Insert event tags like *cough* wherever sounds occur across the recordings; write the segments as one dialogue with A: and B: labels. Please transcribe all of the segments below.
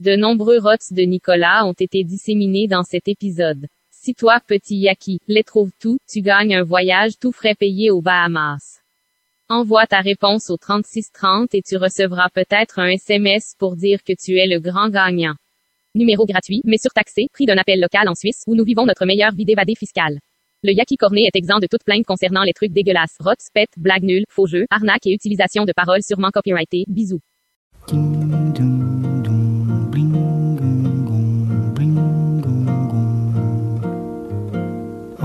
A: De nombreux rots de Nicolas ont été disséminés dans cet épisode. Si toi, petit Yaki, les trouves tout, tu gagnes un voyage tout frais payé aux Bahamas. Envoie ta réponse au 3630 et tu recevras peut-être un SMS pour dire que tu es le grand gagnant. Numéro gratuit, mais surtaxé, prix d'un appel local en Suisse, où nous vivons notre meilleure vie d'évadé fiscale. Le Yaki Cornet est exempt de toute plainte concernant les trucs dégueulasses, rots, pets, blagues nulles, faux jeux, arnaques et utilisation de paroles sûrement copyrightées. Bisous.
B: Ding dong dong, bling gong gong, bling gong gong.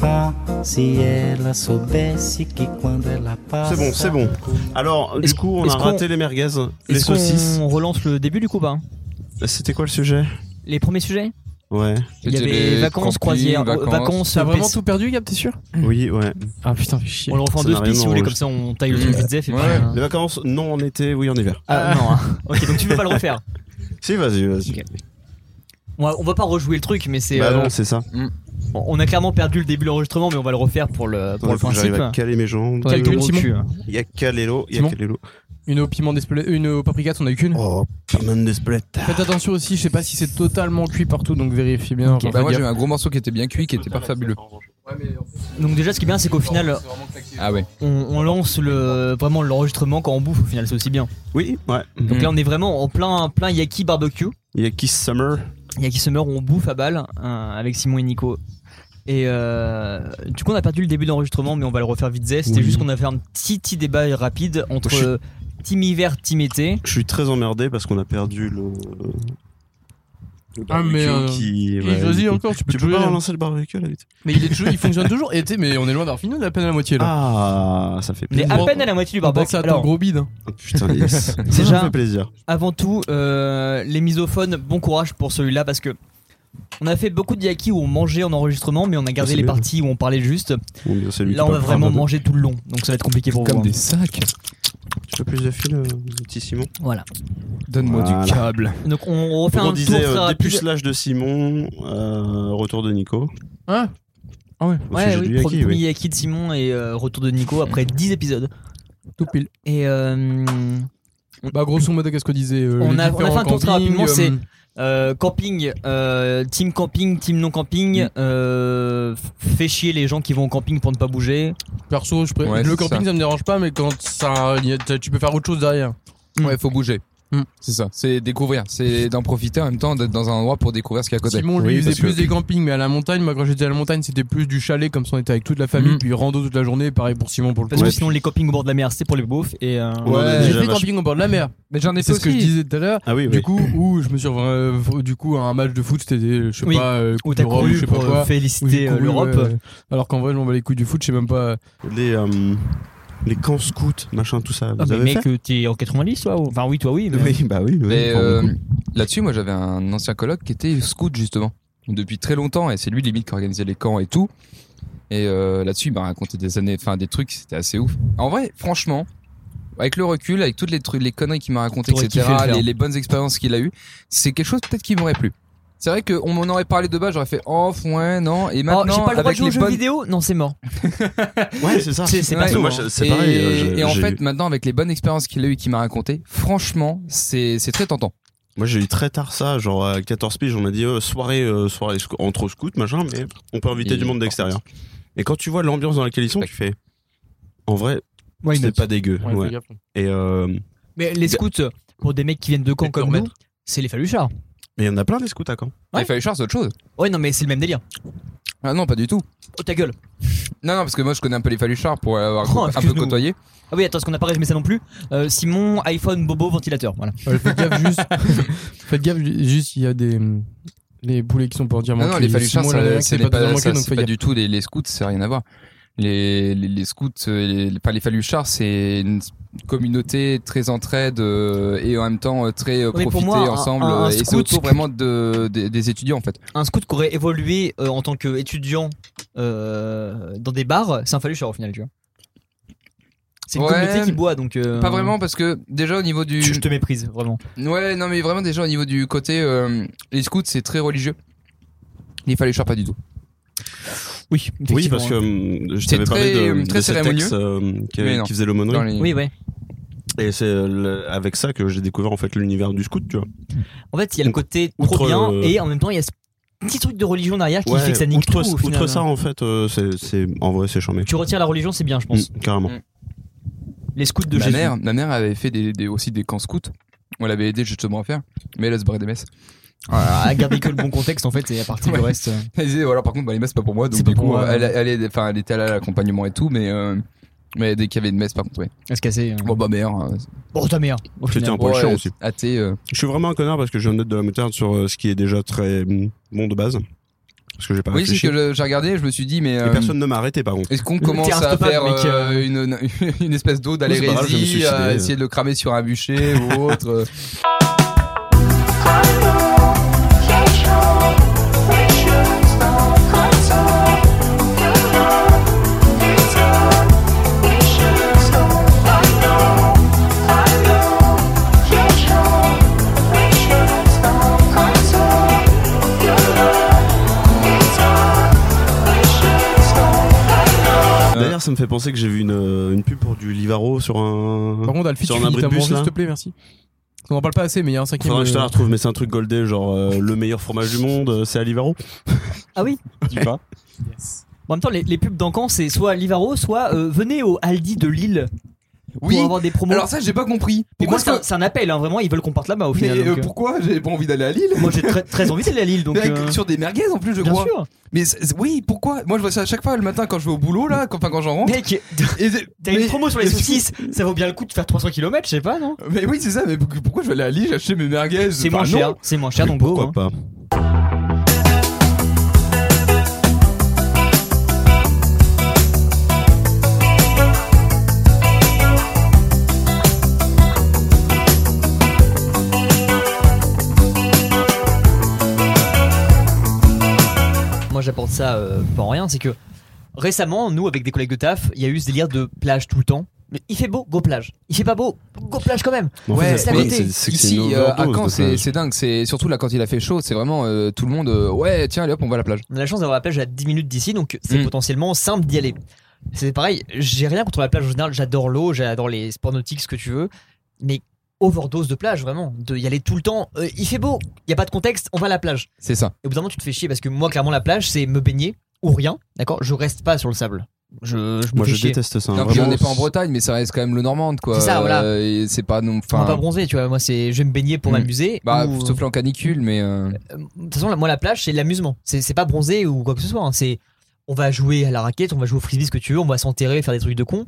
B: Ah, se ela soubesse que quando ela passa.
C: C'est bon, c'est bon. Alors, du
D: Est-ce-
C: coup, on
D: est-ce
C: a
D: qu'on-
C: raté les merguez, les
D: Est-ce qu'on
C: saucisses.
D: relance le début du coup pas
C: C'était quoi le sujet
D: Les premiers sujets
C: Ouais.
D: Il y
E: C'était
D: avait
E: les
D: vacances,
E: campings,
D: croisières, euh, vacances,
E: vacances.
F: T'as vraiment
D: PC.
F: tout perdu, Gab, t'es sûr
D: Mmh.
C: Oui, ouais.
F: Ah putain, fais chier.
D: On le refait en
C: Ça
D: deux
C: n'a rien
D: spi si vous
C: en
D: voulez,
C: rouge.
D: comme ça on taille le truc
E: Mmh.
D: vite zef et
E: Ouais.
D: puis, euh,
C: Les vacances, non en été, oui en hiver.
D: Ah non. hein. Ok, donc tu veux pas le refaire.
C: Si, vas-y, vas-y.
D: Ok. On va, on va pas rejouer le truc, mais c'est.
C: Bah
D: euh,
C: non, c'est ça.
D: on a clairement perdu le début de l'enregistrement, mais on va le refaire pour le, pour
C: Attends,
D: le
C: faut que
D: principe.
C: J'arrive à caler mes jambes.
F: Ouais.
D: Quel
F: Timon.
D: gros cul, hein.
C: Il y a Calélo, il y a
F: Timon.
C: Calélo.
D: Mmh.
F: Une au piment d'Espelette, une au paprika, on a eu qu'une.
C: Oh, piment de spelette.
F: Faites attention aussi, je sais pas si c'est totalement cuit partout, donc vérifiez bien.
D: Ok.
F: Enfin,
E: Bah moi
F: faites
E: j'ai eu
F: gaffe.
E: un gros morceau qui était bien cuit, qui était pas fabuleux.
D: Donc déjà, ce qui est bien, c'est qu'au final,
E: Ah ouais.
D: on, on lance le vraiment l'enregistrement quand on bouffe. Au final, c'est aussi bien.
C: Oui, ouais.
E: Mm.
D: Donc là, on est vraiment en plein plein yaki barbecue.
C: Il y a Kiss Summer.
D: Yaki Summer où on bouffe à balle hein, avec Simon et Nico. Et euh, du coup, on a perdu le début d'enregistrement, mais on va le refaire vite. zé. C'était
C: Oui.
D: juste qu'on a fait un petit petit débat rapide entre
C: Je suis-
D: euh, team hiver, team été.
C: Je suis très emmerdé parce qu'on a perdu le. le
F: Ah,
C: barbecue
F: mais, euh,
C: qui...
F: Et
C: ouais,
F: Vas-y
C: du coup.
F: encore, tu peux,
C: Tu peux
F: toujours
C: pas
F: y aller.
C: relancer le barbecue là vite
F: Mais il, est toujours, il fonctionne toujours. Et t'es- mais on est loin d'avoir fini, on est à peine à la moitié là.
C: Ah, ça fait
D: On est
C: plaisir.
D: à peine à la moitié du
F: on
D: barbecue.
F: pense à ton
D: bah, Alors,
F: gros bide. hein.
C: Ah, Putain,
D: *laughs*
C: les- ça
D: Déjà-
C: fait plaisir.
D: avant tout, euh, les misophones, bon courage pour celui-là parce que on a fait beaucoup de yaki où on mangeait en enregistrement, mais on a gardé
C: c'est
D: les
C: bien.
D: parties où on parlait juste.
C: Bon, bien, celui qui
D: Là, on va
C: parle
D: vraiment
C: pas de-
D: manger tout le long, donc ça va être compliqué pour vous.
E: Comme
D: hein.
E: des sacs.
C: Tu peux plus de fil, euh, petit Simon
D: Voilà.
E: Donne-moi
C: Voilà.
E: du câble.
D: Donc on refait
C: Donc on
D: un
C: disait
D: tour très
C: euh,
D: rapide.
C: dépucelage de Simon, euh, retour de Nico.
F: Hein
C: au
D: Ah Ouais,
C: sujet
D: oui,
C: du
D: premier
C: Yaki, oui.
D: yaki de Simon et euh, retour de Nico après 10 épisodes.
F: Tout pile.
D: Et euh,
F: Bah, grosso modo, qu'est-ce qu'on disait euh,
D: On
F: les
D: a- on a fait un
F: différents
D: tour très
F: campings,
D: rapidement,
F: euh,
D: c'est- euh, camping, euh, team camping, team non camping, euh, f- fait chier les gens qui vont au camping pour ne pas bouger.
F: Perso, je pré-
E: Ouais,
F: le
E: c'est
F: camping ça.
E: ça.
F: me dérange pas, mais quand ça, il y a- t'as- tu peux faire autre chose derrière.
E: Ouais, faut bouger.
F: Mm.
E: C'est ça, c'est découvrir, c'est d'en profiter en même temps d'être dans un endroit pour découvrir ce qu'il y a à côté.
F: Simon, lui,
E: Oui,
F: il faisait
E: parce
F: plus
E: que-
F: des campings, mais à la montagne, moi, quand j'étais à la montagne, c'était plus du chalet, comme si on était avec toute la famille,
E: Mhm.
F: puis rando toute la journée, pareil pour Simon pour le
D: Parce
F: coup.
D: que sinon, les campings au bord de la mer, c'est pour les beaufs. Et, euh,
C: On en a
F: J'ai
C: déjà
F: fait
C: vachement-
F: camping au bord de la mer.
E: Mais j'en ai
F: C'est
E: fait
F: ce que je
E: aussi.
F: disais tout à l'heure.
C: Ah oui,
F: Du
C: oui.
F: coup, où je me suis euh, du coup à un match de foot, c'était des- je sais
D: Oui.
F: pas, euh,
D: Où
F: Coupe
D: t'as
F: d'Europe, je
D: couru
F: sais pas
D: pour euh,
F: quoi. Où j'ai
D: féliciter euh,
F: couru,
D: l'Europe.
F: ouais. alors qu'en vrai, on va les couilles du foot, je sais même pas.
C: les, euh, les camps scouts, machin, tout ça.
D: Ah,
C: vous
D: mais
C: avez
D: mec,
C: fait
D: euh, t'es en 90, toi ou- Enfin, oui, toi, *laughs* oui. mais-
C: Oui, bah oui. oui,
E: Mais
C: pour
E: euh,
C: le coup.
E: là-dessus, moi j'avais un ancien coloc qui était scout justement depuis très longtemps et c'est lui limite qui organisait les camps et tout. Et euh, là-dessus, il m'a raconté des années, enfin des trucs, c'était assez ouf. En vrai, franchement, avec le recul, avec toutes les trucs, les conneries qu'il m'a racontées,
D: T'aurais
E: etc.,
D: kiffé le faire.
E: les, les bonnes expériences qu'il a eues, c'est quelque chose peut-être qui m'aurait plu. C'est vrai qu'on m'en aurait parlé de bas, j'aurais fait oh ouais non et
D: Oh,
E: maintenant
D: j'ai pas le droit de
E: avec
D: jouer aux
E: les
D: jeux
E: bonnes
D: vidéo Non, c'est mort.
C: Ouais, c'est ça.
D: C'est- c'est
C: Ouais,
D: perso,
C: moi,
D: hein.
C: je- C'est
E: et,
C: pareil. euh, j'ai-
E: et en
C: j'ai
E: fait,
C: eu-
E: maintenant, avec les bonnes expériences qu'il a eues et qu'il m'a racontées, franchement, c'est c'est très tentant.
C: moi, j'ai eu très tard ça. Genre, à 14 piges, on m'a dit euh, soirée, euh, soirée sc- entre scouts, machin, mais on peut inviter
E: Et-
C: du monde d'extérieur. Et quand tu vois l'ambiance dans laquelle ils sont, tu fais. En vrai,
D: Ouais,
C: c'était pas dégueu.
F: Ouais,
C: ouais.
F: fais gaffe.
C: Et euh,
D: Mais les scouts, pour des mecs qui viennent de camps
F: Peut-être
D: comme
F: le
D: nous, c'est les faluchards.
C: Mais il y en a plein des scouts à Caen.
E: Ah, Il fallait char, c'est autre chose.
D: Ouais, non, mais c'est le même délire.
E: Ah non, pas du tout.
D: Oh, ta gueule.
E: Non, non, parce que moi je connais un peu les Faluchards pour avoir
D: Oh,
E: un peu
D: excuse-nous.
E: côtoyé.
D: Ah oui, attends, parce qu'on n'a pas résumé ça non plus. Euh, Simon, iPhone, Bobo, ventilateur. Voilà.
F: Ouais, faites gaffe juste. faites gaffe ju- juste, il y a des. Les boulets qui sont pour dire
E: Ah Non, non, les Faluchards, ça- c'est
F: pas,
E: pas,
F: totalement
E: ça,
F: manqué, donc
E: c'est
F: faites
E: pas
F: gaffe.
E: du tout les, les scouts, ça n'a rien à voir. Les, les, les scouts, euh, les, les- pas les Faluchards, c'est une communauté très entraide euh, et en même temps euh, très euh,
D: Oui, pour
E: profiter
D: moi, un-
E: ensemble. euh,
D: un- un
E: et c'est
D: scout-
E: autour vraiment de, des- des étudiants en fait.
D: Un scout qui aurait évolué euh, en tant qu'étudiant euh, dans des bars, c'est un faluchard au final, tu vois. C'est une
E: Ouais,
D: communauté qui boit, donc. euh,
E: Pas vraiment parce que déjà au niveau du.
D: Je, je te méprise, vraiment.
E: Ouais, non, mais vraiment, déjà au niveau du côté, euh, les scouts, c'est très religieux. Les Faluchards, pas du tout.
D: Oui,
C: Oui, parce que
D: effectivement.
C: hum, je
E: C'est
C: t'avais parlé
E: très, hum,
C: de,
E: très
C: de ces
E: cérémonieux.
C: textes euh, qui,
E: Mais non.
C: qui faisaient
E: Dans
C: l'aumônerie.
E: les-
D: hein. Oui, ouais.
C: Et c'est euh, le- avec ça que j'ai découvert en fait l'univers du scout, tu vois.
D: En fait, il y a le
C: Outre-
D: côté trop
C: outre,
D: bien
C: euh,
D: et en même temps, il y a ce petit truc de religion derrière qui
C: Ouais,
D: fait que ça nique
C: outre,
D: tout au
C: outre
D: final. hein.
C: ça, en fait, euh, c'est, c'est- en vrai, c'est charmé.
D: Tu retires la religion, c'est bien, je pense.
C: Mm, carrément.
D: Les scouts de
E: ma
D: Jésus.
E: mère, ma mère avait fait des, des- aussi des camps scouts. On l'avait aidé justement à faire, mais elle a se barré des messes.
D: à garder que le bon contexte en fait et à partir du
E: Ouais.
D: reste. euh,
E: Elle disait, voilà, par contre, bah, les messes, c'est pas pour moi. Donc,
D: C'est pas
E: du
D: pour
E: coup,
D: moi,
E: elle,
D: ouais.
E: elle, est- enfin, elle était là à l'accompagnement et tout, mais, euh, mais dès qu'il y avait une messe, par contre, ouais.
D: À se casser. euh.
E: Bon, bah, mère. euh,
D: Bon, ta mère. au
C: C'était
D: final.
C: un poil
E: ouais,
C: chiant aussi.
E: Athée. euh,
C: Je suis vraiment un connard parce que je viens de mettre de la moutarde sur euh, ce qui est déjà très hum, bon de base. Parce que j'ai pas
E: Oui, c'est ce
C: réfléchi.
E: que je- j'ai regardé, je me suis dit, mais.
C: Et
E: euh,
C: personne ne m'a arrêté, par contre.
E: Est-ce qu'on commence
D: T'es un
E: à
D: stopable,
E: faire
D: mec,
E: euh,
D: euh.
E: une, une- *laughs* une espèce d'eau
C: Oui, c'est pas grave, je me suis
E: d'allérésie, à
C: suicidé.
E: essayer de le cramer sur un bûcher ou autre euh.
C: D'ailleurs, ça me fait penser que j'ai vu une, euh, une pub pour du Livaro sur
F: Par
C: un.
F: contre, Alfie, tu
C: Sur un
F: finis
C: abri de
F: ta
C: bus,
F: manger,
C: là
F: s'il te plaît, merci. On en parle pas assez, mais il y a un cinquième.
C: Faudra que je te la
F: euh,
C: retrouve, mais c'est un truc goldé, genre euh, le meilleur fromage du monde, euh, c'est à Livaro.
D: Ah
E: *laughs*
D: oui
C: Dis pas.
D: En même temps, les, les pubs d'Ancan, c'est soit Livaro, soit euh, venez au Aldi de Lille pour
E: Oui,
D: avoir des promos.
E: alors ça, j'ai pas compris.
D: pour moi,
E: Pourquoi
D: c'est un, c'est un appel, hein, vraiment, ils veulent qu'on parte là-bas au
E: Mais
D: final.
E: euh,
D: donc, euh,
E: pourquoi j'ai pas envie d'aller à Lille
D: Moi, j'ai très, très envie d'aller à Lille, donc.
E: Mais avec-
D: euh,
E: Sur des merguez en plus, je
D: Bien
E: crois.
D: sûr,
E: Mais c'est- c'est- oui, pourquoi Moi, je vois ça à chaque fois le matin quand je vais au boulot, là, quand, enfin, quand j'en rentre.
D: mec,
E: Et c'est-
D: t'as une
E: mais-
D: promo sur les saucisses, ça vaut bien le coup de faire 300 km, je sais pas, non
E: Mais oui, c'est ça, mais pour- pourquoi je vais aller à Lille acheter mes merguez
D: C'est
E: Enfin,
D: moins
E: bah non.
D: cher, c'est moins cher, donc go.
C: Pourquoi
D: hein.
C: pas
D: Moi, j'apporte ça euh, pas en rien, c'est que récemment, nous, avec des collègues de taf, il y a eu ce délire de plage tout le temps. Mais il fait beau, go plage. Il fait pas beau, go plage quand même.
C: Mais en
E: Ouais,
C: fait,
D: c'est à
C: le problème,
D: côté.
C: c'est- c'est que c'est
E: Ici,
C: une
E: euh, à
C: overdose
E: Caen,
C: de
E: c'est
C: plage.
E: c'est dingue. C'est surtout là quand il a fait chaud, c'est vraiment euh, tout le monde. euh, ouais, tiens, allez hop, on va à la plage.
D: On a la chance d'avoir la plage à 10 minutes d'ici, donc c'est
E: Mm.
D: potentiellement simple d'y aller. C'est pareil, j'ai rien contre la plage en général, j'adore l'eau, j'adore les sports nautiques, ce que tu veux, mais overdose de plage, vraiment, de y aller tout le temps. Euh, il fait beau, il y a pas de contexte, on va à la plage.
E: C'est ça.
D: Et au bout d'un moment, tu te fais chier parce que moi, clairement, la plage, c'est me baigner ou rien, d'accord Je reste pas sur le sable. Je, je me
C: Moi,
D: fais
C: je
D: chier.
C: déteste ça. hein,
E: Non, puis on
C: vraiment.
E: n'est pas en Bretagne, mais ça reste quand même le Normande, quoi.
D: C'est ça, voilà.
E: Euh, et c'est pas non.
D: On va pas
E: Enfin,
D: bronzer, tu vois. Moi, c'est je vais me baigner pour
E: Mm.
D: m'amuser.
E: bah,
D: ou-
E: sauf là en canicule, mais. euh,
D: Euh, De toute façon, la- moi, la plage, c'est l'amusement. C'est c'est pas bronzer ou quoi que ce soit. hein. C'est on va jouer à la raquette, on va jouer au frisbee, ce que tu veux, on va s'enterrer, faire des trucs de con,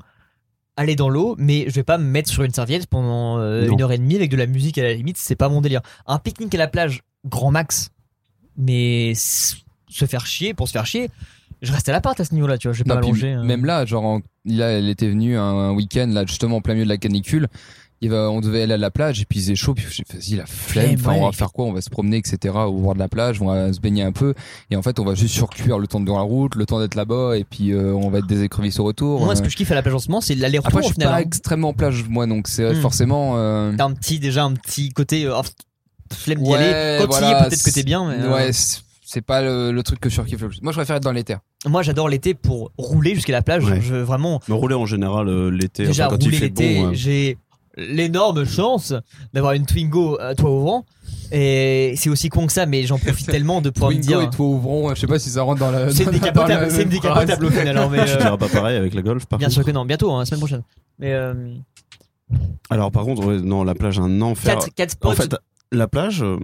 D: aller dans l'eau, mais je vais pas me mettre sur une serviette pendant euh,
C: Non.
D: une heure et demie avec de la musique à la limite. C'est pas mon délire. Un pique-nique à la plage, grand max, mais s- se faire chier pour se faire chier. Je reste à l'appart à ce niveau-là, tu vois. Je vais pas
E: Non, puis
D: m'allonger. euh.
E: Même là, genre, en- là, elle était venue un, un week-end, là, justement, en plein milieu de la canicule. Il va, on devait aller à la plage, et puis il faisait chaud, puis j'ai fait, vas-y, la
D: Flemme,
E: flemme, enfin, on va
D: ouais.
E: faire quoi? On va se promener, etc., au bord de la plage, on va se baigner un peu, et en fait, on va juste surcuire le temps de dans la route, le temps d'être là-bas, et puis, euh, on va être des écrevisses au retour.
D: Moi, ce
E: Euh,
D: que je kiffe à la plage en ce moment, c'est l'aller-retour
E: Après, je
D: au
E: suis
D: final.
E: pas
D: hein.
E: extrêmement plage, moi, donc c'est
D: Hmm.
E: forcément, euh,
D: T'as un petit, déjà un petit côté. euh, oh, flemme d'y
E: Ouais,
D: aller. Quand t'y
E: voilà,
D: es, peut-être que t'es bien. Mais, euh,
E: ouais, c'est c'est pas le, le truc que je surkiffe le plus. Moi, je préfère être dans les terres.
D: Moi, j'adore l'été pour rouler jusqu'à la plage.
C: Ouais.
D: Je, vraiment,
C: Mais rouler en général euh, l'été,
D: déjà
C: enfin, quand il
D: rouler
C: fait
D: l'été,
C: bon. euh,
D: j'ai l'énorme chance d'avoir une Twingo euh, à toit ouvrant. Et c'est aussi con que ça, mais j'en
E: *laughs*
D: profite tellement de pouvoir me
E: Wingo
D: dire. hein. euh,
E: et toi ouvrons, je sais pas si ça rentre dans la.
D: C'est
E: dans
D: une
E: la- dans la
D: décapotable, c'est une
E: même
D: décapotable au final. hein, mais,
C: Tu
D: euh,
C: diras pas pareil avec la golf, par
D: bien
C: contre.
D: sûr que non, bientôt, hein, semaine prochaine. Mais euh,
C: Alors, par contre, ouais, non, la plage, un enfer.
D: quatre, quatre spots.
C: En fait, la plage, euh,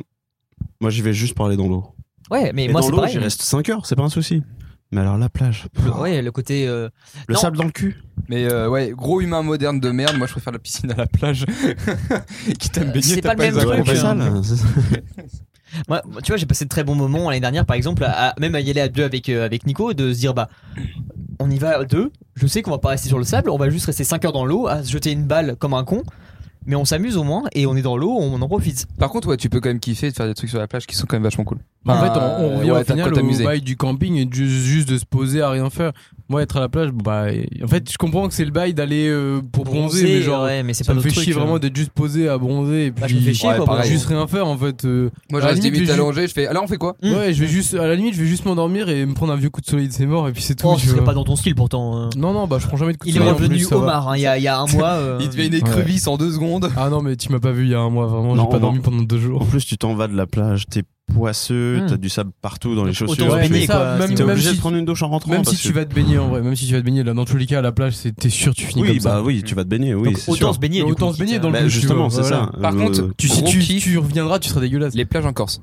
C: Moi, j'y vais juste pour aller dans l'eau.
D: Ouais, mais
C: Et
D: moi
C: dans
D: c'est
C: l'eau,
D: pareil.
C: j'y reste 5 heures, c'est pas un souci. Mais alors la plage,
D: Le- Ouais, le côté. euh,
C: le
D: Non.
C: sable dans le cul.
E: Mais euh, ouais, gros humain moderne de merde, moi je préfère la piscine à la plage. *laughs* qui t'aime
D: c'est
E: baigner,
D: pas
E: t'as
D: le
E: pas
D: même
E: les
D: truc,
E: inconvénients.
D: hein.
C: Ça, là, c'est-
D: moi, tu vois, j'ai passé de très bons moments l'année dernière, par exemple, à, à- même à y aller à deux avec, euh, avec Nico, de se dire bah, on y va à deux. Je sais qu'on va pas rester sur le sable, on va juste rester 5 heures dans l'eau, à se jeter une balle comme un con. Mais on s'amuse au moins et on est dans l'eau, on en profite.
E: Par contre, ouais, tu peux quand même kiffer de faire des trucs sur la plage qui sont quand même vachement cool.
F: En
E: Bah,
F: fait,
D: Ah,
F: on, on
E: ouais,
F: revient au
E: t'as de
F: final
E: quoi
F: au
E: t'amuser.
F: bail du camping et de ju- juste de se poser à rien faire. Moi, être à la plage, bah, en fait, je comprends que c'est le bail d'aller euh, pour bronzer, mais genre,
D: ouais, mais c'est pas
F: ça me
D: notre
F: fait
D: truc,
F: chier
D: euh.
F: vraiment d'être juste posé à bronzer et puis
D: Bah, je me fais chier
E: Ouais,
D: quoi.
E: pareil.
D: pour-
F: juste rien faire en fait. euh,
E: Moi,
F: À
E: je
F: la
E: reste 10
F: limite,
E: minutes
F: je-
E: allongé, je fais. Alors, on fait quoi
D: Mm.
F: Ouais, je vais juste, à la limite, je vais juste m'endormir et me prendre un vieux coup de soleil de ses morts et puis c'est tout.
D: Oh,
F: tu
D: ce serait
F: vois.
D: pas dans ton style pourtant. euh.
F: Non, non, bah je prends jamais de coup de
D: Il est
F: soleil. en plus,
D: revenu
F: ça va.
D: Omar hein, il y, a- il y a un
F: *laughs*
D: mois. euh.
E: Il devient une écrevisse en deux secondes.
F: Ah non, mais tu m'as pas vu il y a un mois, vraiment,
C: Non,
F: j'ai pas
C: non.
F: dormi pendant deux jours.
C: En plus, tu t'en vas de la plage, t'es poisseux,
D: Hmm.
C: t'as du sable partout dans les
D: Autant
C: chaussures.
D: se
C: tu
D: baigner,
C: es-
D: quoi.
F: ça,
D: c'est
F: même,
C: T'es
F: même
C: obligé
F: si,
C: de prendre une douche en rentrant.
F: même si
C: parce
F: tu
C: que-
F: vas te baigner en vrai, même si tu vas te baigner là, dans tous les cas à la plage, c'est- t'es sûr tu finis
C: Oui,
F: comme ça.
C: bah oui, tu vas te baigner, oui,
D: Donc,
C: c'est
D: autant
C: sûr.
D: se baigner.
F: Mais
D: du
F: autant
D: coup,
F: se baigner
D: quitte
F: dans
D: à-
F: le
C: Bah,
F: coup, tu
C: justement,
F: vois,
C: c'est
F: voilà.
C: ça.
E: Par
C: Euh,
E: contre,
F: Tu, si
E: Gros
F: tu,
E: kiff.
F: tu reviendras, tu seras dégueulasse.
E: Les plages en Corse.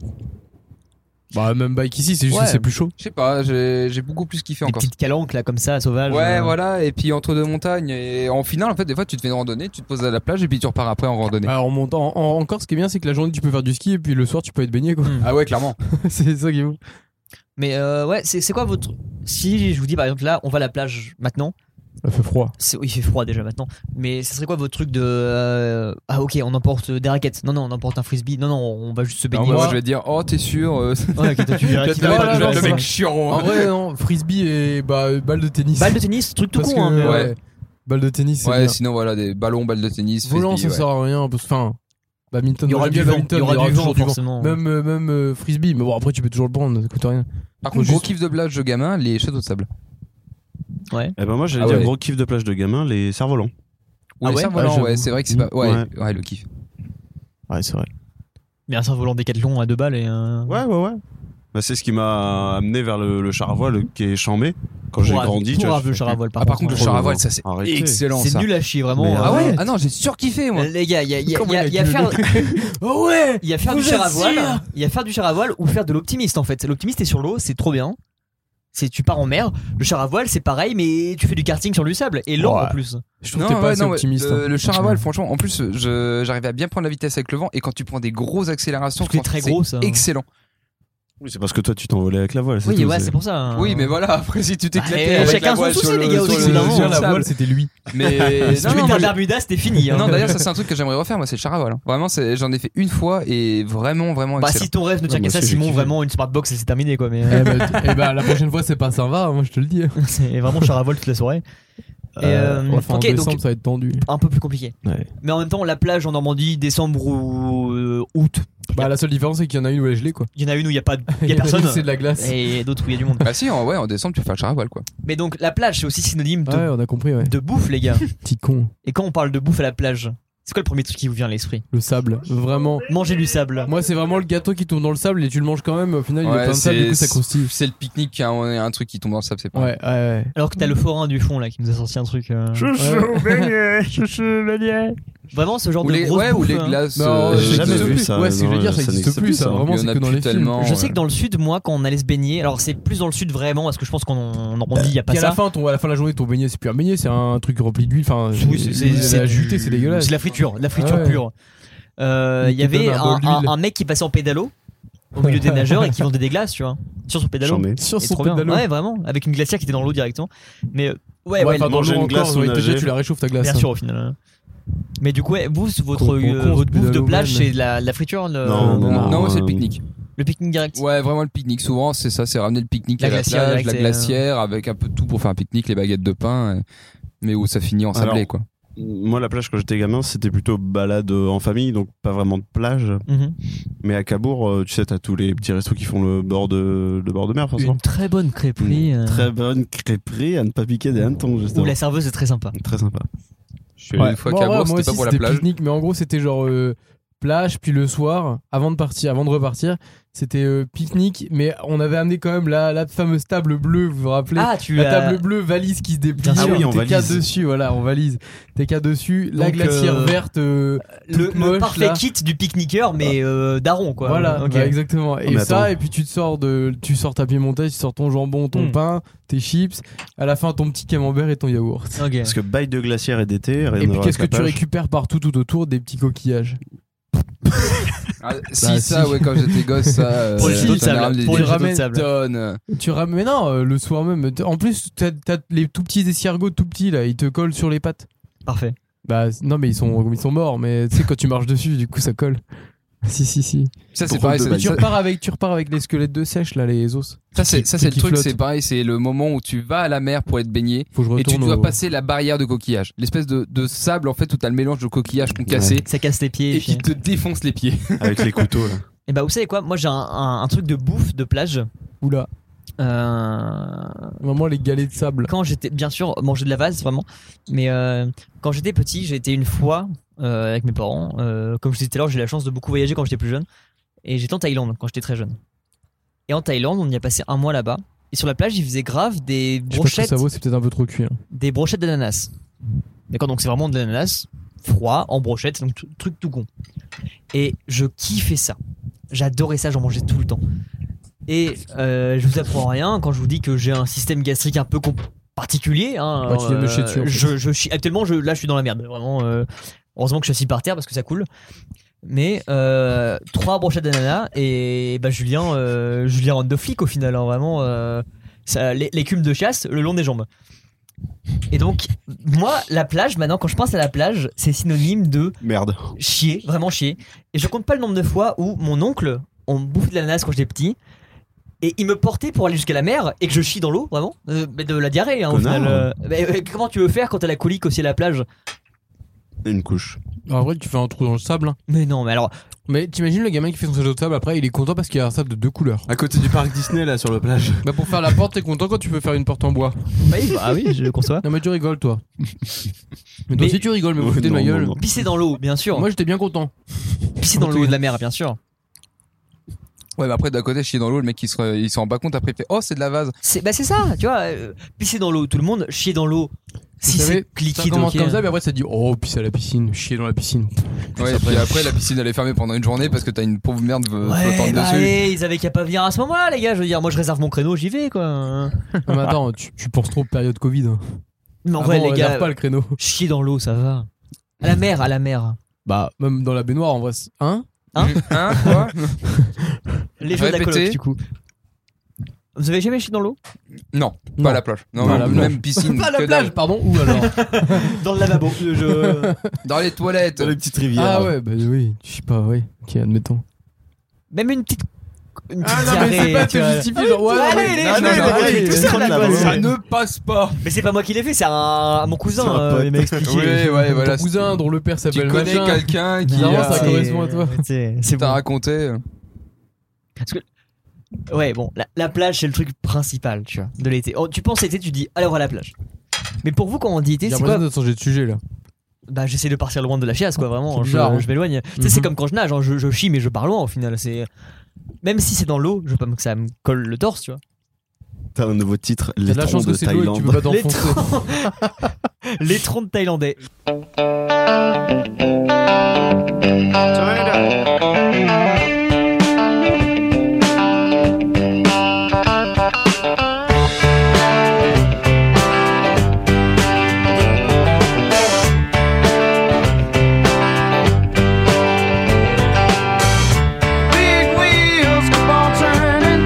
F: Bah même bike ici, c'est juste
E: Ouais.
F: que c'est plus chaud.
E: Je sais pas, j'ai j'ai beaucoup plus kiffé en
D: Des
E: Corse.
D: petites calanques là comme ça, sauvages.
E: Ouais,
D: euh.
E: voilà, et puis entre deux montagnes. Et en finale, en fait, des fois, tu te fais une randonnée, tu te poses à la plage et puis tu repars après en randonnée.
F: Alors en montant, en, en Corse, ce qui est bien, c'est que la journée tu peux faire du ski et puis le soir tu peux être baigné quoi.
E: Ah ouais, clairement.
F: *laughs* c'est ça qui est ouf.
D: Mais euh, ouais, c'est c'est quoi votre. Si je vous dis par exemple là, on va à la plage maintenant,
F: Ça fait froid.
D: c'est- il fait froid déjà maintenant, mais ce serait quoi votre truc de. euh, Ah ok, on emporte des raquettes, non, non, on emporte un frisbee, non, non, on va juste se
E: Alors,
D: baigner.
E: moi,
F: Moi-
E: je vais dire, oh, t'es sûr euh, *laughs*
D: Ouais, ok, toi, *laughs* tu verras
E: Je vais
D: qui
E: te
D: va
E: mettre-
D: être
F: là,
E: je vais
D: le
E: te
F: là,
D: mec.
E: mettre
F: ça-
E: chiant.
F: En
E: hein.
F: vrai, non, frisbee et bah, euh, balle de tennis.
D: Balle de tennis, truc tout
F: *laughs* Parce
D: con,
F: que,
D: hein, mais,
F: ouais,
D: euh,
F: Balle de tennis, c'est
E: Ouais,
F: bien.
E: sinon, voilà, des ballons, balles de tennis.
F: Volant,
E: frisbee, ouais.
F: ça sert à rien. parce- Enfin, badminton,
D: il y aura
F: j'aime
D: du
F: bien
D: vent,
F: badminton,
D: il y aura du
F: toujours
D: vent forcément.
F: Même, euh, même euh, frisbee, mais bon, après tu peux toujours le prendre, ça coûte rien.
E: Par contre,
F: Faut
E: gros
F: juste-
E: kiff de plage de gamin, les châteaux de sable.
C: Eh ben moi, j'allais
E: Ah
C: dire
E: ouais.
C: gros kiff de plage de gamin, les cerfs-volants.
E: Ou
D: Ah
E: les
D: ouais
E: cerfs-volants,
F: Ah, j'avoue.
E: ouais, c'est vrai que c'est pas. Ouais, ouais.
C: Ouais.
E: le kiff.
C: Ouais, c'est vrai.
D: Mais un cerf-volant décathlon à deux balles et un.
C: Ouais, ouais, ouais. Bah, c'est ce qui m'a amené vers le, le char à voile qui est chambé quand j'ai
D: Pour-
C: grandi. tu
D: Pour
C: vois,
D: aveu,
C: je-
D: char à voile,
E: Ah, par contre, le
C: contre,
E: char à
C: le-
E: voile, ça c'est
C: Arrêtez.
E: excellent
D: C'est
E: ça.
D: nul à chier, vraiment. hein.
C: Mais
E: Ah ouais
C: Arrête.
E: Ah non, j'ai surkiffé moi.
D: Les gars, il y a, il y a-
F: Comment
D: il y a-
F: il
D: il y
F: a
D: a
F: cumulé
D: faire,
F: Oh ouais
D: il y a faire
F: Vous
D: du char à
F: êtes
D: voile,
F: sûr
D: il y a faire du char à voile ou faire de l'optimiste en fait. L'optimiste est sur l'eau, c'est trop bien. C'est tu pars en mer. Le char à voile, c'est pareil, mais tu fais du karting sur du sable et lent
F: Ouais.
D: en plus.
F: Je trouve que t'es pas
E: ouais,
F: assez
E: ouais,
F: optimiste.
E: Le,
F: hein.
E: le char à voile, franchement, en plus, je- j'arrivais à bien prendre la vitesse avec le vent et quand tu prends des grosses accélérations,
D: Parce que c'est
E: franchement,
D: très hein. gros ça.
E: Excellent.
C: Oui, c'est parce que toi, tu t'envolais avec la voile. c'est
D: Oui,
C: tout,
D: ouais,
C: c'est-
D: c'est pour ça. hein.
E: Oui, mais voilà, après si tu
D: Bah,
E: t'éclatais
D: eh,
E: avec
D: chacun
E: la
D: son
E: voile
D: souci,
E: sur le,
D: les gars, aussi,
E: sur
D: c'est
E: le-
D: marrant.
E: sur
F: Tiens,
E: le
F: la
E: sable.
F: voile, c'était lui.
E: Mais
D: Si *laughs* tu veux
E: non,
D: faire
E: non,
D: de
E: mais-
D: la Bermuda, c'était fini. hein.
E: non, d'ailleurs, ça c'est un truc que j'aimerais refaire, moi, c'est le char à voile. hein. Vraiment, c'est- j'en ai fait une fois et vraiment, vraiment
D: Bah,
E: excellent.
D: si ton rêve ne tient
C: Ouais,
D: qu'à
C: moi
D: ça,
C: aussi, j'ai
D: Simon,
C: kiffé.
D: vraiment une smartbox, c'est terminé quoi. Mais
F: Eh
D: euh, *laughs*
F: bah, t- eh bah, la prochaine fois, c'est pas ça va, moi je te le dis. hein.
D: c'est vraiment char à voile toute la soirée. Et, euh,
F: on va faire en
D: ok, donc-
F: décembre, ça va être tendu.
D: Un peu plus compliqué.
C: Ouais.
D: Mais en même temps, la plage en Normandie, décembre ou euh, août,
F: Bah, la seule différence, c'est qu'il y en a une où elle est gelée, quoi.
D: il y en a une où il n'y a pas, de- *laughs* il y a
F: une,
D: personne.
F: *laughs* C'est de la glace.
D: Et d'autres où il y a du monde.
E: Bah si, en, ouais, en décembre, tu vas faire le char à voile, quoi.
D: Mais donc la plage, c'est aussi synonyme de,
F: Ouais, on a compris, ouais.
D: de bouffe, les gars.
F: Petit con.
D: Et quand on parle de bouffe à la plage, c'est quoi le premier truc qui vous vient à l'esprit
F: Le sable. Vraiment.
D: Manger du sable.
F: Moi, c'est vraiment le gâteau qui tombe dans le sable et tu le manges quand même. Au final, il est
E: Ouais,
F: plein de sable,
E: c'est-
F: du coup, ça croustille.
E: C'est le pique-nique, hein, on a un truc qui tombe dans le sable, c'est pas.
F: Ouais, ouais, ouais.
D: Alors que t'as le forain du fond là qui nous a sorti un truc. euh, Vraiment ce genre
E: Ou
D: de
E: les,
D: grosse
E: ouais, ou
D: bouffe,
E: les
D: hein.
E: glaces.
F: Non,
E: euh,
C: j'ai
F: ça
C: jamais
F: existe
C: vu
F: plus.
C: ça,
F: Ouais, c'est
C: non,
F: que je veux dire,
C: ça
F: ça existe
C: n'existe
F: plus,
C: plus,
F: ça.
C: ça.
F: Vraiment,
E: Il y en
F: c'est
E: a
F: que dans
E: plus
F: les films.
E: tellement,
D: Je sais
E: ouais.
D: que dans le sud, moi, quand on allait se baigner, alors c'est plus dans le sud vraiment, parce que je pense qu'en en Normandie, il n'y a pas
F: Puis à la
D: ça.
F: fin, ton, à la fin de la journée, ton beignet, c'est plus un beignet, c'est un truc rempli d'huile. Enfin,
D: Oui, c'est- c'est- c'est
F: la
D: du-
F: jutée, c'est dégueulasse.
D: C'est de la friture, de la friture
F: Ouais.
D: pure. Euh,
F: Il
D: Il y
F: te donne
D: avait
F: un
D: un,
F: bol
D: un-
F: d'huile.
D: un mec qui passait en pédalo au milieu
F: *laughs*
D: des nageurs et qui vendait des glaces, tu vois, sur son pédalo.
C: J'en ai.
F: Sur
D: Et
F: son
D: trop bien.
F: pédalo.
D: Ouais, vraiment, avec une glacière qui était dans l'eau directement. Mais euh, ouais, ouais,
F: enfin, dans
C: manger
F: l'eau
C: une glace
F: encore,
C: ou
F: ouais, t'es déjà,
C: nager.
F: tu la réchauffes ta glace.
D: Bien sûr, au final. hein. Mais du coup, ouais, vous, votre,
F: Con- con-
D: euh,
F: con,
D: votre
F: ce
D: bouffe de
F: pédalo
D: plage,
F: même.
D: c'est de la, de la friture, le,
C: Non, non, non.
E: Non, moi, c'est le
C: euh,
E: pique-nique.
D: le pique-nique direct.
E: Ouais, vraiment le pique-nique. Souvent, c'est ça, c'est ramener le pique-nique
D: La
E: à la
D: glacière,
E: plage,
D: direct,
E: la
D: c'est-
E: glacière, avec un peu de tout pour faire un pique-nique, les baguettes de pain, et- mais où ça finit en sablé,
C: Alors,
E: quoi.
C: Moi, la plage, quand j'étais gamin, c'était plutôt balade euh, en famille, donc pas vraiment de plage.
D: Mhm.
C: Mais à Cabourg, euh, tu sais, t'as tous les petits restos qui font le bord de, le bord de mer, forcément.
D: Une très bonne
E: Mm.
D: crêperie. euh,
C: Mm. Très bonne crêperie à ne pas piquer des hannetons,
D: où
C: justement.
D: la serveuse est très sympa.
C: Très sympa.
E: Je suis allé
F: Ouais.
E: une fois
F: Moi,
E: qu'à
F: ouais,
E: Bourg,
F: moi
E: c'était
F: aussi,
E: pas pour la
F: c'était
E: plage.
F: pique-nique, mais en gros, c'était genre euh, plage, puis le soir, avant de partir, avant de repartir, c'était euh, pique-nique, mais on avait amené quand même la, la fameuse table bleue, vous vous rappelez
D: Ah, tu
F: la
D: as-
F: table bleue valise qui se déplie,
D: Ah
C: oui, on
F: t'es
C: valise.
F: qu'à dessus, voilà, on valise. T'es qu'à dessus, la
D: Donc,
F: glacière
D: euh,
F: verte, euh,
D: le,
F: toute
D: le
F: moche,
D: parfait
F: là.
D: kit du pique-niqueur, mais euh, daron quoi.
F: Voilà,
D: Ok.
F: bah, exactement. Et
C: mais attends.
F: ça, et puis tu te sors de, tu sors ta pimentée, tu sors ton jambon, ton
D: Hmm.
F: pain, tes chips, à la fin ton petit camembert et ton yaourt.
D: Ok.
C: Parce que bail de glacière et d'été, rien à
F: Et puis
C: voir
F: qu'est-ce que
C: avec
F: tu
C: la plage.
F: récupères partout tout autour des petits coquillages
E: Ah, si,
F: Bah,
E: ça,
F: si.
E: ouais, quand j'étais gosse, ça.
D: Pour
F: les
E: euh,
F: châteaux de
E: t'en as
D: sable,
E: ramené
D: pour
E: des
D: les châteaux de
E: tonnes.
D: sable.
E: Tonnes.
F: Tu ramènes mais non, euh, le soir même. t- En plus, t'as t'as les tout petits escargots tout petits là, ils te collent sur les pattes.
D: Parfait.
F: Bah c- non, mais ils sont ils sont morts, mais tu sais quand tu marches dessus, du coup ça colle. *laughs* Si si si.
E: Ça,
C: Drôle
E: c'est pareil.
C: de
E: Ça,
C: bail.
F: Tu
E: ça-
F: repars avec tu repars avec les squelettes de sèche là, les os.
E: ça, c'est ça,
F: qui-
E: c'est le
F: qui
E: truc,
F: flotte.
E: c'est pareil. C'est le moment où tu vas à la mer pour être baigné
F: Faut que je
E: et tu
F: retourne.
E: dois
F: au-
E: passer la barrière de coquillage. L'espèce de, de sable, en fait, où t'as le mélange de coquillages concassés
D: Ça casse les pieds.
E: et
D: puis-
E: qui te défonce les pieds.
C: Avec les couteaux, là.
D: Et bah, vous savez quoi Moi, j'ai un, un- un truc de bouffe de plage.
F: Oula,
D: Euh,
F: vraiment les galets de sable.
D: Quand j'étais, bien sûr, manger de la vase, vraiment. Mais euh, quand j'étais petit, j'ai été une fois euh, avec mes parents. Euh, comme je disais tout à l'heure, j'ai eu la chance de beaucoup voyager quand j'étais plus jeune. Et j'étais en Thaïlande quand j'étais très jeune. Et en Thaïlande, on y a passé un mois là-bas. Et sur la plage, ils faisaient grave des
F: Je pense que
D: brochettes,
F: ça vaut, c'est peut-être un peu trop cuit. hein.
D: des brochettes d'ananas. D'accord, donc c'est vraiment de l'ananas froid en brochette, donc tout- truc tout con. Et je kiffais ça. J'adorais ça, j'en mangeais tout le temps. Et euh, je vous apprends rien quand je vous dis que j'ai un système gastrique un peu com- particulier. hein.
F: Ouais, tu viens de me chier dessus, en fait.
D: je, je chie- actuellement, je, là, je suis dans la merde. Vraiment, euh, heureusement que je suis assis par terre parce que ça coule. Mais euh, trois brochettes d'ananas et bah, Julien, euh, Julien rentre de flic au final. hein, vraiment, euh, ça- l'é- l'écume de chasse le long des jambes. Et donc, moi, la plage, maintenant, quand je pense à la plage, c'est synonyme de
C: Merde.
D: chier, vraiment chier. Et je compte pas le nombre de fois où mon oncle, on me bouffait de l'ananas quand j'étais petit, et il me portait pour aller jusqu'à la mer et que je chie dans l'eau, vraiment. Euh, mais de la diarrhée, hein, au
C: Connard.
D: final. euh. Mais, euh, comment tu veux faire quand t'as la colique aussi à la plage
C: Une couche.
F: En vrai, tu fais un trou dans le sable. hein.
D: Mais non, mais alors,
F: Mais t'imagines le gamin qui fait son jeu de sable après, il est content parce qu'il y a un sable de deux couleurs.
C: À côté du parc Disney, là, sur la plage.
F: *laughs* Bah pour faire la porte, t'es content quand tu peux faire une porte en bois.
D: ah oui, je le conçois.
F: Non mais tu rigoles toi. Mais toi
D: Mais-
F: aussi tu rigoles, mais vous foutez de ma
C: Non, non,
F: gueule.
C: non.
D: Pisser dans l'eau, bien sûr.
F: Moi j'étais bien content.
D: Pisser dans l'eau de la mer, bien sûr.
E: Ouais, mais après, d'un côté, chier dans l'eau, le mec, il se re- il s'en rend pas compte. Après, il fait Oh, c'est de la vase.
D: C'est bah c'est ça, tu vois. euh, pisser dans l'eau, tout le monde. Chier dans l'eau. Si
F: Vous
D: c'est
F: savez,
D: cliqué, euh,
F: Ça commence comme ça, mais après ça dit oh pisse à la piscine, chier dans
D: *laughs*
F: la piscine.
E: Ouais, et puis après, la piscine, elle est fermée pendant une journée parce que t'as une pauvre merde euh,
D: Ouais,
E: flottante
D: bah,
E: dessus.
D: eh, ils avaient qu'à pas venir à ce moment-là, les gars. Je veux dire, moi, je réserve mon créneau, j'y vais, quoi.
F: Non, Ah, mais attends, tu, tu penses trop période Covid. hein.
D: Mais en
F: Avant,
D: vrai,
F: on
D: les
F: réserve
D: gars,
F: pas
D: *laughs*
F: le créneau.
D: Chier dans l'eau, ça va. À la mer, à la mer.
F: Bah même dans la baignoire en vrai, c'est- hein
D: Hein
E: *laughs* Hein, quoi
D: Les jeux de la
E: Répétez.
D: coloc, du coup. Vous avez jamais chié dans l'eau
E: Non,
F: Non.
E: pas à la plage. Non,
F: Pas à la
E: même,
F: plage.
E: même piscine.
F: Pas à la
E: que
F: plage,
E: dalle.
F: *laughs* pardon. Ou
D: *laughs*
F: alors
D: Dans le lavabo.
E: Dans les
C: *laughs*
E: toilettes.
C: Dans les petites rivières.
F: Ah ouais, bah oui, je sais pas, oui. Ok, admettons.
D: Même une petite. Une petite
F: Ah te justifier, genre
D: ouais, allez,
F: mais-
D: les
F: non,
D: gens,
F: non,
D: ils
F: Ah non,
D: vont
F: allez,
D: aller tout
F: ça
D: seuls,
C: là,
F: ne-
C: quoi.
F: Ça ne passe pas.
D: Mais c'est pas moi qui l'ai fait, c'est un... mon cousin.
C: C'est un
D: euh,
C: pote.
D: il m'a expliqué.
E: Oui,
D: *laughs*
E: ouais, voilà.
F: Ton cousin dont le père
E: Tu
F: s'appelle
E: connais
F: machin.
E: quelqu'un qui
F: Bizarrement,
E: euh,
F: Non, ça
D: C'est-
F: correspond à toi.
D: C'est c'est
E: t'a
D: bon.
E: raconté. euh,
D: Ouais, bon, la, la plage, c'est le truc principal, tu vois, de l'été. Oh, tu penses été, tu dis, alors à la plage. Mais pour vous, quand on dit été,
F: J'ai
D: c'est quoi
F: l'impression de changer de sujet là.
D: bah j'essaie de partir loin de la chiasse quoi vraiment
F: C'est
D: je,
F: bizarre, hein.
D: je m'éloigne tu sais c'est
F: Mhm.
D: comme quand je nage hein, je, je chie mais je pars loin au final c'est même si c'est dans l'eau je veux pas que ça me colle le torse
F: *laughs*
D: tu vois
C: T'as un nouveau titre,
F: T'as
C: Les
F: de la
C: troncs
F: chance que
C: de
F: c'est l'eau et que tu
C: Thaïlande.
F: peux pas
D: les
F: t'enfoncer.
D: troncs les troncs de thaïlandais
G: Big wheels keep on turning,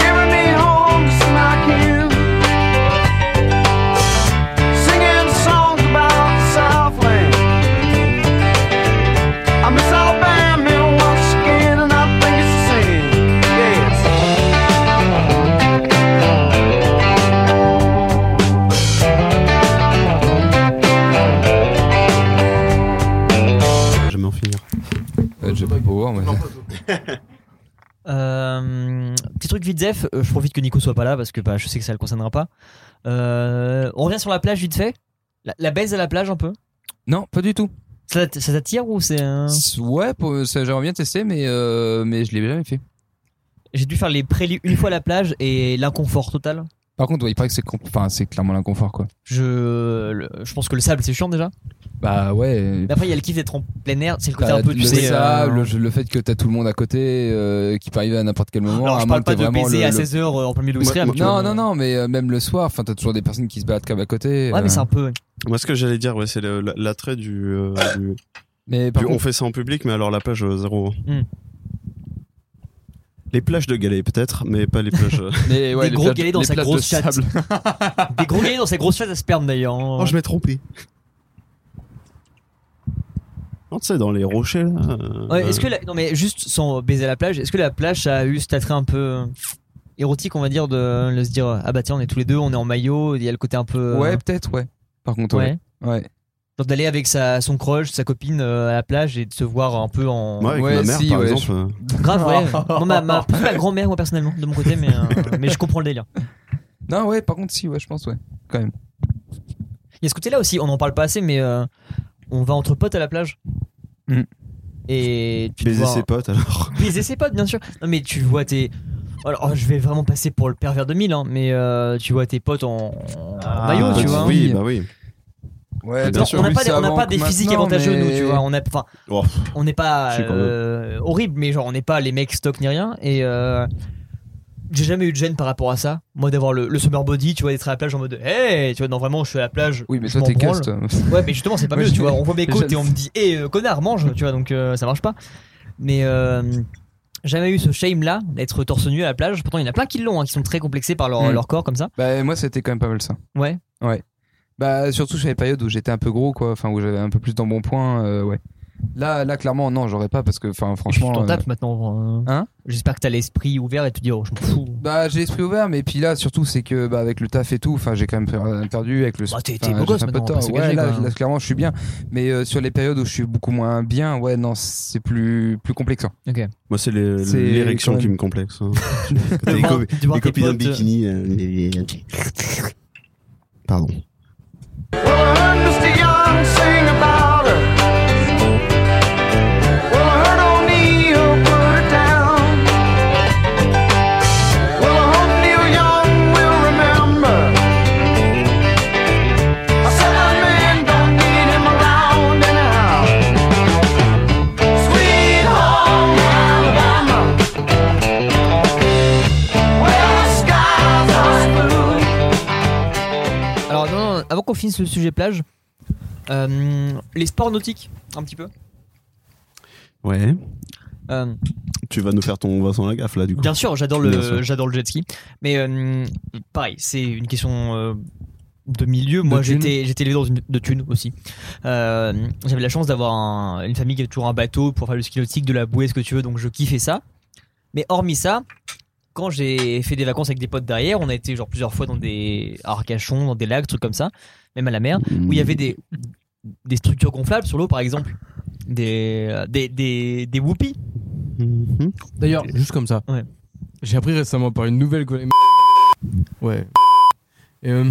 G: carry me home to see my kin. Singing songs about the Southland. I miss Alabama once again, and I think it's a sin. Yes.
C: Jamais en finir.
E: euh, J'ai pas pouvoir, mais.
D: Euh, petit truc vite zef euh, je profite que Nico soit pas là parce que bah, je sais que ça le concernera pas Euh, on revient sur la plage vite fait la, la baisse à la plage un peu
E: Non, pas du tout.
D: Ça t- ça t'attire ou c'est un.
E: Ouais, pour- ça, j'aimerais bien tester, mais, euh, mais je l'ai jamais fait.
D: J'ai dû faire les prélus une fois à la plage et l'inconfort total.
E: Par contre, ouais, il paraît que c'est com- enfin, c'est clairement l'inconfort, quoi.
D: Je, le- je pense que le sable c'est chiant déjà.
E: Bah ouais.
D: Mais après il y a le kiff d'être en plein air, c'est le côté
F: Bah,
E: T'as
D: un peu tu
E: le
D: sais.
E: sable,
D: euh,
E: le, le fait que t'as tout le monde à côté, euh, qui peut arriver à n'importe quel moment.
D: Alors
E: à
D: je parle
E: moins que
D: pas
E: t'aies
D: de
E: vraiment
D: baiser
E: le-
D: à
E: le-
D: 16h en plein milieu de l'Austria.
C: Moi-
D: mais tu
E: Non,
D: vois,
E: non,
D: euh,
E: non, mais euh, même le soir, enfin, t'as toujours des personnes qui se battent à côté.
D: Ouais,
E: euh.
D: mais c'est un peu.
C: Moi, ce que j'allais dire, ouais, c'est le- la- l'attrait du. euh, du-
E: Mais par
C: du- on
E: contre,
C: fait ça en public, mais alors la plage, euh, zéro.
D: Hmm.
C: Les plages de galets, peut-être, mais pas les *laughs* plages. euh.
E: mais, ouais,
D: des
E: les
D: gros
E: plages-
D: galets dans
E: les
D: sa
E: plages de
D: grosse chatte.
E: sable.
D: Des gros gays dans ces grosses fêtes à sperme d'ailleurs. hein.
C: Oh, je m'ai trompé. Non, tu sais, dans les rochers, là. euh,
D: Ouais, est-ce que la- non mais juste sans baiser à la plage, est-ce que la plage ça a eu cet attrait un peu euh, érotique on va dire de, de se dire ah bah tiens on est tous les deux on est en maillot il y a le côté un peu euh,
E: Ouais, peut-être, ouais. Par contre,
D: ouais.
E: ouais. Ouais,
D: genre d'aller avec sa son crush sa copine euh, à la plage et de se voir un peu en
C: Moi, avec
E: Ouais,
C: ma mère,
E: si,
C: par
E: ouais,
C: exemple. euh,
D: grave
E: *laughs*
D: ouais non, ma, ma, plus ma grand-mère moi personnellement de mon côté mais euh, mais je comprends le délire
E: Non, ouais, par contre, si, ouais, je pense, ouais.
D: il y a ce côté là aussi on en parle pas assez mais euh, on va entre potes à la plage
E: Mm.
D: et tu te
C: Baiser
D: vois-
C: ses potes, alors.
D: Baiser ses potes, bien sûr. Non, mais tu vois tes. Alors, oh, je vais vraiment passer pour le pervers de mille, hein, mais euh, tu vois tes potes en, en maillot, tu
E: potes,
D: vois.
C: Oui,
E: hein.
C: bah oui.
E: Ouais,
C: bien
D: Non,
C: sûr.
D: on n'a
E: oui,
D: pas, des-
E: c'est
D: on n'a
E: avant
D: pas des
E: que
D: physiques
E: maintenant,
D: avantageux, nous,
E: mais-
D: tu vois. On a- enfin,
C: Oh,
D: on n'est pas
C: Je sais quand même.
D: euh, horrible, mais genre, on n'est pas les mecs stock ni rien. Et euh, j'ai jamais eu de gêne par rapport à ça. Moi, d'avoir le, le summer body, tu vois, d'être à la plage en mode Hey, tu vois, non, vraiment, je suis à la plage.
E: Oui, mais
D: je
E: toi,
D: m'en
E: t'es
D: branle.
E: casse, toi.
D: Ouais, mais justement, c'est pas
E: Moi,
D: mieux,
E: j'ai-
D: tu vois. On voit mes
E: j'ai-
D: côtes et on me dit, hé, connard, mange, tu vois, donc euh, ça marche pas. Mais euh, jamais eu ce shame là d'être torse nu à la plage. Pourtant, il y en a plein qui l'ont, hein, qui sont très complexés par leur,
E: Mm.
D: leur corps comme ça.
E: Bah, moi, c'était quand même pas mal ça.
D: Ouais.
E: Ouais. Bah, surtout sur les périodes où j'étais un peu gros, quoi. Enfin, où j'avais un peu plus d'embonpoint, euh, ouais. Là, là, clairement, non, j'aurais pas parce que,
D: Et
E: enfin,
D: puis,
E: franchement.
D: t'en
E: euh,
D: tapes maintenant. euh,
E: hein
D: J'espère que t'as l'esprit ouvert et tu dis, oh, je m'en fous.
E: Bah, j'ai l'esprit ouvert, mais puis là, surtout, c'est que, bah, avec le taf et tout, enfin, j'ai quand même per- euh, perdu avec le.
D: Bah, t'es- t'es
E: enfin,
D: beau
E: j'ai
D: gosse
E: fait un peu
D: maintenant,
E: de
D: on va
E: tort.
D: pas
E: Ouais,
D: s'engager,
E: là,
D: quoi. hein.
E: là, clairement, je suis bien. Mais euh, sur les périodes où je suis beaucoup moins bien, ouais, non, c'est plus, plus complexe. hein.
C: Moi, c'est les-
E: C'est-
C: l'érection qui me complexe. *laughs* hein. les
D: Devant-
C: copi-
D: devant
C: les
D: tes
C: copies d'un
D: potes, euh,
C: bikini. euh, les- Pardon.
G: Well, I heard Mr. Young sing about her. Well, I heard O'Neill put her down. Well, I hope Neil Young will remember. I said, "That man don't need him around anyhow." Sweet home Alabama, where the skies are blue.
D: Alors, non, non, avant qu'on finisse le sujet plage, euh, les sports nautiques, un petit peu.
C: Ouais.
D: Euh,
C: Tu vas nous faire ton Vincent Lagaffe, là, du coup.
D: Bien sûr, j'adore
C: Bien
D: le,
C: sûr.
D: j'adore le jet ski. Mais euh, pareil, c'est une question euh, de milieu. Moi,
F: De thunes.
D: j'étais, j'étais élevé dans une de thunes aussi. Euh, j'avais la chance d'avoir un- une famille qui avait toujours un bateau pour faire le ski nautique, de la bouée, ce que tu veux. Donc, je kiffais ça. Mais hormis ça, quand j'ai fait des vacances avec des potes derrière, on a été genre plusieurs fois dans des à arcachons, dans des lacs, trucs comme ça, même à la mer, où il y avait des des structures gonflables sur l'eau, par exemple, des euh, des des, des whoopies.
C: Mhm.
F: D'ailleurs, juste comme ça.
D: Ouais.
F: J'ai appris récemment par une nouvelle collègue. Ouais. Et, euh,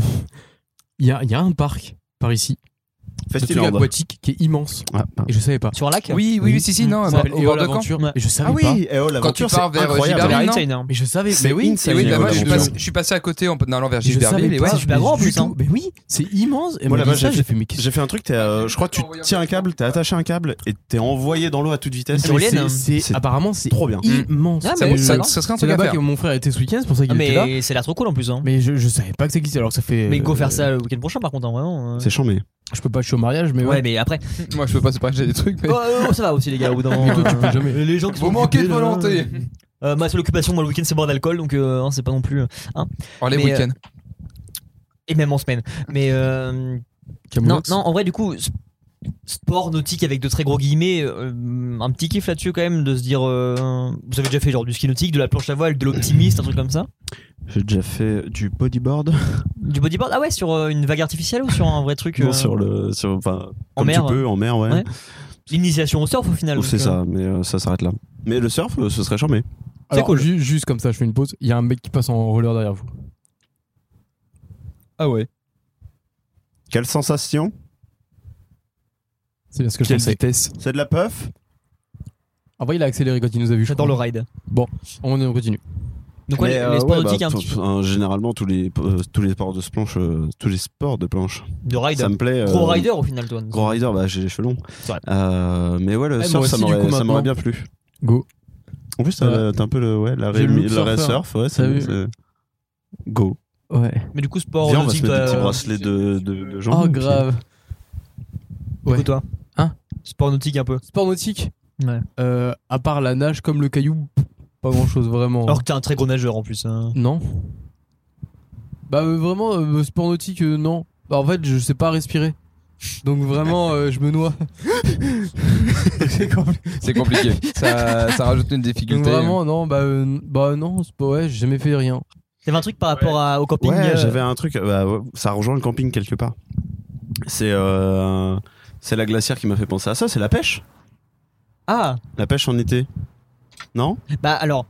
F: Il y, a, il y a un parc par ici, un truc
C: Festiland.
F: aquatique qui est immense.
C: Ah, ah.
F: Et je savais pas.
D: sur un lac.
E: Oui, oui, oui, si, si, non,
F: Ça
E: bah,
F: s'appelle
E: au bord
F: Éole
E: de Caen.
F: Aventure.
D: Ouais.
F: Et je savais
E: Ah oui,
F: pas.
C: Eh oh, l'aventure,
E: tu pars
C: c'est
E: vers
C: incroyable.
E: Gilbert-
D: Vers
E: non.
D: Einstein, hein.
F: Mais je savais.
C: C'est
F: Mais oui,
C: insane.
E: Et oui,
C: Éole
E: bah, moi, je suis
C: d'aventure.
E: passé- je suis passé à côté en allant vers
F: Mais je savais
E: Gilbertville. et
F: pas,
E: ouais,
D: c'est super
F: mais
D: grand, en
F: du
D: plus,
F: tout.
D: hein.
F: Mais oui, c'est immense.
C: Moi,
F: Et moi,
C: là-bas,
F: ça,
C: j'ai
F: j'ai fait mes questions.
C: J'ai fait un truc, t'es, euh, je crois que tu tiens un câble, t'es attaché à un câble et t'es envoyé dans l'eau à toute vitesse.
D: Sur les- Éolienne,
F: C'est
C: c'est
F: apparemment c'est
C: trop bien.
F: immense.
D: Ah,
E: ça,
D: mais
E: ça-
D: c'est-
E: ça serait un
F: C'est
E: truc à
F: là-bas
E: faire.
F: que mon frère était ce week-end, c'est pour ça qu'il était là.
D: Ah, Mais c'est là trop cool en plus. Hein.
F: Mais je, je savais pas que ça existait alors que ça fait.
D: Mais go
F: euh,
D: faire ça le week-end prochain par contre, hein, vraiment. euh.
C: C'est chiant, mais.
F: Je peux pas, je suis au mariage, mais
D: Ouais,
F: ouais.
D: mais après.
E: Moi, je peux pas se partager des trucs, mais.
D: Oh, oh, ça va aussi les gars, au bout d'un
F: Mais
D: moment.
F: toi, tu peux jamais.
D: euh, Les gens qui
E: Vous
D: sont
E: manquez de
D: occupés, là,
E: volonté.
D: Euh, ma seule occupation, moi, le week-end, c'est boire d'alcool, donc euh, hein, c'est pas non plus.
E: Alors, les
D: Mais, euh,
E: week-ends.
D: Et même en semaine. Mais euh, non,
F: Camoulox.
D: non, en vrai, du coup, s- sport nautique avec de très gros guillemets, euh, un petit kiff là-dessus quand même, de se dire, euh, vous avez déjà fait genre du ski nautique, de la planche à voile, de l'optimiste, un truc comme ça.
C: J'ai déjà fait du bodyboard.
D: Du bodyboard, ah ouais, sur euh, une vague artificielle ou sur un vrai truc. euh,
C: Non, sur le. Sur, enfin,
D: En
C: comme
D: mer. hein.
C: tu peux, en mer, ouais.
D: Ouais. L'initiation au surf au final.
C: Ou
D: donc,
C: c'est
D: euh,
C: ça, mais euh, ça s'arrête là. Mais le surf, euh, ce serait charmé.
F: Alors,
D: cool.
F: ju- juste comme ça, je fais une pause. Il y a un mec qui passe en roller derrière vous.
E: Ah ouais.
C: Quelle sensation
F: C'est bien ce que je
E: Quelle
F: pensais.
E: vitesse
C: C'est de la puff
F: En vrai, il a accéléré quand il nous a vu.
D: J'adore le ride.
F: Bon, on on continue.
D: Donc, ouais,
C: Mais,
D: les,
C: euh,
D: les sports
C: ouais, bah,
D: nautiques, hein, un
C: tout-
D: petit-
C: euh, Généralement, tous les, euh, tous les sports de planche, euh, tous les sports de planche,
D: de ride.
C: ça me plaît. euh,
D: Gros rider au final, toi.
C: Gros rider, bah j'ai les cheveux longs.
D: C'est vrai.
C: Euh, mais ouais, le
F: Eh, moi
C: surf, ça
F: aussi, du
C: m'aurait
F: coup,
C: ça m'aurait
F: maintenant.
C: bien plu.
F: Go.
C: En plus, t'as
F: Voilà.
C: t'as un peu le, ouais, la,
F: J'ai
C: ré,
F: le look
C: la ré-
F: surfeur.
C: surf, ouais, c'est.
F: vu
C: c'est- Go.
F: Ouais.
D: Mais du coup, sport
C: Viens, on va se
D: nautique,
C: mettre des petits
D: euh,
C: bracelets de, de, de jambes.
D: Ah,
F: Oh,
C: puis-
F: grave.
D: du coup,
F: Ouais.
D: toi.
F: Hein
D: Sport nautique un peu.
F: Sport nautique
D: Ouais.
F: Euh, À part la nage comme le caillou, pas grand chose vraiment. hein.
D: Alors que t'es un très gros nageur en plus. hein.
F: Non. Bah euh, vraiment, euh, sport nautique, euh, non. Bah, en fait, je sais pas respirer. Donc vraiment, euh, je me noie. C'est compli-
E: C'est *laughs* compliqué. ça, ça rajoute une
F: Donc
E: difficulté.
F: vraiment, non, bah, euh, n- bah non, c'est pas- ouais, j'ai jamais fait rien.
D: T'avais un truc par rapport à, au camping
C: Ouais,
D: euh,
C: j'avais un truc. bah, ouais, ça rejoint le camping quelque part. C'est euh, c'est la glacière qui m'a fait penser à ça. C'est la pêche.
D: Ah,
C: La pêche en été. Non
D: bah alors.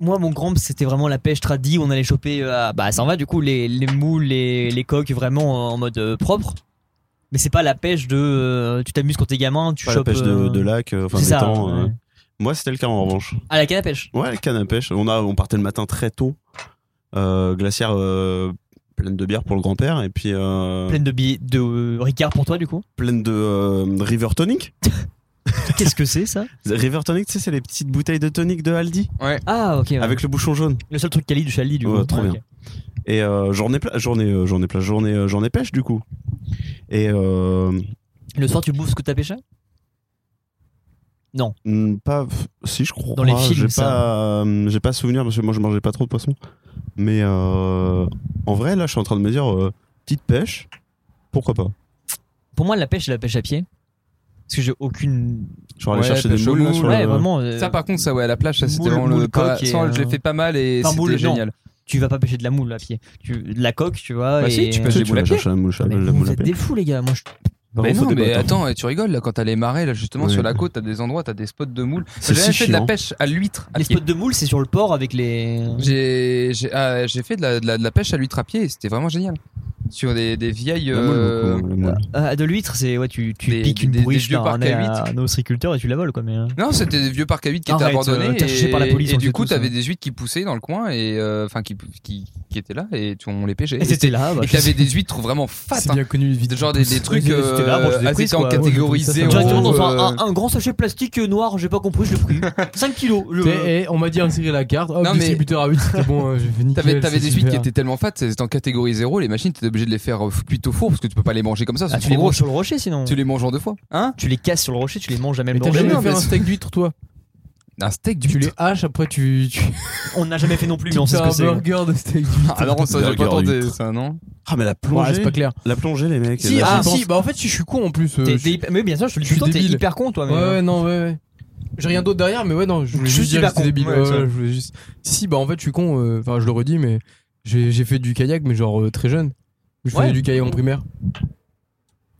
D: Moi, mon grand, c'était vraiment la pêche tradie. On allait choper, euh, à- bah ça en va du coup, les, les moules, les, les coques vraiment en mode euh, propre. Mais c'est pas la pêche de. euh, tu t'amuses quand t'es gamin, tu
C: Pas la
D: chopes.
C: pêche de,
D: euh,
C: de lac, euh, enfin
D: c'est ça.
C: d'étang. euh.
D: ouais.
C: Moi, c'était le cas en revanche.
D: Ah, la canne à pêche.
C: Ouais, le canne à pêche. On, a, on partait le matin très tôt. Euh, glacière euh, pleine de bière pour le grand-père et puis euh, pleine,
D: Pleine de billets de euh, Ricard pour toi, du coup.
C: de euh, River Tonic.
D: Qu'est-ce que c'est ça
C: River Tonic, tu sais, c'est les petites bouteilles de tonic de Aldi
D: Ah, ok. ouais.
C: avec le bouchon jaune.
D: Le seul truc quali du Chaldi, du
C: Ouais,
D: coup.
C: trop
D: Ah,
C: bien.
D: ok.
C: Et euh, journée, pla- journée, euh, journée plage, journée, euh, journée pêche du coup. Et euh,
D: Le soir, tu bouffes ce que t'as pêché
C: hmm, pas, pff, si je crois.
D: Dans les films,
C: j'ai
D: ça.
C: pas, euh, j'ai pas souvenir parce que moi je mangeais pas trop de poisson. Mais euh, en vrai, là, je suis en train de me dire euh, petite pêche, pourquoi pas.
D: Pour moi, la pêche, c'est la pêche à pied. Parce que j'ai aucune.
C: Genre aller
E: Ouais,
C: chercher
E: pêche
C: des
E: au
C: moules. Oh là,
E: moule,
C: sur
D: Ouais,
C: le-
D: vraiment. euh,
E: Ça, par contre, ça, ouais, à la plage, ça, c'était
D: Moule-
E: vraiment
D: moule
E: le. pas-
D: coque et,
E: ça, je l'ai
D: euh,
E: fait pas mal et
D: enfin, moule,
E: c'était
D: non.
E: génial.
D: Tu vas pas pêcher de la moule à pied. Tu... De la coque, tu vois.
E: Bah
D: et...
E: si, tu
D: *laughs*
E: pêches
C: Tu
E: des
C: vas
E: moules à pied.
C: chercher la moule,
D: Mais
C: la
D: vous,
C: moule à
D: êtes
C: pied.
D: des fous, les gars. Moi, je...
C: Par
E: Mais
C: contre,
E: non,
C: faut des
E: mais
C: bottes, hein.
E: attends, tu rigoles là quand t'as les marais là justement
C: Ouais.
E: sur la côte, t'as des endroits, t'as des spots de moules.
C: C'est
E: J'ai jamais
C: si
E: fait de la
C: chiant.
E: pêche à l'huître. à
D: les
E: pied.
D: spots de moule, c'est sur le port avec les.
E: J'ai j'ai ah, j'ai fait de la, de la- de la pêche à l'huître à pied et c'était vraiment génial. Sur des, des vieilles.
C: La moule,
E: euh,
C: beaucoup, hein, la moule.
D: Ah, de l'huître, c'est. Ouais, tu, tu
E: Des-
D: piques une
E: des- des
D: bourriche
E: vieux
D: d'un
E: parcs à
D: un- un ostréiculteur et tu la voles, quoi. Mais... euh,
E: Non, c'était des vieux parcs à huîtres qui étaient
D: Arrête, euh,
E: abandonnés.
D: t'es recherché
E: et,
D: par la police,
E: et
D: on sait
E: du coup,
D: tout ça.
E: t'avais des huîtres qui poussaient dans le coin et euh, enfin qui, qui qui étaient là et tu- on les pêchait.
D: Et c'était là. bah,
E: Et
D: je sais
E: t'avais des huîtres vraiment fat.
F: C'est
E: hein.
F: bien connu, vite.
E: Des- genre des, des trucs
D: Ouais, c'était là, moi, je les ai
E: euh,
D: prises,
E: assez en
D: quoi. Ouais,
E: catégorie
F: j'ai pris ça, ça
E: zéro,
F: m'a-
D: Directement dans un,
E: euh,
D: un- un grand sachet plastique euh, noir, j'ai pas compris, je l'ai pris. 5 kilos. je-
F: T'es- eh, on m'a dit insérer la carte. Hop,
E: Non, mais-
F: distributeur à 8, c'était bon, euh, j'ai fini.
E: T'avais, t'avais des huîtres qui étaient tellement fat, c'était en catégorie 0, les machines, t'étais obligé de les faire euh, cuites au four parce que tu peux pas les manger comme ça, c'est
D: Ah, tu
E: trop
D: les
E: gros.
D: manges sur le rocher sinon.
E: Tu les manges en deux fois. Hein
D: Tu les casses sur le rocher, tu les manges à même
F: Mais t'as
D: danger.
F: jamais
E: Non,
F: fait
E: mais
F: un
E: c'est-
F: steak d'huître, toi
E: Un steak
F: Tu les
E: d'huître.
F: haches, après tu. tu...
D: On n'a jamais fait non plus, mais on
F: tu
D: sait
F: fais
D: ce que
F: un
D: c'est.
F: burger de steak d'huître.
E: Ah non, ça, j'ai pas
C: Burger
E: tenté
C: d'huître.
E: ça, non
C: Ah, mais la
F: Ouais,
C: plongée.
F: c'est pas clair.
C: La plongée, les mecs.
D: Si,
C: là,
D: ah,
C: j'y pense.
F: Si, bah en fait, je suis con en plus. euh,
D: T'es-
F: je suis-
D: t'es hyper- Mais bien sûr, je te le
F: Je
D: dis
F: suis
D: tout le temps, t'es
F: débile.
D: hyper con toi. mais,
F: Ouais,
D: euh,
F: ouais, non, ouais, ouais. J'ai rien d'autre derrière, mais ouais, non, je voulais
D: Juste
F: juste dire
D: hyper
F: que c'était
D: con,
F: débile.
D: ouais,
F: Ouais,
D: ça.
F: ouais, je voulais juste- Si, bah en fait, je suis con, euh, enfin, je le redis, mais j'ai j'ai fait du kayak, mais genre euh, très jeune. Je faisais
D: Ouais.
F: du kayak en primaire.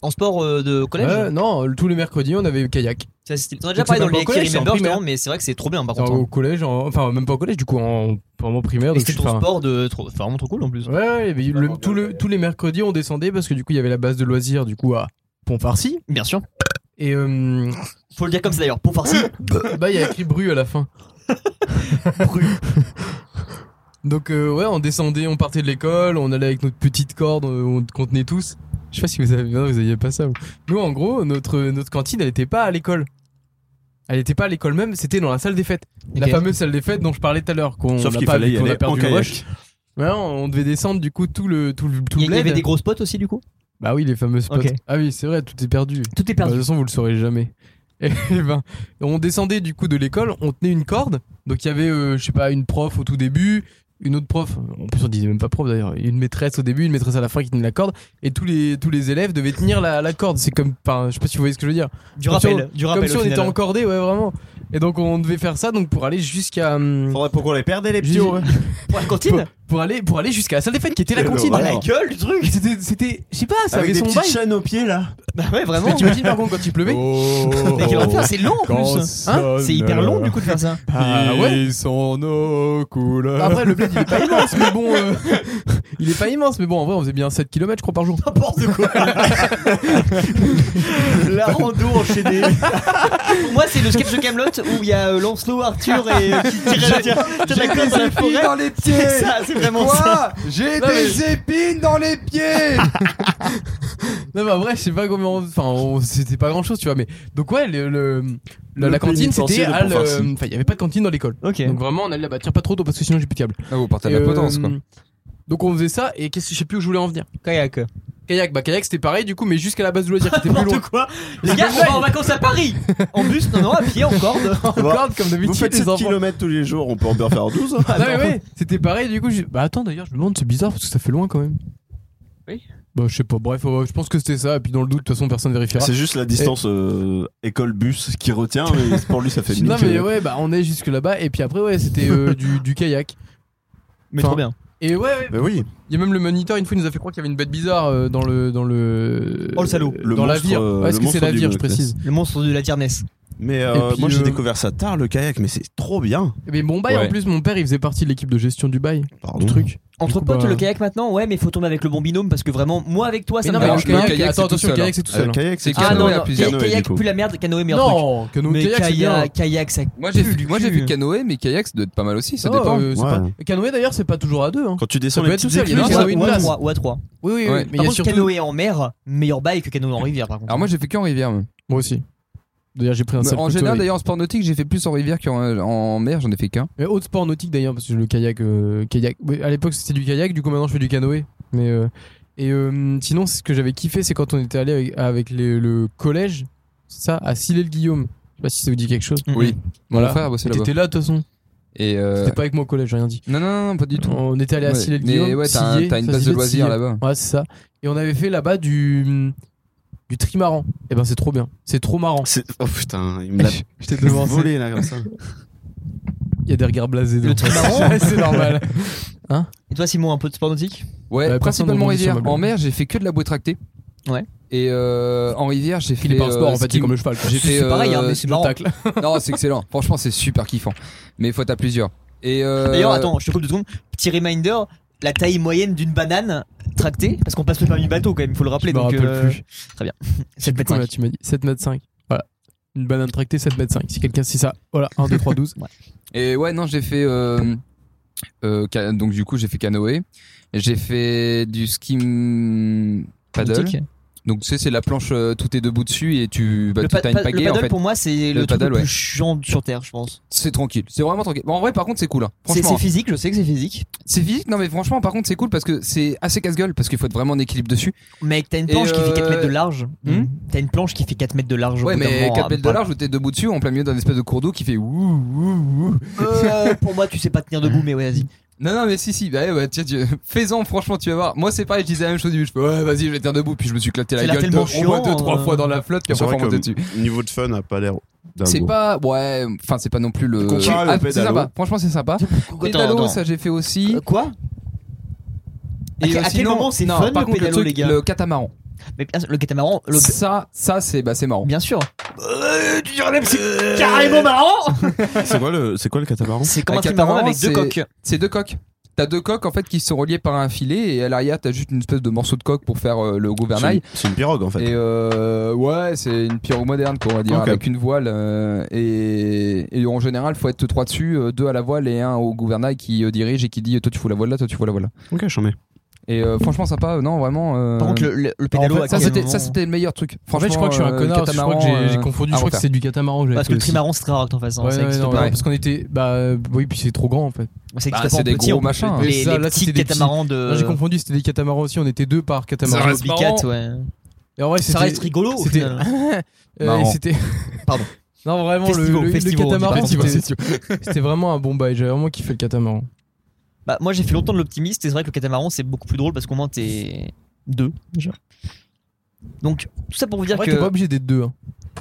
D: En sport euh, de collège
F: Ouais, non, le- tous les mercredis, on avait kayak.
D: ça, c'était- On a
F: c'est
D: déjà parlé
F: pas
D: dans
F: au
D: les
F: collège,
D: Kerry
F: c'est en
D: Members,
F: primaire.
D: justement, mais c'est vrai que c'est trop bien par
F: Enfin,
D: contre.
F: au
D: hein.
F: collège, en- enfin, même pas au collège, du coup, en, vraiment primaire.
D: Et
F: donc,
D: c'était
F: je-
D: ton
F: enfin,
D: sport de. trop- enfin, vraiment trop cool en plus.
F: Ouais, ouais, mais le- tout le- tous les mercredis, on descendait parce que du coup, il y avait la base de loisirs, du coup, à Pont-Farcy.
D: Bien sûr.
F: Et euh, *laughs*
D: Faut le dire comme ça d'ailleurs. Pour farci,
F: bah, il y a écrit Bru à la fin. Bru. Donc, euh, ouais, on descendait, on partait de l'école, on allait avec notre petite corde, euh, on contenait tous. Je sais pas si vous avez, non, vous aviez pas ça. vous. Nous, en gros, notre, notre cantine, elle était pas à l'école. Elle était pas à l'école même, c'était dans la salle des fêtes. La
D: Ok.
F: fameuse salle des fêtes dont je parlais tout à l'heure. qu'on
C: Sauf
F: n'a
C: qu'il
F: pas
C: fallait
F: vu,
C: y
F: qu'on a
C: aller en
F: perdu le rush.
C: kayak.
F: Ouais, on devait descendre du coup tout le tout le tout
D: il
F: le
D: y- il y
F: bled.
D: avait des gros spots aussi du coup.
F: Bah oui, les fameux spots.
D: Ok.
F: Ah oui, c'est vrai, tout est perdu.
D: Tout est
F: Bah, de
D: perdu.
F: toute façon, vous le saurez jamais. *laughs* Et ben, on descendait du coup de l'école, on tenait une corde. Donc il y avait, euh, je sais pas, une prof au tout début, une autre prof, en plus on disait même pas prof d'ailleurs, une maîtresse au début, une maîtresse à la fin qui tenait la corde, et tous les, tous les élèves devaient tenir la, la corde. C'est comme, enfin, je sais pas si vous voyez ce que je veux dire.
D: Du
F: Comme
D: rappel. Du rappel.
F: comme si
D: au
F: on était
D: final.
F: encordé, ouais, vraiment. Et donc on devait faire ça donc pour aller jusqu'à. hum,
C: Faudrait pas qu'on les perdait, les petits.
F: Jus-
C: ouais.
D: Pour la
F: pour,
D: cantine
F: pour aller, pour aller jusqu'à la salle des fêtes qui était la
C: Quelle
F: cantine.
D: Ah, la gueule du truc
F: C'était, c'était, je sais pas, ça
C: Avec
F: avait
C: des
F: son
C: petites
F: bail.
C: chaînes aux pieds, là.
D: Bah ouais,
F: Mais Oh,
D: vraiment.
F: t'imagines par contre quand il pleuvait *laughs*
D: Mais quelle horreur, C'est long en plus. Hein C'est hyper long du coup de faire ça.
F: Ah ouais
E: Ils sont nos couleurs.
F: Après le bled il est pas immense mais bon euh, *laughs* Il est pas immense, mais bon, en vrai, on faisait bien 7 km, je crois, par jour.
D: N'importe *laughs* quoi. La rando enchaînée. Pour moi, c'est le sketch de Camelot où il y a euh, Lancelot, Arthur et euh, qui tirent la, tire la corde dans la forêt.
H: les
F: *laughs*
D: C'est ça, c'est vraiment ça.
H: Quoi J'ai
F: Non, mais-
H: épines dans les pieds
F: *laughs* Non, mais en vrai, je sais pas combien. on- Enfin, on- c'était pas grand chose, tu vois. Mais donc, ouais, le, le- la,
I: Le
F: la cantine, c'était
I: pénitencier de
F: à le-
I: Profarcy.
F: Enfin, il y avait pas de cantine dans l'école.
D: Ok.
F: Donc, vraiment, on allait là-bas. Tire pas trop tôt parce que sinon, j'ai plus de câble.
E: Ah, vous partez à
F: Et,
E: la potence, quoi.
F: euh, Donc, on faisait ça, et qu'est-ce que je sais plus où je voulais en venir.
D: Kayak.
F: Kayak, bah, kayak, c'était pareil, du coup, mais jusqu'à la base du loisir, c'était plus loin.
D: N'importe quoi. Les gars, on va en vacances à Paris. En bus, non, non, à pied, en corde.
I: Bon,
F: Corde, comme
I: Vous
F: d'habitude,
I: faites
F: les
I: 7
F: enfants.
I: km tous les jours, on peut en faire 12. hein.
F: Ah, non, mais ouais, c'était pareil, du coup, je... Bah attends, d'ailleurs, je me demande, c'est bizarre parce que ça fait loin quand même.
D: Oui.
F: Bah je sais pas, bref, euh, je pense que c'était ça, et puis dans le doute, de toute façon, personne vérifiera.
I: C'est juste la distance euh, école-bus qui retient, mais pour lui ça fait 1000
F: Non mais
I: km.
F: ouais, bah on est jusque là-bas, et puis après, ouais, c'était euh, du, du kayak.
D: Mais
F: Enfin,
D: trop bien.
F: Et ouais, ouais,
I: Bah oui,
F: il y a même le moniteur, une fois, il nous a fait croire qu'il y avait une bête bizarre euh, dans le. Dans le
D: Oh, le salaud.
F: euh,
I: Le
F: dans la
I: monstre,
F: vire.
I: euh,
F: Ouais, est-ce
I: le
F: que c'est
I: monstre
F: la
I: du
F: vire, je
I: Mont-Clès.
F: précise
D: Le monstre de la tiermesse.
I: mais euh,
F: Et puis,
I: moi j'ai
F: euh,
I: découvert ça tard le kayak, mais c'est trop bien.
F: Mais mon bail,
E: Ouais.
F: en plus, mon père, il faisait partie de l'équipe de gestion du bail,
I: Pardon.
F: du truc.
D: Entre
F: coup,
D: potes,
F: bah-
D: le kayak maintenant, ouais, mais faut tomber avec le bon binôme parce que vraiment, moi avec toi, Ah, ça me
F: Mais non, mais
E: alors,
F: le
D: dérange
E: le
F: kayak,
E: kayak,
F: attends,
E: c'est
F: attention,
E: tout
F: le
E: seul,
F: kayak, c'est tout
I: Ah,
F: seul.
I: le kayak,
E: C'est
I: c'est
E: canoë
D: Ah
E: à
D: non,
E: la
D: non,
E: plusieurs.
I: Canoë,
D: kayak
I: du coup.
D: plus la merde, canoë meilleur truc.
F: Non, canoë
D: mais
F: kayak, c'est bien.
D: kayak, kayak, ça.
E: Moi, j'ai
D: pue
E: fait,
D: le
E: moi, j'ai
D: cul.
E: fait canoë, mais kayak, ça doit être pas mal aussi, ça
F: Oh,
E: dépend.
F: euh, c'est
I: Ouais.
F: pas- Canoë d'ailleurs, c'est pas toujours à deux. Hein.
I: Quand tu descends
F: Ça peut
I: les
F: être tout
I: petites
F: seul, il y en a
I: écluses,
F: un qui
D: Ou
F: a
D: à-
F: oui, une
D: ou à
F: place.
D: trois, ou à trois.
F: Oui, oui, oui,
E: Ouais.
F: mais il
D: Par
F: y a
D: contre,
F: surtout.
D: canoë en mer, meilleur bail que canoë en rivière, par contre.
E: Alors, moi, j'ai fait qu'en rivière, même.
F: Moi aussi. D'ailleurs, j'ai pris un
E: Mais
F: seul
E: En
F: couteau
E: général,
F: et-
E: d'ailleurs, en sport nautique, j'ai fait plus en rivière qu'en en mer, j'en ai fait qu'un.
F: Mais autre sport nautique d'ailleurs, parce que le kayak. euh, kayak ouais, à l'époque, c'était du kayak, du coup, maintenant, je fais du canoë. Mais, euh, et euh, sinon, ce que j'avais kiffé, c'est quand on était allé avec, avec les- le collège, c'est ça, à Sillé-le-Guillaume. Je sais pas si ça vous dit quelque
D: Mm,
F: chose.
E: Oui. Mon
F: Voilà.
E: frère a bossé là-bas.
F: T'étais là, de toute façon.
E: Et euh,
F: T'étais pas avec moi au collège, j'ai rien dit.
E: Non, non, non, non, pas du tout.
F: On était allé à
E: Ouais.
F: Sillé-le-Guillaume.
E: Mais ouais, t'as un-
F: Sillé,
E: t'as une
F: ça
E: base
F: s'appelait
E: de loisirs
F: Sillé.
E: là-bas.
F: Ouais, c'est ça. Et on avait fait là-bas du. Du trimaran. Et ben c'est trop bien. C'est trop marrant.
I: C'est- Oh putain, il me l'a
F: Je t'ai
I: volé là comme ça.
F: Il y a des regards blasés.
D: Le
F: donc.
D: *laughs* trimaran.
F: c'est normal.
D: Et toi, Simon, un peu de sport nautique
E: Ouais,
F: Bah, personne ne
E: principalement
F: rebondit sur
E: rivière.
F: ma blague.
E: En mer, j'ai fait que de la bouée tractée.
D: Ouais.
E: Et euh, en rivière, j'ai fait.
F: Il est pas un
E: euh,
F: sport en fait,
E: ski-
F: c'est comme le cheval. quoi.
E: J'ai fait.
D: C'est pareil, hein,
E: euh,
D: mais c'est marrant.
F: tacle.
E: Non, c'est excellent. Franchement, c'est super kiffant. Mais faut être à plusieurs. Et euh,
D: D'ailleurs, attends, je te coupe deux secondes. Petit reminder, la taille moyenne d'une banane tractée, parce qu'on passe le permis bateau quand même, il faut le rappeler.
F: Je me
D: donc,
F: rappelle
D: euh,
F: plus.
D: Très bien. 7 mètres
F: Combien
D: 5.
F: tu m'as dit 7 mètres 5. Voilà. Une banane tractée, 7 mètres 5. Si quelqu'un, si ça. Voilà, 1, 2, 3, 12.
E: Et ouais, non, j'ai fait. euh, euh, ca- donc, du coup, j'ai fait canoë. J'ai fait du ski mm, paddle. Donc, tu sais, c'est la planche, euh, tout est debout dessus et tu bah,
D: le,
E: tu-
D: pa- pa-
E: t'as une
D: le
E: pagaie en
D: paddle
E: fait.
D: pour moi c'est le,
E: Le
D: truc
E: paddle,
D: le
E: ouais.
D: plus chiant sur terre je pense.
E: C'est tranquille. C'est vraiment tranquille. Bon, en vrai, par contre, c'est cool. hein.
D: C'est
E: Franchement, hein.
D: c'est physique, je sais que c'est physique.
E: c'est physique. Non, mais franchement, par contre, c'est cool parce que c'est assez casse-gueule parce qu'il faut être vraiment en équilibre dessus.
D: Mec, t'as une
E: Et
D: planche qui fait 4
E: euh,
D: mètres de large.
E: hmm
D: T'as une planche qui fait 4 mètres de large. au
E: Ouais,
D: bout d'un
E: mais
D: moment,
E: 4
D: ah,
E: mètres de
D: voilà.
E: large où t'es debout dessus en plein milieu d'un espèce de cours d'eau qui fait ouh ouh ouh. *laughs*
D: Euh, pour moi, tu sais pas tenir debout, mais ouais, vas-y.
E: Non, non, mais si, si, bah, ouais, bah, tiens, *laughs* tu- fais-en, franchement, tu vas voir. Moi, c'est pareil, je disais la même chose au début. Je fais, ouais, vas-y, je vais tenir debout, puis je me suis éclaté la
D: C'est là
E: gueule deux,
D: tellement
E: au moins
D: chiant,
E: deux, trois
D: euh.
E: fois dans la flotte, puis
I: C'est
E: après, on
I: vrai
E: monte
I: que
E: dessus.
I: niveau de fun a pas l'air dingue.
E: C'est pas, ouais, enfin, c'est pas non plus le. Ah,
I: Comparable au
E: c'est
I: pédalo.
E: sympa, franchement, c'est sympa. pédalo,
D: Attends, attends.
E: ça, j'ai fait aussi. euh,
D: Euh, Quoi à quel- à quel moment c'est
E: non,
D: fun,
E: par
D: le
E: contre,
D: pédalo,
E: truc,
D: les gars
E: Le catamaran.
D: Mais bien sûr, le catamaran, le...
E: Ça, ça, c'est, Euh, bah, c'est marrant.
D: bien sûr. Euh, c'est carrément marrant.
I: C'est quoi le c'est quoi le catamaran
D: C'est comme
E: Un
D: un catamaran
E: catamaran,
D: avec deux
E: c'est-
D: coques.
E: C'est deux coques. T'as deux coques, en fait, qui sont reliées par un filet, et à l'arrière, t'as juste une espèce de morceau de coque pour faire euh, le
I: C'est
E: gouvernail.
I: une- C'est une pirogue en fait.
E: Et euh, ouais, c'est une pirogue moderne, quoi, on va dire,
I: Ok.
E: avec une voile. euh, et, et en général, faut être trois dessus, euh, deux à la voile et un au gouvernail qui euh, dirige et qui dit toi tu fous la voile là, toi tu fous la voile là.
I: Ok, j'en mets.
E: Et euh, franchement, sympa, euh, non, vraiment. euh,
D: Par contre, le, le, le pédalo,
F: en fait,
D: à
E: ça
D: quel
E: c'était
D: moment-
E: ça c'était le meilleur truc.
F: En
E: Franchement,
F: fait, je crois que je suis un
E: euh,
F: connard. parce que Je crois que j'ai-
E: catamaran,
F: j'ai
E: euh,
F: confondu.
E: à
F: Je crois que
E: refaire.
F: c'est du catamaran. que j'avais
D: Parce que le
F: fait euh, aussi.
D: trimaran, c'est très rare que t'en fasses un.
F: Ouais,
D: ça
F: ouais,
D: existe
F: non,
D: pas.
E: ouais.
F: parce qu'on était. Bah, euh, oui, puis c'est trop grand en fait.
D: Ça existe
E: Bah,
D: pas en
E: c'est des
D: petit,
E: gros
D: on peut-
E: machins, hein.
D: Les,
F: Ça,
D: les
F: là,
D: petits
F: c'était des petits-
D: catamarans
F: Non, J'ai
D: de.
F: confondu, c'était des catamarans aussi. On était deux par catamaran.
E: reste marrant.
D: Bobcat, ouais.
F: Et en vrai,
D: Ça reste
F: c'était.
D: rigolo. au
F: C'était. *laughs*
D: final.
F: Euh,
E: Marrant.
F: et c'était.
D: Pardon.
F: Non, vraiment, le-
D: Festival,
F: le le
D: festival, on dit pas
F: catamaran,
D: festival.
F: c'était *laughs* c'était vraiment un bon bail. J'avais vraiment kiffé le catamaran.
D: Bah, moi, j'ai fait longtemps de l'optimiste. Et c'est vrai que le catamaran, c'est beaucoup plus drôle parce qu'au moins, t'es deux déjà. Donc, tout ça pour vous
F: En
D: dire
F: vrai,
D: que
F: t'es pas obligé d'être deux. hein.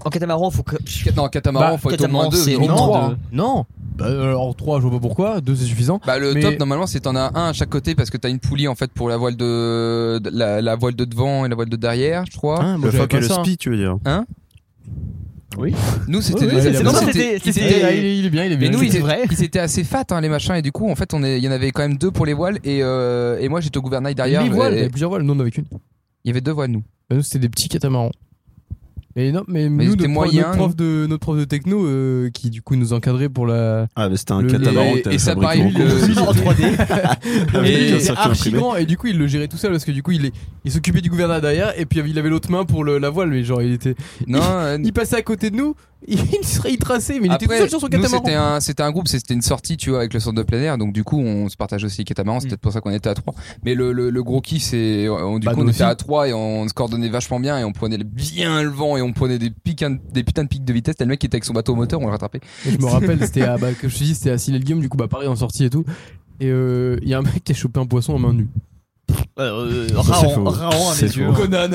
D: en catamaran, faut que.
E: Ca- Non, catamaran,
D: Bah,
E: faut être au moins
D: catamaran,
E: deux,
D: c'est
E: minimum
D: énorme.
E: trois.
D: deux.
F: Non Bah, alors 3, je vois pas pourquoi. 2, c'est suffisant.
E: Bah le
F: Mais-
E: top normalement c'est t'en as un à chaque côté parce que t'as une poulie en fait pour la voile de de- la, la voile de devant et la voile de derrière, je crois.
F: Hein, moi,
I: le
F: j'avais
I: foc
F: pas
I: et le
F: ça, hein.
I: spi, tu veux dire Oui.
E: Nous, c'était
F: Ouais,
E: des-
F: ouais,
E: ça-
F: il a
E: non,
F: raison.
E: c'était-
D: C'était-
E: ils
D: c'était-
E: étaient-
F: Ah, il, est- il est bien, il est
E: Mais
F: bien.
E: nous,
F: il est
E: ils
F: bien.
E: étaient,
D: vrai.
E: ils étaient assez fat, hein, les machins, et du coup, en fait, on est, il y en avait quand même deux pour les voiles, et, euh, et moi j'étais au gouvernail derrière. euh,
F: Les voiles, il y
E: et-
F: avait plusieurs voiles, nous on en avait qu'une.
E: il y avait deux voiles, nous.
F: Bah, nous, c'était des petits catamarans. Mais non, mais,
E: Mais
F: nous,
E: c'était
F: notre, pro-
E: moyen,
F: notre prof de, notre prof de techno, euh, qui du coup nous encadrait pour la.
I: Ah, mais c'était un
F: Le-
I: catamaran
E: et-
I: que t'avais
E: et ça,
I: fabriqué
E: pareil,
I: au
E: le-
I: *laughs* cours.
D: *laughs* En 3D.
I: Avec
F: *laughs* Et
I: un
F: il était
I: circuit
F: archi
I: imprimé.
F: grand, et du coup, il le gérait tout seul parce que du coup, il, est- il s'occupait du gouvernail derrière, et puis il avait l'autre main pour le- la voile, mais genre, il était.
E: Non, euh,
F: Il passait à côté de nous, *laughs* il, serait il traçait, mais il était tout
E: Après,
F: seul sur son
E: nous,
F: catamaran.
E: c'était un, c'était un groupe, c'était une sortie, tu vois, avec le centre de plein air. Donc du coup, on se partage aussi les catamarans. C'est
D: Mm.
E: peut-être pour ça qu'on était à trois. Mais le, le, le gros kiff, c'est euh, on- du
F: Bah,
E: coup, on
F: nous
E: était
F: aussi.
E: à trois et on se coordonnait vachement bien et on prenait le- bien le vent et on prenait des piquins, des putains de pics de vitesse. T'as le mec qui était avec son bateau au moteur, on le rattrapait.
D: *laughs*
F: Et je me rappelle, c'était à, bah, que je te dis, c'était à Ciné le Guillaume, du coup, bah, pareil, en sortie et tout. Et euh, il y a un mec qui a chopé un poisson en main nue.
D: Euh,
I: Ça, c'est
D: Raon,
I: faux.
D: Raon à mes
I: C'est
D: yeux.
I: faux.
F: Conan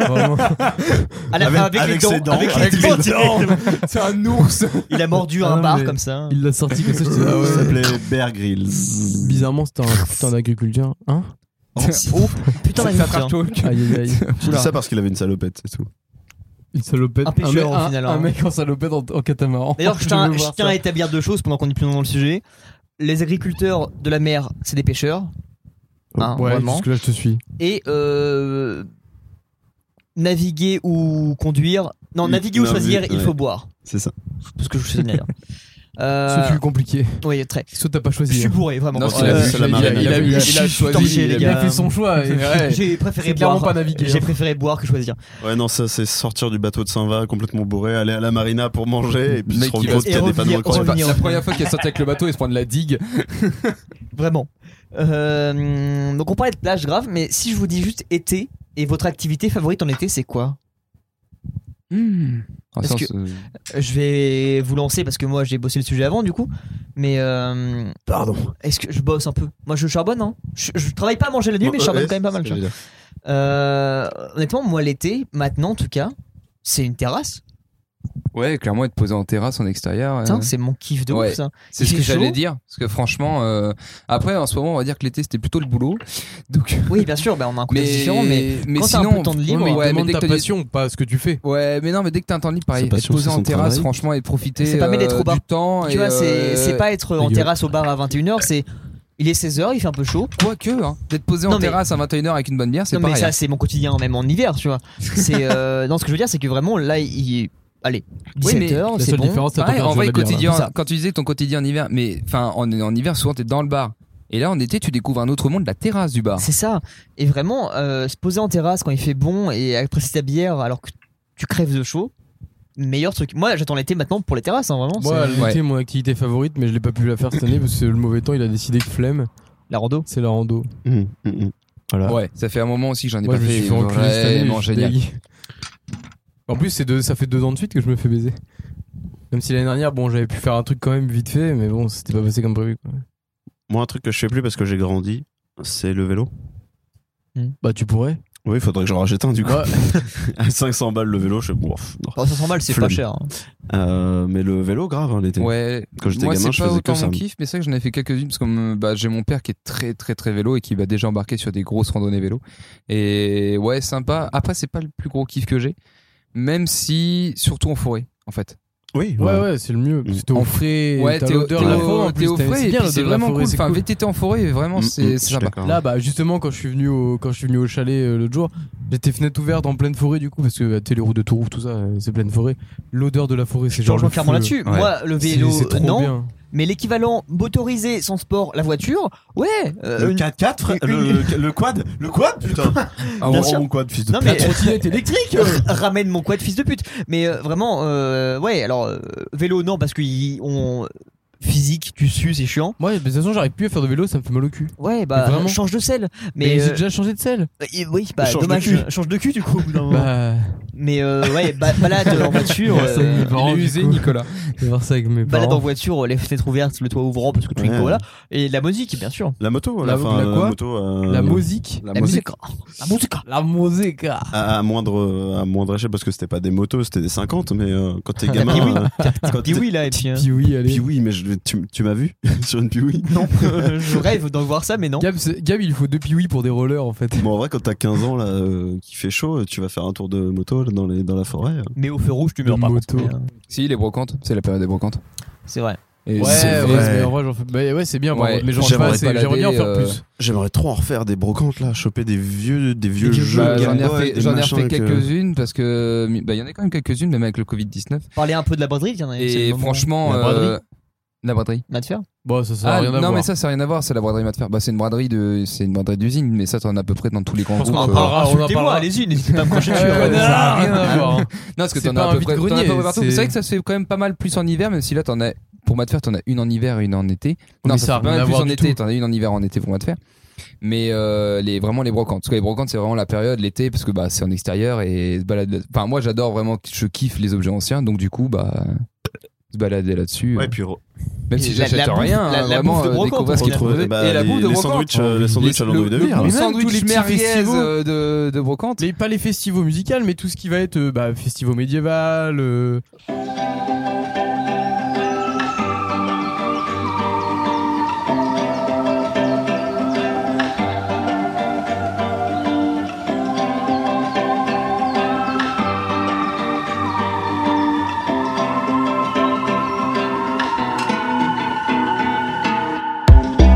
F: Vraiment.
D: À la
I: Avec-
D: fin, avec,
I: avec
D: les
I: ses
D: dents.
I: dents.
D: Avec
I: Avec
D: les
I: les
D: dents. *laughs*
F: C'est un ours
D: Il a mordu
F: Ah,
D: un
F: mais-
D: bar comme ça.
F: Il l'a sorti comme ça, je disais, ah
I: Il
F: ouais.
I: s'appelait Bear Grylls.
F: Bizarrement, c'était un putain d'agriculteur. Hein
D: Oh putain,
E: Ça,
D: il
E: ça
D: a
E: frappe tout.
F: Aïe aïe aïe.
I: Je dis ça parce qu'il avait une salopette, c'est tout.
F: Une salopette.
D: Un pêcheur,
F: mec-
D: au final, hein.
F: un mec en salopette en, en catamaran. *laughs*
D: D'ailleurs, je tiens,
F: Oh, veux
D: je
F: voir
D: tiens
F: ça.
D: à établir deux choses pendant qu'on est plus loin dans le sujet. Les agriculteurs de la mer, c'est des pêcheurs. Hein,
F: ouais,
D: vraiment.
F: jusque là, je te suis.
D: Et euh, naviguer ou conduire. Non,
I: Il-
D: naviguer ou
I: non,
D: choisir,
I: mais-
D: il
I: ouais.
D: faut boire.
I: C'est ça.
D: C'est ce que je vous
F: *laughs*
D: souviens d'ailleurs.
F: Soit
D: Euh,
F: tu es compliqué,
D: oui, très.
F: soit t'as pas
D: Je
F: choisi.
D: suis
F: hein.
D: bourré, vraiment.
E: Non,
I: c'est
D: Euh,
I: la- c'est la
F: il a-
I: marine.
F: il a- il a- il a
D: Je suis
F: choisi,
D: torché, les
F: il a
D: gars. *laughs*
F: fait son choix. et- *laughs* ouais.
D: J'ai
F: C'est
D: préféré
F: clairement
D: boire.
F: pas naviguer, hein.
D: J'ai préféré boire que choisir.
I: Ouais, non, ça, c'est sortir du bateau de Saint-Va complètement bourré, aller à la marina pour manger et puis
E: Mec
I: se
E: qui
I: rendre
E: va
I: compte
E: se
I: qu'il y a des
D: revenir
I: panneaux
D: au-
E: C'est
I: incroyables.
E: pas- c'est la
D: revenir.
E: première fois qu'elle sortait avec le bateau et se prendre la digue.
D: Vraiment. Euh, donc on parlait de plage grave, mais si je vous dis juste été et votre activité favorite en été, c'est quoi
F: Hmm.
E: Ah,
D: Parce
E: ça,
D: que-
E: c'est-
D: Euh, Je vais vous lancer parce que moi j'ai bossé le sujet avant du coup, mais euh,
I: Pardon.
D: est-ce que je bosse un peu Moi je charbonne, hein je, je travaille pas à manger la nuit, mais je charbonne quand même pas mal. tu vois. Euh, honnêtement, moi l'été, maintenant en tout cas, c'est une terrasse.
E: Ouais, clairement, être posé en terrasse en extérieur.
D: Putain,
E: euh,
D: c'est mon kiff de
E: Ouais.
D: ouf ça.
E: C'est ce
D: Il
E: que
D: fait
E: j'allais
D: chaud.
E: dire. Parce que franchement, euh, après, en ce moment, on va dire que l'été, c'était plutôt le boulot. Donc,
D: Oui, bien sûr, bah, on a un côté différent, mais
E: mais
D: quand t'as un
E: sinon,
D: peu de temps de libre, hein.
E: ouais, mais,
F: demande
E: dès que
F: ta
E: t'as des-
F: passion, pas ce que tu fais.
E: Ouais, mais non, mais dès que t'as un temps libre, pareil,
I: Sa
E: être
I: passion,
E: posé
I: c'est
E: en
I: son
E: terrain,
I: travail.
E: franchement, et profiter
D: Ça permet d'être
E: euh,
D: au bar.
E: du temps.
D: tu
E: et,
D: vois, c'est
E: euh,
D: c'est pas être en
F: gueule.
D: terrasse au bar à 21h, c'est il est 16h, il fait un peu chaud.
E: Quoique, hein, d'être posé
D: Non,
E: en
D: mais-
E: terrasse à 21h avec une bonne bière, c'est
D: Non mais
E: pareil.
D: ça
E: hein.
D: c'est mon quotidien même en hiver, tu vois. C'est
E: *laughs*
D: euh, non ce que je veux dire c'est que vraiment là il allez
E: Oui, mais
D: 17h,
F: La
D: c'est
F: seule
D: bon.
F: différence, c'est la
E: Pareil, en
F: température de
E: vrai,
F: la bière, là.
E: quotidien,
D: hein, C'est ça.
E: quand tu disais ton quotidien en hiver, mais enfin, en, en hiver, souvent, t'es dans le bar. Et là, en été, tu découvres un autre monde, la terrasse du bar.
D: C'est ça. Et vraiment euh, se poser en terrasse quand il fait bon et apprécier ta bière alors que tu crèves de chaud. Meilleur truc. Moi j'attends l'été maintenant pour les terrasses hein, vraiment.
F: Moi,
D: c'est-
F: l'été,
E: Ouais.
F: mon activité favorite, mais je l'ai pas pu la faire cette année parce que le mauvais temps, il a décidé que flemme,
D: La rando.
F: c'est la rando.
I: Mmh, mmh, mmh. Voilà.
E: Ouais, ça fait un moment aussi que j'en ai
F: Moi,
E: pas
F: je me
E: fait.
F: suis fait enculer cette année.
E: vraiment
F: je suis
E: génial.
F: dégueu. En plus, c'est deux- ça fait deux ans de suite que je me fais baiser. Même si l'année dernière, bon, j'avais pu faire un truc quand même vite fait, mais bon, c'était pas passé comme prévu. quoi.
I: Moi, un truc que je sais plus parce que j'ai grandi, c'est le vélo.
F: Bah, tu pourrais.
I: Oui, il faudrait que j'en rachète un du coup.
F: Ouais.
I: *laughs* À 500 balles le vélo, je suis bon. pff, non.
D: Oh, 500 balles c'est pas
I: Flemme.
D: cher. hein.
I: Euh, mais le vélo, grave, hein, l'été.
E: Ouais,
I: Quand j'étais
E: moi
I: gamin,
E: c'est
I: je
E: pas
I: faisais que
E: autant
I: ça.
E: mon kiff, mais c'est vrai que j'en ai fait quelques-unes parce que euh, bah, j'ai mon père qui est très très très vélo et qui va déjà embarquer sur des grosses randonnées vélo. Et ouais, sympa. Après, c'est pas le plus gros kiff que j'ai, même si surtout en forêt en fait.
I: Oui,
F: Ouais,
I: voilà.
F: ouais, c'est le mieux. Parce que t'es au
E: En-
F: frais,
E: ouais,
F: t'as
E: t'es au,
F: l'odeur
E: t'es
F: de la
E: au-
F: forêt. en
E: t'es
F: plus,
E: au
F: t'as-
E: frais
F: c'est
E: et
F: bien,
E: puis c'est
F: l'odeur de la
E: vraiment
F: forêt,
E: cool.
F: c'est
E: Enfin,
F: cool.
E: VTT en forêt, vraiment,
I: Mmh,
E: c'est
I: mmh,
E: c'est
I: je suis
E: sympa.
I: d'accord.
F: Là, bah, justement, quand je suis venu au, quand je suis venu au chalet euh, l'autre jour, j'étais fenêtre ouverte en pleine forêt, du coup, parce que euh, t'es les routes de Tourouf, tout ça, euh, c'est pleine forêt. L'odeur de la forêt, c'est
D: Je te
F: genre.
D: rejoins
F: le
D: clairement
F: feu.
D: là-dessus.
E: Ouais.
D: Moi le
F: C'est-
D: vélo
F: c'est trop
D: non,
F: bien.
D: mais l'équivalent motorisé sans sport la voiture. Ouais. euh,
I: Le
D: une-
I: 4x4, frère, le, le- le quad, le quad, putain. Ah,
D: Bien
I: on
D: sûr.
I: rend mon quad, fils de
D: Non,
I: pute.
D: mais- *laughs*
F: La trottinette électrique euh.
D: R- ramène mon quad fils de pute mais euh, vraiment euh, ouais alors euh, vélo non parce qu'ils ont physique tu sues c'est chiant
F: Moi, de toute façon, j'arrive plus à faire de vélo, ça me fait mal au cul.
D: ouais bah
F: Mais vraiment
D: change de selle mais,
F: Mais j'ai
D: euh,
F: déjà changé de selle.
D: et- oui bah
I: Change de
D: dommage
I: cul.
D: euh, change de cul du coup au bout d'un moment.
F: Bah,
D: *laughs* mais euh, ouais ba- balade *laughs* en voiture
F: *laughs* Ouais, ça y
D: euh,
F: est, Parents,
E: Il est
F: du
E: usé,
F: coup. *laughs*
E: Nicolas.
F: je vais voir ça avec mes
D: balade en
F: parents.
D: voiture les fenêtres ouvertes le toit ouvrant parce que tu
I: Ouais.
D: voilà et la musique bien sûr
I: La moto,
F: La-
I: la, fin,
F: la
I: la,
F: quoi
I: moto. euh,
F: La musique.
I: la
D: la
I: musique.
D: musique la musique
F: La musique.
I: À, à moindre, à moindre échelle, parce que c'était pas des motos, c'était des 50, mais euh, quand t'es
D: T'as dit oui.
I: gamin. euh, quand
D: dis
I: t'es-
D: oui là et puis euh,
F: Puis oui, allez.
I: Piwi, mais je- tu, tu m'as vu *laughs* sur une Piwi
D: non euh, *laughs* je rêve d'en voir ça mais non
F: Gab, c'est- Gab, il faut deux piouis pour des rollers en fait.
I: Bon, en vrai, quand t'as 15 ans, là, euh, qui fait chaud, tu vas faire un tour de moto,
C: bagnoles dans, les, dans la forêt.
I: hein.
D: Mais au feu rouge, tu meurs
F: De
D: pas. hein.
F: moto.
E: Si, les brocantes, c'est la période des brocantes.
D: C'est vrai.
E: Et
F: Ouais,
E: c'est-
F: ouais,
C: vrai.
F: c'est- en vrai, j'en fais- bah, ouais, c'est bien, par
E: Ouais,
F: contre, mais j'en fais
C: j'aimerais
F: pas assez,
E: balader,
F: j'aimerais bien en faire
E: euh,
F: plus.
C: J'aimerais trop en refaire des brocantes là, choper des vieux, des vieux
D: vieux
C: jeux.
E: Bah,
C: Game
E: J'en
C: Boy,
E: ai refait,
C: des
E: j'en ai
C: machins
E: refait
C: avec, euh,
E: quelques-unes parce que bah, il y en a quand même quelques-unes, même avec le Covid-19.
D: Parler un peu de la broderie, il y en a. c'est
E: Et
D: le moment.
E: franchement.
D: La braderie.
E: euh, La braderie.
D: Main de fer.
F: Bon, Bah, ça, ça a
E: Ah,
F: rien à
E: non,
F: voir.
E: mais ça, ça n'a rien à voir. C'est la braderie Matfer. Bah, c'est une braderie de, c'est une braderie d'usine, mais ça, t'en as à peu près dans tous les grands
F: pense qu'on en
E: groupes.
F: parlera.
E: euh.
F: on en
D: Insultez-moi,
F: parlera.
D: allez-y, n'hésitez pas à me cracher
F: Ouais, *laughs*
D: dessus.
F: ouais,
D: hein.
F: ça a rien à voir. hein.
E: Non, parce que
F: C'est
E: t'en as
F: pas
E: à
F: un
E: peu près.
F: vide-grenier,
E: t'en as à peu près partout.
F: c'est-
E: C'est vrai que ça se fait quand même pas mal plus en hiver, même si là, t'en as, pour Matfer, t'en as une en hiver et une en été.
F: Mais
E: Non,
F: ça
E: ça,
F: a
E: se fait pas
F: rien à
E: mal plus
F: voir
E: en
F: du
E: été.
F: tout.
E: T'en as une en hiver, en été pour Matfer. Mais euh, les, vraiment les brocantes. Parce que les brocantes, c'est vraiment la période, l'été, parce que bah, c'est en extérieur et se balader. Enfin, moi, j'adore vraiment, je kiffe les objets anciens, donc du coup, bah. Se balader là-dessus.
C: Ouais,
E: euh,
C: puis re-
D: Et
E: Même si
D: la- la
E: j'achète
D: bouffe-
E: rien,
D: la-
E: hein,
D: la
E: vraiment,
D: bouffe de
E: euh, dès qu'on
D: brocante,
E: voit ce
D: parce
E: qu'il
D: qu'il y a-
E: trouvait.
C: bah,
E: Et la
C: les,
E: bouffe de
C: les
E: brocante.
C: sandwichs, euh, les
E: Les-
C: sandwichs à l'endroit de
E: le-
C: verre.
E: Le
F: Mais même tous les
E: sandwich
F: petits
E: merguez
F: festivals.
E: euh, de,
D: *laughs*
E: de brocante.
F: Les, pas les festivals musicaux, mais tout ce qui va être euh, bah, festivals médiéval. euh,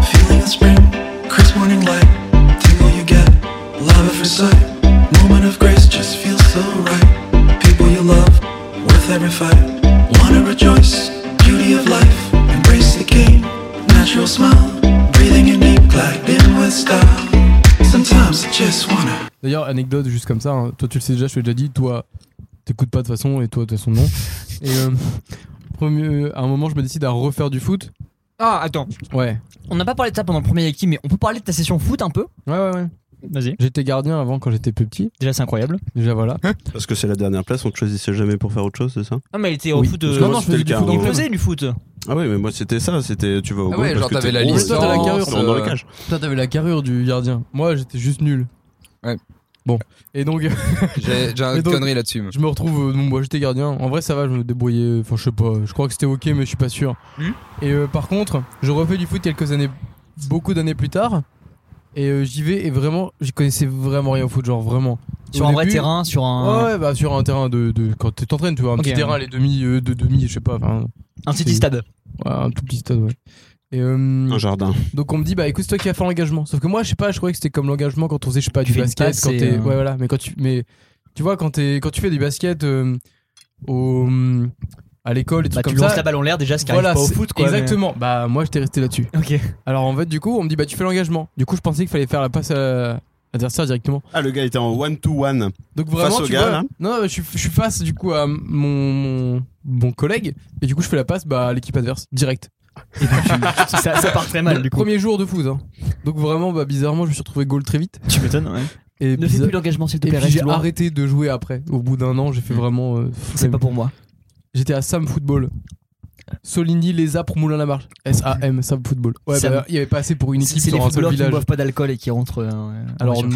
H: Feeling of spring, crisp morning light, tingle you get, love at first sight. Moment of grace just feels so right. People you love, worth every fight. Wanna rejoice, beauty of life, embrace the game, natural smile, breathing in deep, glide in with style. Sometimes I just wanna.
F: D'ailleurs, anecdote juste comme ça, hein. toi tu le sais déjà, je te l'ai déjà dit, toi t'écoutes pas de toute façon et toi de toute façon non. Et euh, premier- euh, à un moment, je me décide à refaire du foot.
D: Ah, attends.
F: Ouais,
D: On n'a pas parlé de ça pendant le premier Yaki, mais on peut parler de ta session foot un peu
F: ouais, ouais. ouais.
D: Vas-y.
F: J'étais gardien avant quand j'étais plus petit,
D: Déjà, c'est incroyable.
F: déjà voilà.
C: Parce que c'est la dernière place, on te choisissait jamais pour faire autre chose, c'est ça
D: Non, mais il était au
F: Oui.
D: foot.
C: Parce
D: euh,
C: que
F: non,
C: moi,
F: non, je
C: c'était
F: faisais
C: le
F: du
C: cas,
F: foot
C: hein.
D: il
F: en
D: faisait du foot.
C: Ah oui, mais moi c'était ça, c'était tu vas au
E: Ah
C: goal
E: ouais,
C: parce
E: genre
C: que
E: t'avais
C: t'es
E: la euh.
C: gros,
E: liste.
F: toi, t'as la
C: dans-
F: carrure.
C: dans, dans le cage.
F: Toi t'avais la carrure du gardien, moi j'étais juste nul.
E: Ouais.
F: Bon, et donc
E: J'ai j'ai un
F: Mais
E: autre
F: donc-
E: connerie là-dessus.
F: je me retrouve, euh, bon, moi j'étais gardien, en vrai ça va, je me débrouillais, enfin je sais pas, je crois que c'était ok mais je suis pas sûr.
D: Mhm.
F: Et euh, par contre, je refais du foot quelques années, beaucoup d'années plus tard, et euh, j'y vais et vraiment, j'y connaissais vraiment rien au foot, genre vraiment.
D: Sur
F: Au
D: un vrai
F: début-
D: terrain, sur
F: Ouais,
D: un.
F: ouais, bah sur un terrain de, de quand tu t'entraînes, tu vois, un
D: Ok.
F: petit terrain, les demi, euh, de demi, je sais pas, enfin,
D: Un city stade.
F: ouais, un tout petit stade, ouais. Et euh,
C: Un jardin.
F: donc on me dit bah écoute c'est toi qui vas faire l'engagement. Sauf que moi je sais pas, je croyais que c'était comme l'engagement quand on faisait je sais pas
D: Tu
F: du
D: fais une
F: basket,
D: passe
F: quand
D: et,
F: t'es
D: euh,
F: ouais voilà, mais quand tu mais tu vois quand t'es quand tu fais du basket euh, au hum, à l'école et tout
D: Bah,
F: comme
D: tu lances
F: ça.
D: la balle en l'air déjà, ce qui
F: voilà,
D: arrive pas au
F: c'est-
D: foot quoi. mais-
F: exactement. Bah moi j'étais resté là-dessus.
D: Ok.
F: Alors en fait du coup on me dit bah tu fais l'engagement. Du coup je pensais qu'il fallait faire la passe à l'adversaire directement.
C: Ah, le gars était en one-to-one.
F: Donc vraiment,
C: Face au
F: tu
C: gars, hein.
F: vois,
C: là.
F: non, non, je suis, je suis face du coup à mon, mon, mon collègue et du coup je fais la passe bah, à l'équipe adverse direct.
D: ça, ça part très mal du coup.
F: Premier jour de foot. hein. Donc vraiment, bah, bizarrement, je me suis retrouvé goal très vite.
D: Tu m'étonnes, ouais.
F: Et,
D: Ne fais
F: bizarre-
D: plus l'engagement s'il te
F: et
D: plaît,
F: puis
D: reste
F: j'ai
D: loin.
F: arrêté de jouer après. Au bout d'un an, j'ai fait vraiment. euh,
D: Mm. C'est
F: flemme.
D: pas pour moi.
F: J'étais à Sam Football. Soligny, Les pour Moulin la Marche. S-A-M, Sam Football. Ouais,
D: Sam.
F: bah, il y avait pas assez pour une équipe
D: C'est les
F: sur un seul
D: footballeurs qui ne
F: village.
D: boivent pas d'alcool et qui rentrent. euh, ouais.
F: Alors, Ah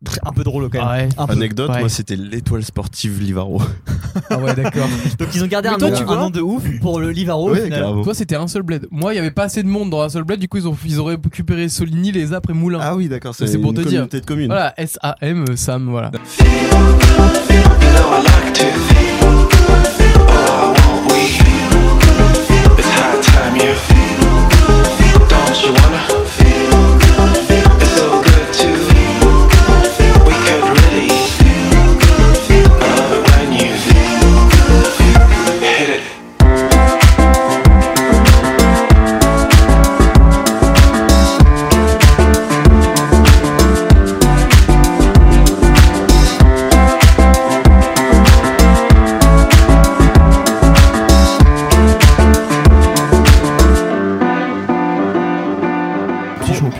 D: Ouais, c'est un peu drôle quand même.
F: ouais.
D: Un peu.
C: Anecdote,
F: Ouais.
C: moi c'était l'étoile sportive Livaro.
F: *laughs* Ah ouais,
D: *laughs*
F: d'accord.
D: Donc ils ont gardé
F: Mais
D: un,
F: toi,
D: nom,
F: tu
D: un
F: vois
D: nom de ouf pour le Livaro. au
C: Ouais,
D: final.
C: carrément.
F: Toi, c'était un seul bled. Moi, il y avait pas assez de monde dans un seul bled. Du coup, ils ont, ils ont récupéré Soligny, Les Apres et Moulin.
C: Ah oui, d'accord, c'est
F: C'est pour
C: une
F: te dire.
C: communauté de communes.
F: Voilà, S-A-M, euh, Sam, voilà.
D: Bah,
H: You know I like to feel all I want we feel It's high time you feel Don't you wanna feel It's so good to feel We could really feel I love it when you feel Hit it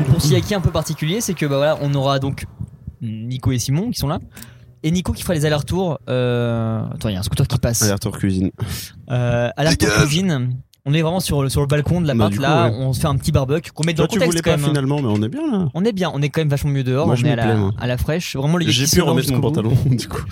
D: Pour Siaki un peu particulier, c'est que bah voilà, on aura donc Nico et Simon qui sont là. Et Nico qui fera les allers-retours. Euh... Attends, il y a un scooter qui passe.
C: Alerte retour cuisine.
D: Euh, allers-retours cuisine. On est vraiment sur le, sur le balcon de la
C: Bah,
D: porte
C: du coup,
D: là.
C: ouais.
D: On se fait un petit barbecue. Qu'on met dans
C: Toi,
D: le
C: tu voulais
D: contexte
C: pas
D: quand même. hein.
C: finalement, mais on est bien là.
D: On est bien, on est quand même vachement mieux dehors.
C: Moi,
D: on
C: je
D: est
C: m'y
D: à la,
C: plais, moi.
D: à la fraîche. Vraiment, les gars
C: J'ai
D: qui
C: pu
D: sont là
C: remettre mon
D: jusqu'au bout.
C: pantalon, *laughs* du coup.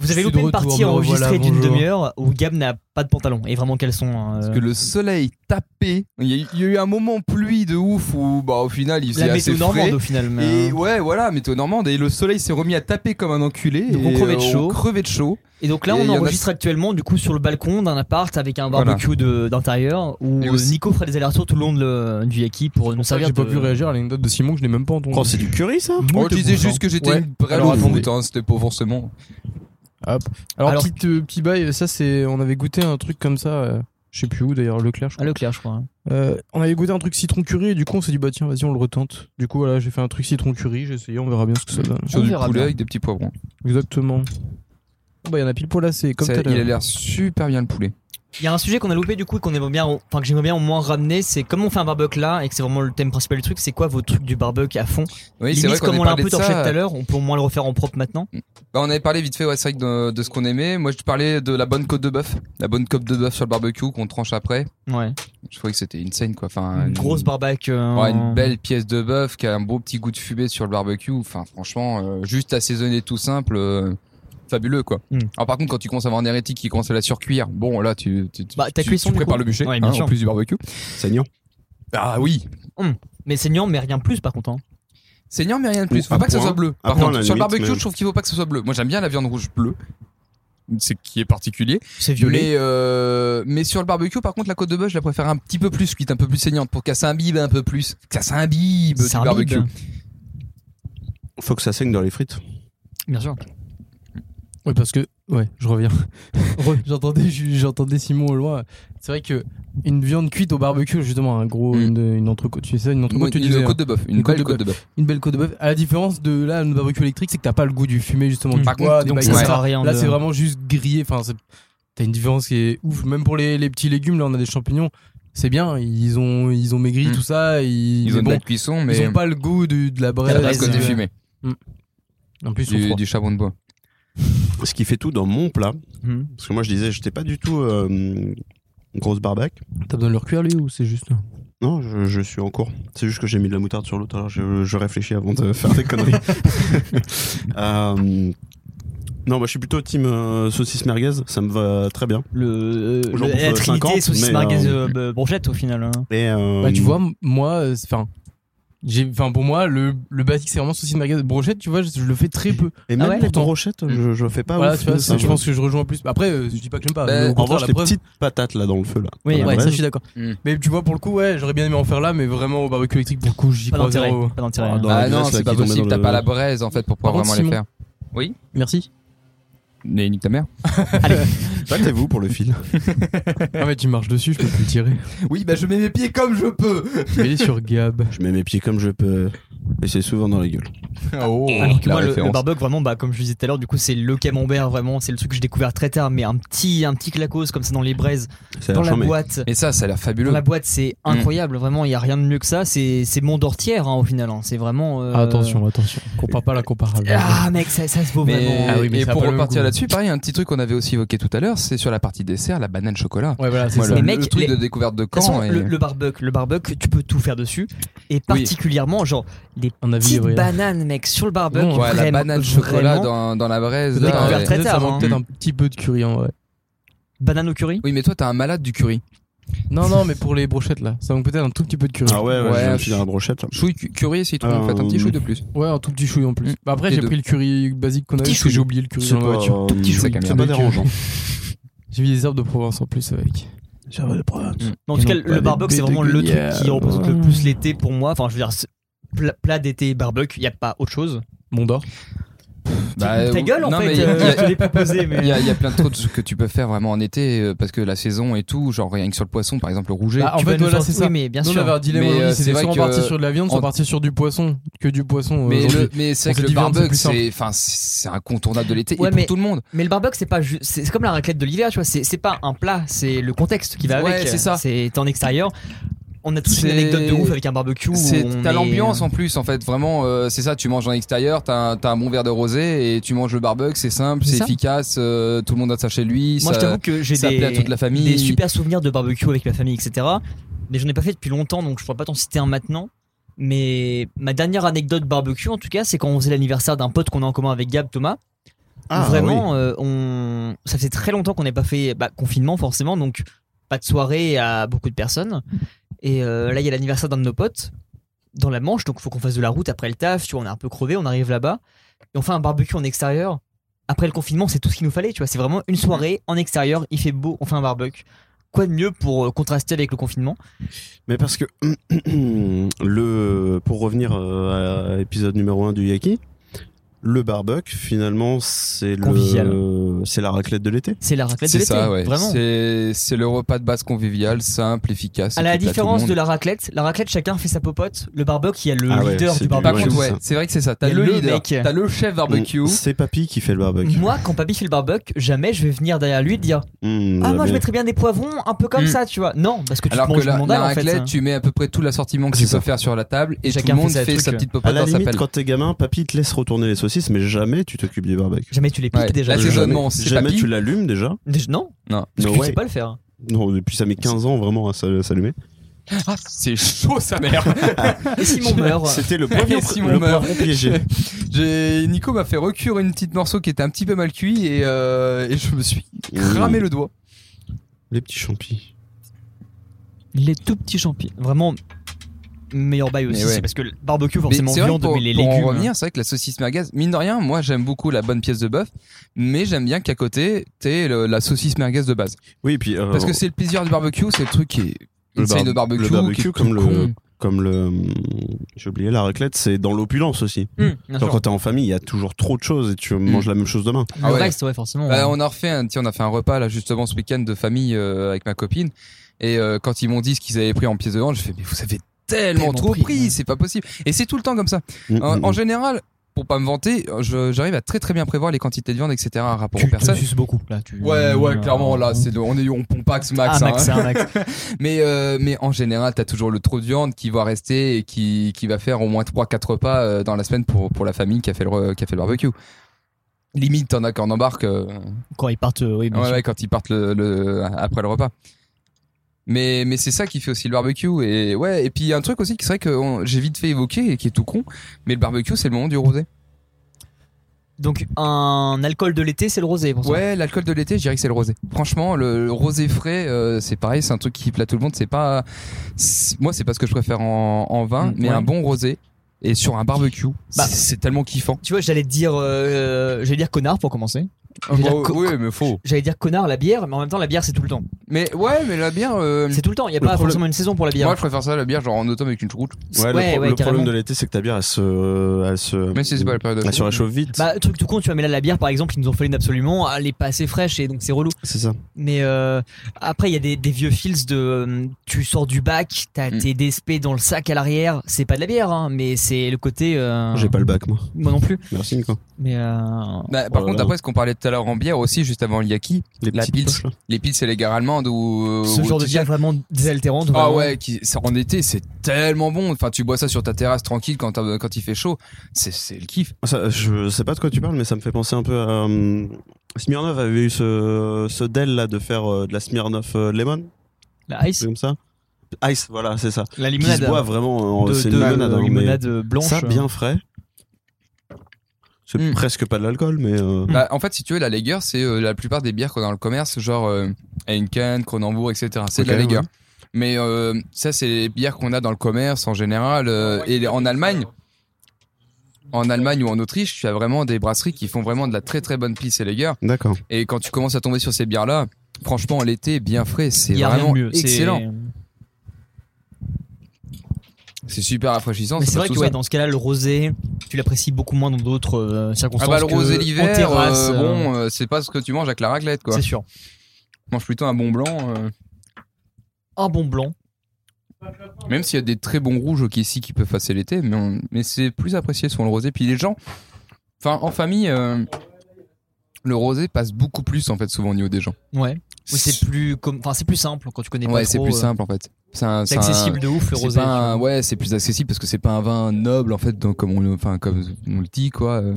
D: Vous avez
F: Je
D: loupé
F: suis de
D: une
F: retour,
D: partie
F: me revoilà,
D: enregistrée d'une
F: bonjour.
D: demi-heure où Gab n'a pas de pantalon. Et vraiment, quels sont. euh,
E: Parce que le soleil tapé. Il y, a eu- il y a eu un moment pluie de ouf où, bah, au final, il faisait
D: La
E: assez
D: météo
E: frais.
D: normande au final. mais- hein. euh.
E: Et ouais, voilà, météo normande. Et le soleil s'est remis à taper comme un enculé.
D: Donc on
E: et,
D: crevait de
E: euh,
D: chaud.
E: On crevait de chaud.
D: Et donc là,
E: Et
D: on
E: il y en a-
D: enregistre actuellement du coup sur le balcon d'un appart avec un
E: Voilà.
D: barbecue de- d'intérieur où
E: Et aussi-
D: euh, Nico fera des allers-retours tout le long de le- du yaki pour nous
F: Ça,
D: servir.
F: j'ai pas
D: de-
F: pu réagir à l'anecdote de Simon que je n'ai même pas entendu.
I: Oh, c'est du curry ça
E: On disait juste que j'étais
F: Ouais.
E: une vraie
F: Alors,
E: louve,
F: attendez.
E: putain, c'était pas forcément.
F: Alors,
D: Alors-
F: petite, euh, petit bail, ça c'est. On avait goûté un truc comme ça, euh, je sais plus où d'ailleurs, Leclerc, je
D: à
F: crois.
D: Leclerc, je crois. hein.
F: Euh, on avait goûté un truc citron curry et du coup on s'est dit, bah tiens, vas-y, on le retente. Du coup, voilà, j'ai fait un truc citron curry, j'ai essayé, on verra bien ce que ça donne.
E: Sur
D: On
E: du
D: verra
E: poulet
D: bien.
E: avec des petits poivrons.
F: Exactement. Bon, bah, il y en a pile poil assez, comme
E: Ça,
F: tout à
E: il a
F: l'heure.
E: l'air super bien le poulet.
D: Il y a un sujet qu'on a loupé du coup et qu'on aimerait bien, enfin que j'aimerais bien au moins ramener, c'est comme on fait un barbecue là et que c'est vraiment le thème principal du truc, c'est quoi vos trucs du barbecue à fond
E: Oui,
D: Limite
E: c'est vrai qu'on
D: comme
E: avait
D: on l'a un
E: parlé
D: peu
E: de
D: torché tout à
E: ça.
D: l'heure, on peut au moins le refaire en propre maintenant.
E: Bah, on avait parlé vite fait, ouais, c'est vrai, que de, de ce qu'on aimait. Moi, je te parlais de la bonne côte de bœuf. La bonne côte de bœuf sur le barbecue qu'on tranche après.
D: Ouais.
E: Je trouvais que c'était une scène, quoi. Enfin,
D: Une grosse barbecue. euh,
E: Ouais, une belle pièce de bœuf qui a un beau petit goût de fumée sur le barbecue. Enfin, franchement, euh, juste assaisonné tout simple, euh, fabuleux quoi.
D: Mm.
E: Alors par contre, quand tu commences à avoir un hérétique qui commence à la surcuire, bon là, tu, tu, tu-
D: Bah, ta
E: tu-
D: cuisson,
E: tu
D: du
E: prépares
D: coup.
E: le bûcher
D: Ouais, bien
E: hein,
D: sûr.
E: en plus du barbecue.
I: Saignant.
E: Ah oui,
D: Mais saignant, mais rien de plus par contre. hein.
E: saignant mais rien de plus.
I: Ou
E: Faut
I: Oh, un
E: pas que ça
I: point.
E: soit bleu.
I: Un
E: Par
I: point, à
E: contre,
I: la
E: sur le
I: limite,
E: barbecue,
I: mais-
E: je trouve qu'il faut pas que ce soit bleu. Moi, j'aime bien la viande rouge bleue. C'est qui est particulier.
D: C'est violet.
E: Mais, euh, mais sur le barbecue, par contre, la côte de bœuf, je la préfère un petit peu plus cuite, un peu plus saignante pour qu'elle s'imbibe un peu plus. Que ça s'imbibe du
D: C'est un
E: barbecue.
D: bide.
I: Faut que ça saigne dans les frites.
D: Bien sûr.
F: Ouais, parce que. Ouais, je
E: *laughs*
F: reviens. Re- J'entendais ju- j'entendais Simon au loin. C'est vrai que une viande cuite au barbecue, justement, un gros,
E: Mm.
F: une, une entrecôte. Tu sais, une
E: Moi,
F: entrecôte, tu
E: une
F: disais,
E: côte de bœuf, une,
F: Une côte
E: belle
F: de
E: côte de bœuf.
F: une belle côte de bœuf. À la différence de là, le barbecue électrique, c'est que t'as pas le goût du fumé justement. du
E: Par
F: bois,
E: contre,
F: des
E: donc,
F: bails
E: ça
F: comme
E: sert
F: ça.
D: à rien
F: Là,
D: de-
F: c'est vraiment juste grillé. Enfin, c'est- t'as une différence qui est ouf. Même pour les, les petits légumes, là, on a des champignons. C'est bien, ils ont ils ont maigri
E: Mm.
I: Hmm.
F: tout ça. Ils,
E: Ils
F: mais
E: ont une
F: bon,
E: belle cuisson, mais
F: ils ont pas le goût du- de la braise.
E: la braise
D: braise,
E: côté
D: euh,
E: fumée,
F: En plus, ils sont
E: du,
F: froids.
E: du charbon de bois.
I: Ce qui fait tout dans mon plat.
D: Mhm.
I: Parce que moi je disais, j'étais pas du tout euh, grosse barbac.
F: T'as besoin de leur cuire lui ou c'est juste euh,
I: Non, je, je suis en cours. C'est juste que j'ai mis de la moutarde sur l'autre, alors je, je réfléchis avant de faire des *laughs* conneries. Euh, non, moi je suis plutôt team euh, saucisse merguez, ça me va très bien.
D: Le, euh,
I: J'en
D: le-
I: bouffe,
D: la
I: euh,
D: trinité
I: 50,
D: saucisse
I: mais,
D: merguez
I: euh,
D: euh, bah, brochette au final. hein.
I: Et, euh,
F: Bah, tu vois, m- moi, euh, c'est- enfin, j'ai, enfin, pour moi, le, le basique, c'est vraiment saucisse merguez brochette. Tu vois, je, je le fais très peu.
I: et même
D: Ah ouais,
I: les
F: pourtant.
I: brochettes, je, je fais pas
F: Mm. voilà,
I: ouf,
F: tu vois,
I: mais
F: c'est-
I: ça
F: je
I: me-
F: pense que je rejoins plus. Après, euh, je dis pas que j'aime pas.
E: Bah,
F: mais au
E: en
I: En
F: contraire,
I: revanche,
F: la
I: les
F: preuve-
I: petites patates là dans le feu là.
D: Oui,
I: Dans la
F: Ouais, ça,
I: braise.
F: je suis d'accord.
E: Mm.
F: Mais tu vois, pour le coup, ouais, j'aurais bien aimé en faire là, mais vraiment au barbecue électrique, pour le coup, j'y
D: Pas
F: crois
D: d'intérêt.
F: zéro.
D: Pas d'intérêt.
I: Ah, dans la
E: Ah non,
I: graisse, là,
E: c'est
I: qui
E: pas
I: tombait
E: possible,
I: dans
E: t'as
I: le-
E: pas la braise en fait pour pouvoir
F: Par contre,
E: vraiment les
F: Simon.
E: faire. Oui,
F: Merci.
E: mais nique ta mère.
I: Battez-vous pour le fil.
F: Ah, mais tu marches dessus, je peux plus le tirer.
E: Oui, bah je mets mes pieds comme je peux.
F: Mais il est sur Gab.
I: Je mets mes pieds comme je peux, et c'est souvent dans la gueule.
E: oh,
D: Alors que
E: la
D: moi, le, le
E: référence.
D: barbecue, vraiment, bah, comme je disais tout à l'heure, du coup, c'est le camembert, vraiment. C'est le truc que j'ai découvert très tard, mais un petit, un petit clacos comme ça dans les braises,
I: C'est
D: dans
I: la
D: la
I: chamée.
D: boîte.
E: Et ça, ça a l'air
D: Dans
E: fabuleux.
D: la boîte, c'est incroyable, vraiment, il n'y a rien de mieux que ça. C'est c'est mon dortière hein, au final, hein. c'est vraiment. euh,
F: Ah, Attention, attention. Compare pas la comparable.
D: Ah, mec, ça, ça se vaut
E: Mais,
D: vraiment.
F: Ah oui, mais
E: et
F: ça a
E: pour
F: pas le
E: repartir
F: goût.
E: là-dessus, pareil, un petit truc qu'on avait aussi évoqué tout à l'heure, c'est sur la partie dessert, la banane chocolat.
F: Ouais, voilà, c'est
E: Moi,
F: ça.
E: le,
D: Mais mec,
E: le truc
D: les-
E: de découverte
D: De
E: de
D: toute
E: Caen.
D: façon,
E: et-
D: le, le barbecue, le barbecue, tu peux tout faire dessus. Et particulièrement, genre, des
F: On a vu.
D: petites
F: ouais.
D: bananes, mec, sur le barbecue.
F: Bon,
E: Ouais, la
D: vraiment,
E: banane chocolat
D: vraiment.
E: dans, dans la braise.
D: Le
E: là,
D: découvert
E: ouais.
D: très
F: Peut-être, ça
D: tard,
F: manque
D: hein.
F: peut-être un petit peu de curry, hein, ouais.
D: Banane au curry
E: Oui, mais toi, t'as un malade du curry.
F: Non, non, mais pour les brochettes là, ça manque peut-être un tout petit peu de curry.
I: Ah ouais, ouais,
E: Ouais,
I: je me
E: je-
I: suis dans la brochette. là.
E: Chouille cu- curry, si tu veux,
I: Euh,
E: en fait, un petit chouille de plus.
F: Ouais, un tout petit chouille en plus.
E: Mm.
F: Bah après,
E: Les
F: j'ai
E: deux.
F: pris le curry basique qu'on avait,
E: Petit
F: parce que j'ai
E: chouille.
F: oublié le curry
I: C'est
F: dans la
I: pas,
F: voiture.
I: euh,
E: Tout petit
I: c'est
E: chouille.
I: pas
E: Ça mec,
I: dérangeant.
F: J'ai mis des herbes de Provence en plus avec.
E: Mm.
D: Mais en tout
F: Ils
D: cas,
F: n'ont pas
D: le barbecue,
F: de
D: c'est vraiment le truc
F: guignol.
D: qui représente le plus l'été pour moi. Enfin, je veux dire, c'est pla- plat d'été, barbecue, il n'y a pas autre chose.
F: Mon d'or.
E: Bah,
D: Ta gueule, en
E: non, mais
D: fait,
E: il y a-
D: euh,
E: il y a-
D: je te l'ai proposé, mais.
E: Il *laughs* y, a, il y a plein de trucs que tu peux faire vraiment en été euh, parce que la saison et tout, genre rien que sur le poisson, par exemple le rouget.
F: Bah, en
D: Tu
F: fait,
D: vas nous
F: voilà,
D: faire-
F: c'est ça.
D: Oui, mais bien
F: Nous, on avait
D: sûr.
F: un dilemme
E: Mais, euh,
F: aujourd'hui,
E: c'est
F: c'était
E: vrai
F: soit on
E: que-
F: partir sur de la viande, soit
E: en-
F: partir sur du poisson. Que du poisson. euh,
E: mais
F: aujourd'hui.
E: le, mais c'est
F: On
E: vrai
F: se
E: que
F: dit
E: le
F: viande, c'est
E: barbecue,
F: plus simple.
E: c'est enfin c'est incontournable de l'été
D: Ouais,
E: et pour
D: mais-
E: tout le monde.
D: Mais le barbecue, c'est pas ju- c'est c'est comme la raclette de l'hiver, tu vois. C'est c'est pas un plat, c'est le contexte qui va
E: Ouais,
D: avec.
E: c'est ça.
D: C'est t'es en extérieur. On a tous une
E: C'est-
D: anecdote de ouf avec un barbecue. où
E: C'est
D: on
E: t'as
D: est-
E: l'ambiance en plus en fait vraiment euh, c'est ça tu manges en extérieur t'as un- t'as un bon verre de rosé et tu manges le barbecue c'est simple
D: C'est
E: c'est
D: ça.
E: efficace euh, tout le monde a ça chez lui
D: Moi,
E: ça-
D: je t'avoue que j'ai
E: ça plaît à
D: des,
E: toute la famille.
D: des super souvenirs de barbecue avec ma famille, etc. Mais j'en ai pas fait depuis longtemps, donc je pourrais pas t'en citer un maintenant. Mais ma dernière anecdote barbecue, en tout cas, c'est quand on faisait l'anniversaire d'un pote qu'on a en commun avec Gab, Thomas.
I: Ah,
D: Vraiment, euh, on... ça faisait très longtemps qu'on n'avait pas fait bah, confinement, forcément, donc pas de soirée à beaucoup de personnes. Et euh, là, il y a l'anniversaire d'un de nos potes dans la Manche, donc il faut qu'on fasse de la route après le taf. Tu vois, on est un peu crevé, on arrive là-bas et on fait un barbecue en extérieur. Après le confinement, c'est tout ce qu'il nous fallait, tu vois. C'est vraiment une
E: Mhm.
D: soirée en extérieur, il fait beau, on fait un barbecue. Quoi de mieux pour euh, contraster avec le confinement
C: Mais parce que *clears throat* le pour revenir euh, à l'épisode numéro 1 du Yaki, le barbecue finalement c'est le
D: Convivial.
C: c'est la raclette de l'été.
D: C'est la raclette de
E: C'est
D: l'été,
E: ça, ouais.
D: vraiment.
E: C'est c'est le repas de base convivial, simple, efficace.
D: À la
E: équitable à tout le
D: différence de
E: monde.
D: la raclette, la raclette, chacun fait sa popote. Le barbecue, il y a le
C: Ah ouais,
D: leader
C: c'est
D: du
C: bien.
E: Par
D: barbecue.
E: contre,
C: c'est
E: ouais,
C: ça.
E: c'est vrai que c'est ça.
D: Il
E: T'as
D: y a
E: le,
D: le
E: leader,
D: mec.
E: t'as le chef barbecue.
C: Mm, C'est papy qui fait le barbecue.
D: Moi, quand papy fait le barbecue, jamais je vais venir derrière lui et dire
C: Mmh,
D: Ah, moi je
C: bien.
D: mettrais bien des poivrons, un peu comme
E: Mm.
D: ça, tu vois. Non, parce que tu
E: Alors
D: te
E: que
D: manges
E: la,
D: le mandal
E: la
D: en fait. hein. Ah,
E: raclette, tu mets à peu près tout l'assortiment que tu peux faire sur la table et
D: Chacun
E: tout le monde
D: fait
E: fait,
D: sa
E: sa
D: truc.
E: petite
C: À
E: popote
C: la
E: dans sa
C: limite,
E: pelle.
C: quand t'es gamin, papy il te laisse retourner les saucisses, mais jamais tu t'occupes des barbecues.
D: hein. Jamais tu les piques
E: Ouais,
D: déjà.
E: là, c'est
D: Déjà-
E: jaune. Raisonnement, c'est
C: jamais
E: papy.
C: tu l'allumes déjà.
D: Déjà- Non,
E: Non.
D: parce que
C: No
D: tu
C: way.
D: sais pas le
E: *laughs*
D: faire.
C: Non, depuis ça met 15 ans vraiment à s'al- s'allumer.
E: Ah, c'est chaud sa mère.
D: *laughs* Et Simon meurt.
C: C'était
E: *laughs*
C: le poivron,
E: Et si on
C: le
E: meurt
C: poivron
E: *laughs*
C: piégé.
E: J'ai Nico m'a fait recuire une petite morceau qui était un petit peu mal cuit et, euh, et je me suis cramé le doigt.
C: Mm. Les petits champis.
D: Les tout petits champignons. Vraiment, meilleur bail aussi,
E: Mais ouais.
D: c'est parce que le barbecue,
E: Mais
D: forcément,
E: c'est vrai que
D: viande,
E: pour,
D: mais les
E: pour
D: légumes.
E: en revenir, c'est vrai que la saucisse merguez, mine de rien, moi j'aime beaucoup la bonne pièce de bœuf, mais j'aime bien qu'à côté t'aies le- la saucisse merguez de base.
C: Oui, et puis euh,
E: Parce que c'est le plaisir du barbecue, c'est le truc qui est
C: Le
E: une scène de
C: bar-
E: barbecue,
C: le barbecue
E: qui est tout
C: comme le-
E: con.
C: comme le j'ai oublié la raclette, c'est dans l'opulence aussi.
E: hmm,
D: Mm, bien
C: Genre
D: sûr.
C: quand t'es en famille, il y a toujours trop de choses et tu manges la même chose demain.
D: Le
E: Ah ouais.
D: reste, ouais, forcément. euh,
E: Bah, on a refait un, tiens, on a fait un repas là justement ce week-end de famille euh, avec ma copine et euh, quand ils m'ont dit ce qu'ils avaient pris en pièce de viande, je fais mais vous avez tellement,
D: Tellement
E: trop pris,
D: pris, ouais.
E: c'est pas possible. Et c'est tout le temps comme ça. En,
C: Mm,
E: en
C: mm.
E: général, pour pas me vanter, je- j'arrive à très très bien prévoir les quantités de viande, etc. à rapport
D: tu
E: aux
D: te
E: personnes.
D: suces beaucoup là. Tu...
E: Ouais, ouais, clairement, là, c'est le- on est, on pompax max.
D: ah,
E: hein.
D: Max, c'est un Max.
E: Mais, euh, mais en général, t'as toujours le trop de viande qui va rester et qui, qui va faire au moins 3-4 repas euh, dans la semaine pour, pour la famille qui a fait le, re- qui a fait le barbecue. Limite, t'en as qu'on embarque euh,
D: Quand ils partent, euh, oui, bien
E: ouais,
D: sûr.
E: ouais, quand ils partent le, le- après le repas. Mais, mais c'est ça qui fait aussi le barbecue. Et ouais, et puis il y a un truc aussi qui serait que on- j'ai vite fait évoquer et qui est tout con, mais le barbecue, c'est le moment du rosé.
D: Donc, un alcool de l'été, c'est le rosé. Pour ça.
E: Ouais, l'alcool de l'été, je dirais que c'est le rosé. Franchement, le, le rosé frais, euh, c'est pareil, c'est un truc qui plaît à tout le monde. C'est pas, c'est- moi, c'est pas ce que je préfère en, en vin,
D: Mm,
E: mais
D: ouais.
E: un bon rosé et sur un barbecue,
D: Bah.
E: c'est- c'est tellement kiffant.
D: Tu vois, j'allais te dire, euh, j'allais dire connard pour commencer. Je veux dire, co- co-
E: Oh, mais faux.
D: J'allais dire connard la bière, mais en même temps la bière c'est tout le temps.
E: Mais ouais, mais la bière, euh,
D: C'est tout le temps. Il y a
C: Le
D: pas
C: problème-
D: forcément une saison pour la bière.
E: moi, je préfère ça, la bière, genre en automne avec une choucroute.
C: Ouais,
D: ouais,
C: le, pro-
D: ouais,
C: le
D: carrément.
C: problème de l'été, c'est que ta bière, elle se, elle se,
E: Mais si c'est pas la période de
C: elle se
E: choucroute.
C: réchauffe vite.
D: Bah truc tout con, tu vois. Mais là la bière par exemple, ils nous ont fallu absolument. Elle est pas assez fraîche et donc c'est relou.
C: c'est ça.
D: Mais euh, après il y a des, des vieux fils de, euh, tu sors du bac, t'as
E: Mm.
D: tes DSP dans le sac à l'arrière. C'est pas de la bière, hein, mais c'est le côté. euh,
C: J'ai pas le bac, moi.
D: Moi non plus.
C: Merci, Nico.
D: Mais euh,
E: Bah, par
C: Oh là
E: contre,
C: là.
E: après, ce qu'on parlait tout à l'heure en bière aussi, juste avant le yaki,
C: Les
E: La
C: petites
E: pils.
C: poches, là.
E: les pils, c'est les gares allemandes ou.
D: ce
E: ou
D: genre de
E: Tichel.
D: bière vraiment désaltérante.
E: Ah
D: vraiment.
E: ouais, qui, ça, en été, c'est tellement bon. Enfin, tu bois ça sur ta terrasse tranquille quand, t'as- quand il fait chaud. C'est c'est le kiff.
C: Ça, je sais pas de quoi tu parles, mais ça me fait penser un peu à. euh, Smirnoff avait eu ce, ce Dell là de faire euh, de la Smirnoff euh, Lemon,
D: La
C: c'est
D: ice,
C: comme ça. Ice, voilà, c'est ça.
D: la
C: Qui
D: limonade.
C: se boit vraiment, en-
D: de,
C: c'est
D: de-
C: une limonade.
D: euh,
C: hein, mais
D: limonade blanche.
C: Ça,
F: euh.
C: bien frais. C'est
F: Hmm.
E: Mm.
C: presque pas de l'alcool, mais. euh,
E: Bah, en fait, si tu veux, la Lager, c'est euh, la plupart des bières qu'on a dans le commerce, genre euh, Heineken, Kronenbourg, etc. C'est de la
C: Ok,
E: Lager.
C: ouais.
E: Mais euh, ça, c'est les bières qu'on a dans le commerce en général. euh, et en Allemagne, en Allemagne ou en Autriche, tu as vraiment des brasseries qui font vraiment de la très très bonne pisse et Lager.
C: D'accord.
E: Et quand tu commences à tomber sur ces bières-là, franchement, l'été, bien frais, c'est
D: Il y a rien
E: vraiment
D: de mieux. c'est-
E: excellent. C'est super rafraîchissant.
D: Mais c'est
E: pas
D: vrai que
E: tout
D: ouais,
E: ça.
D: dans ce cas-là, le rosé, tu l'apprécies beaucoup moins dans d'autres euh,
E: Ah
D: circonstances.
E: bah le
D: que
E: rosé
D: En
E: l'hiver,
D: terrasse,
E: euh,
D: euh,
E: bon, euh, c'est pas ce que tu manges avec la raclette quoi.
D: c'est sûr.
E: Mange plutôt un bon blanc. euh,
D: Un bon blanc.
E: Même s'il y a des très bons rouges qui ici qui peuvent passer l'été, mais, on- mais c'est plus apprécié sur le rosé. Puis les gens, enfin en famille, euh, le rosé passe beaucoup plus en fait souvent au niveau des gens.
D: Ouais. Ou c'est plus, comme, enfin, c'est plus simple quand tu connais pas
E: ouais, c'est
D: trop,
E: plus
D: euh,
E: simple en fait. C'est un-
D: C'est
E: c'est un-
D: accessible de ouf le
E: c'est
D: rosé.
E: pas un-
D: tu vois.
E: ouais, c'est plus accessible parce que c'est pas un vin noble en fait, donc, comme on, enfin comme on le dit quoi. euh.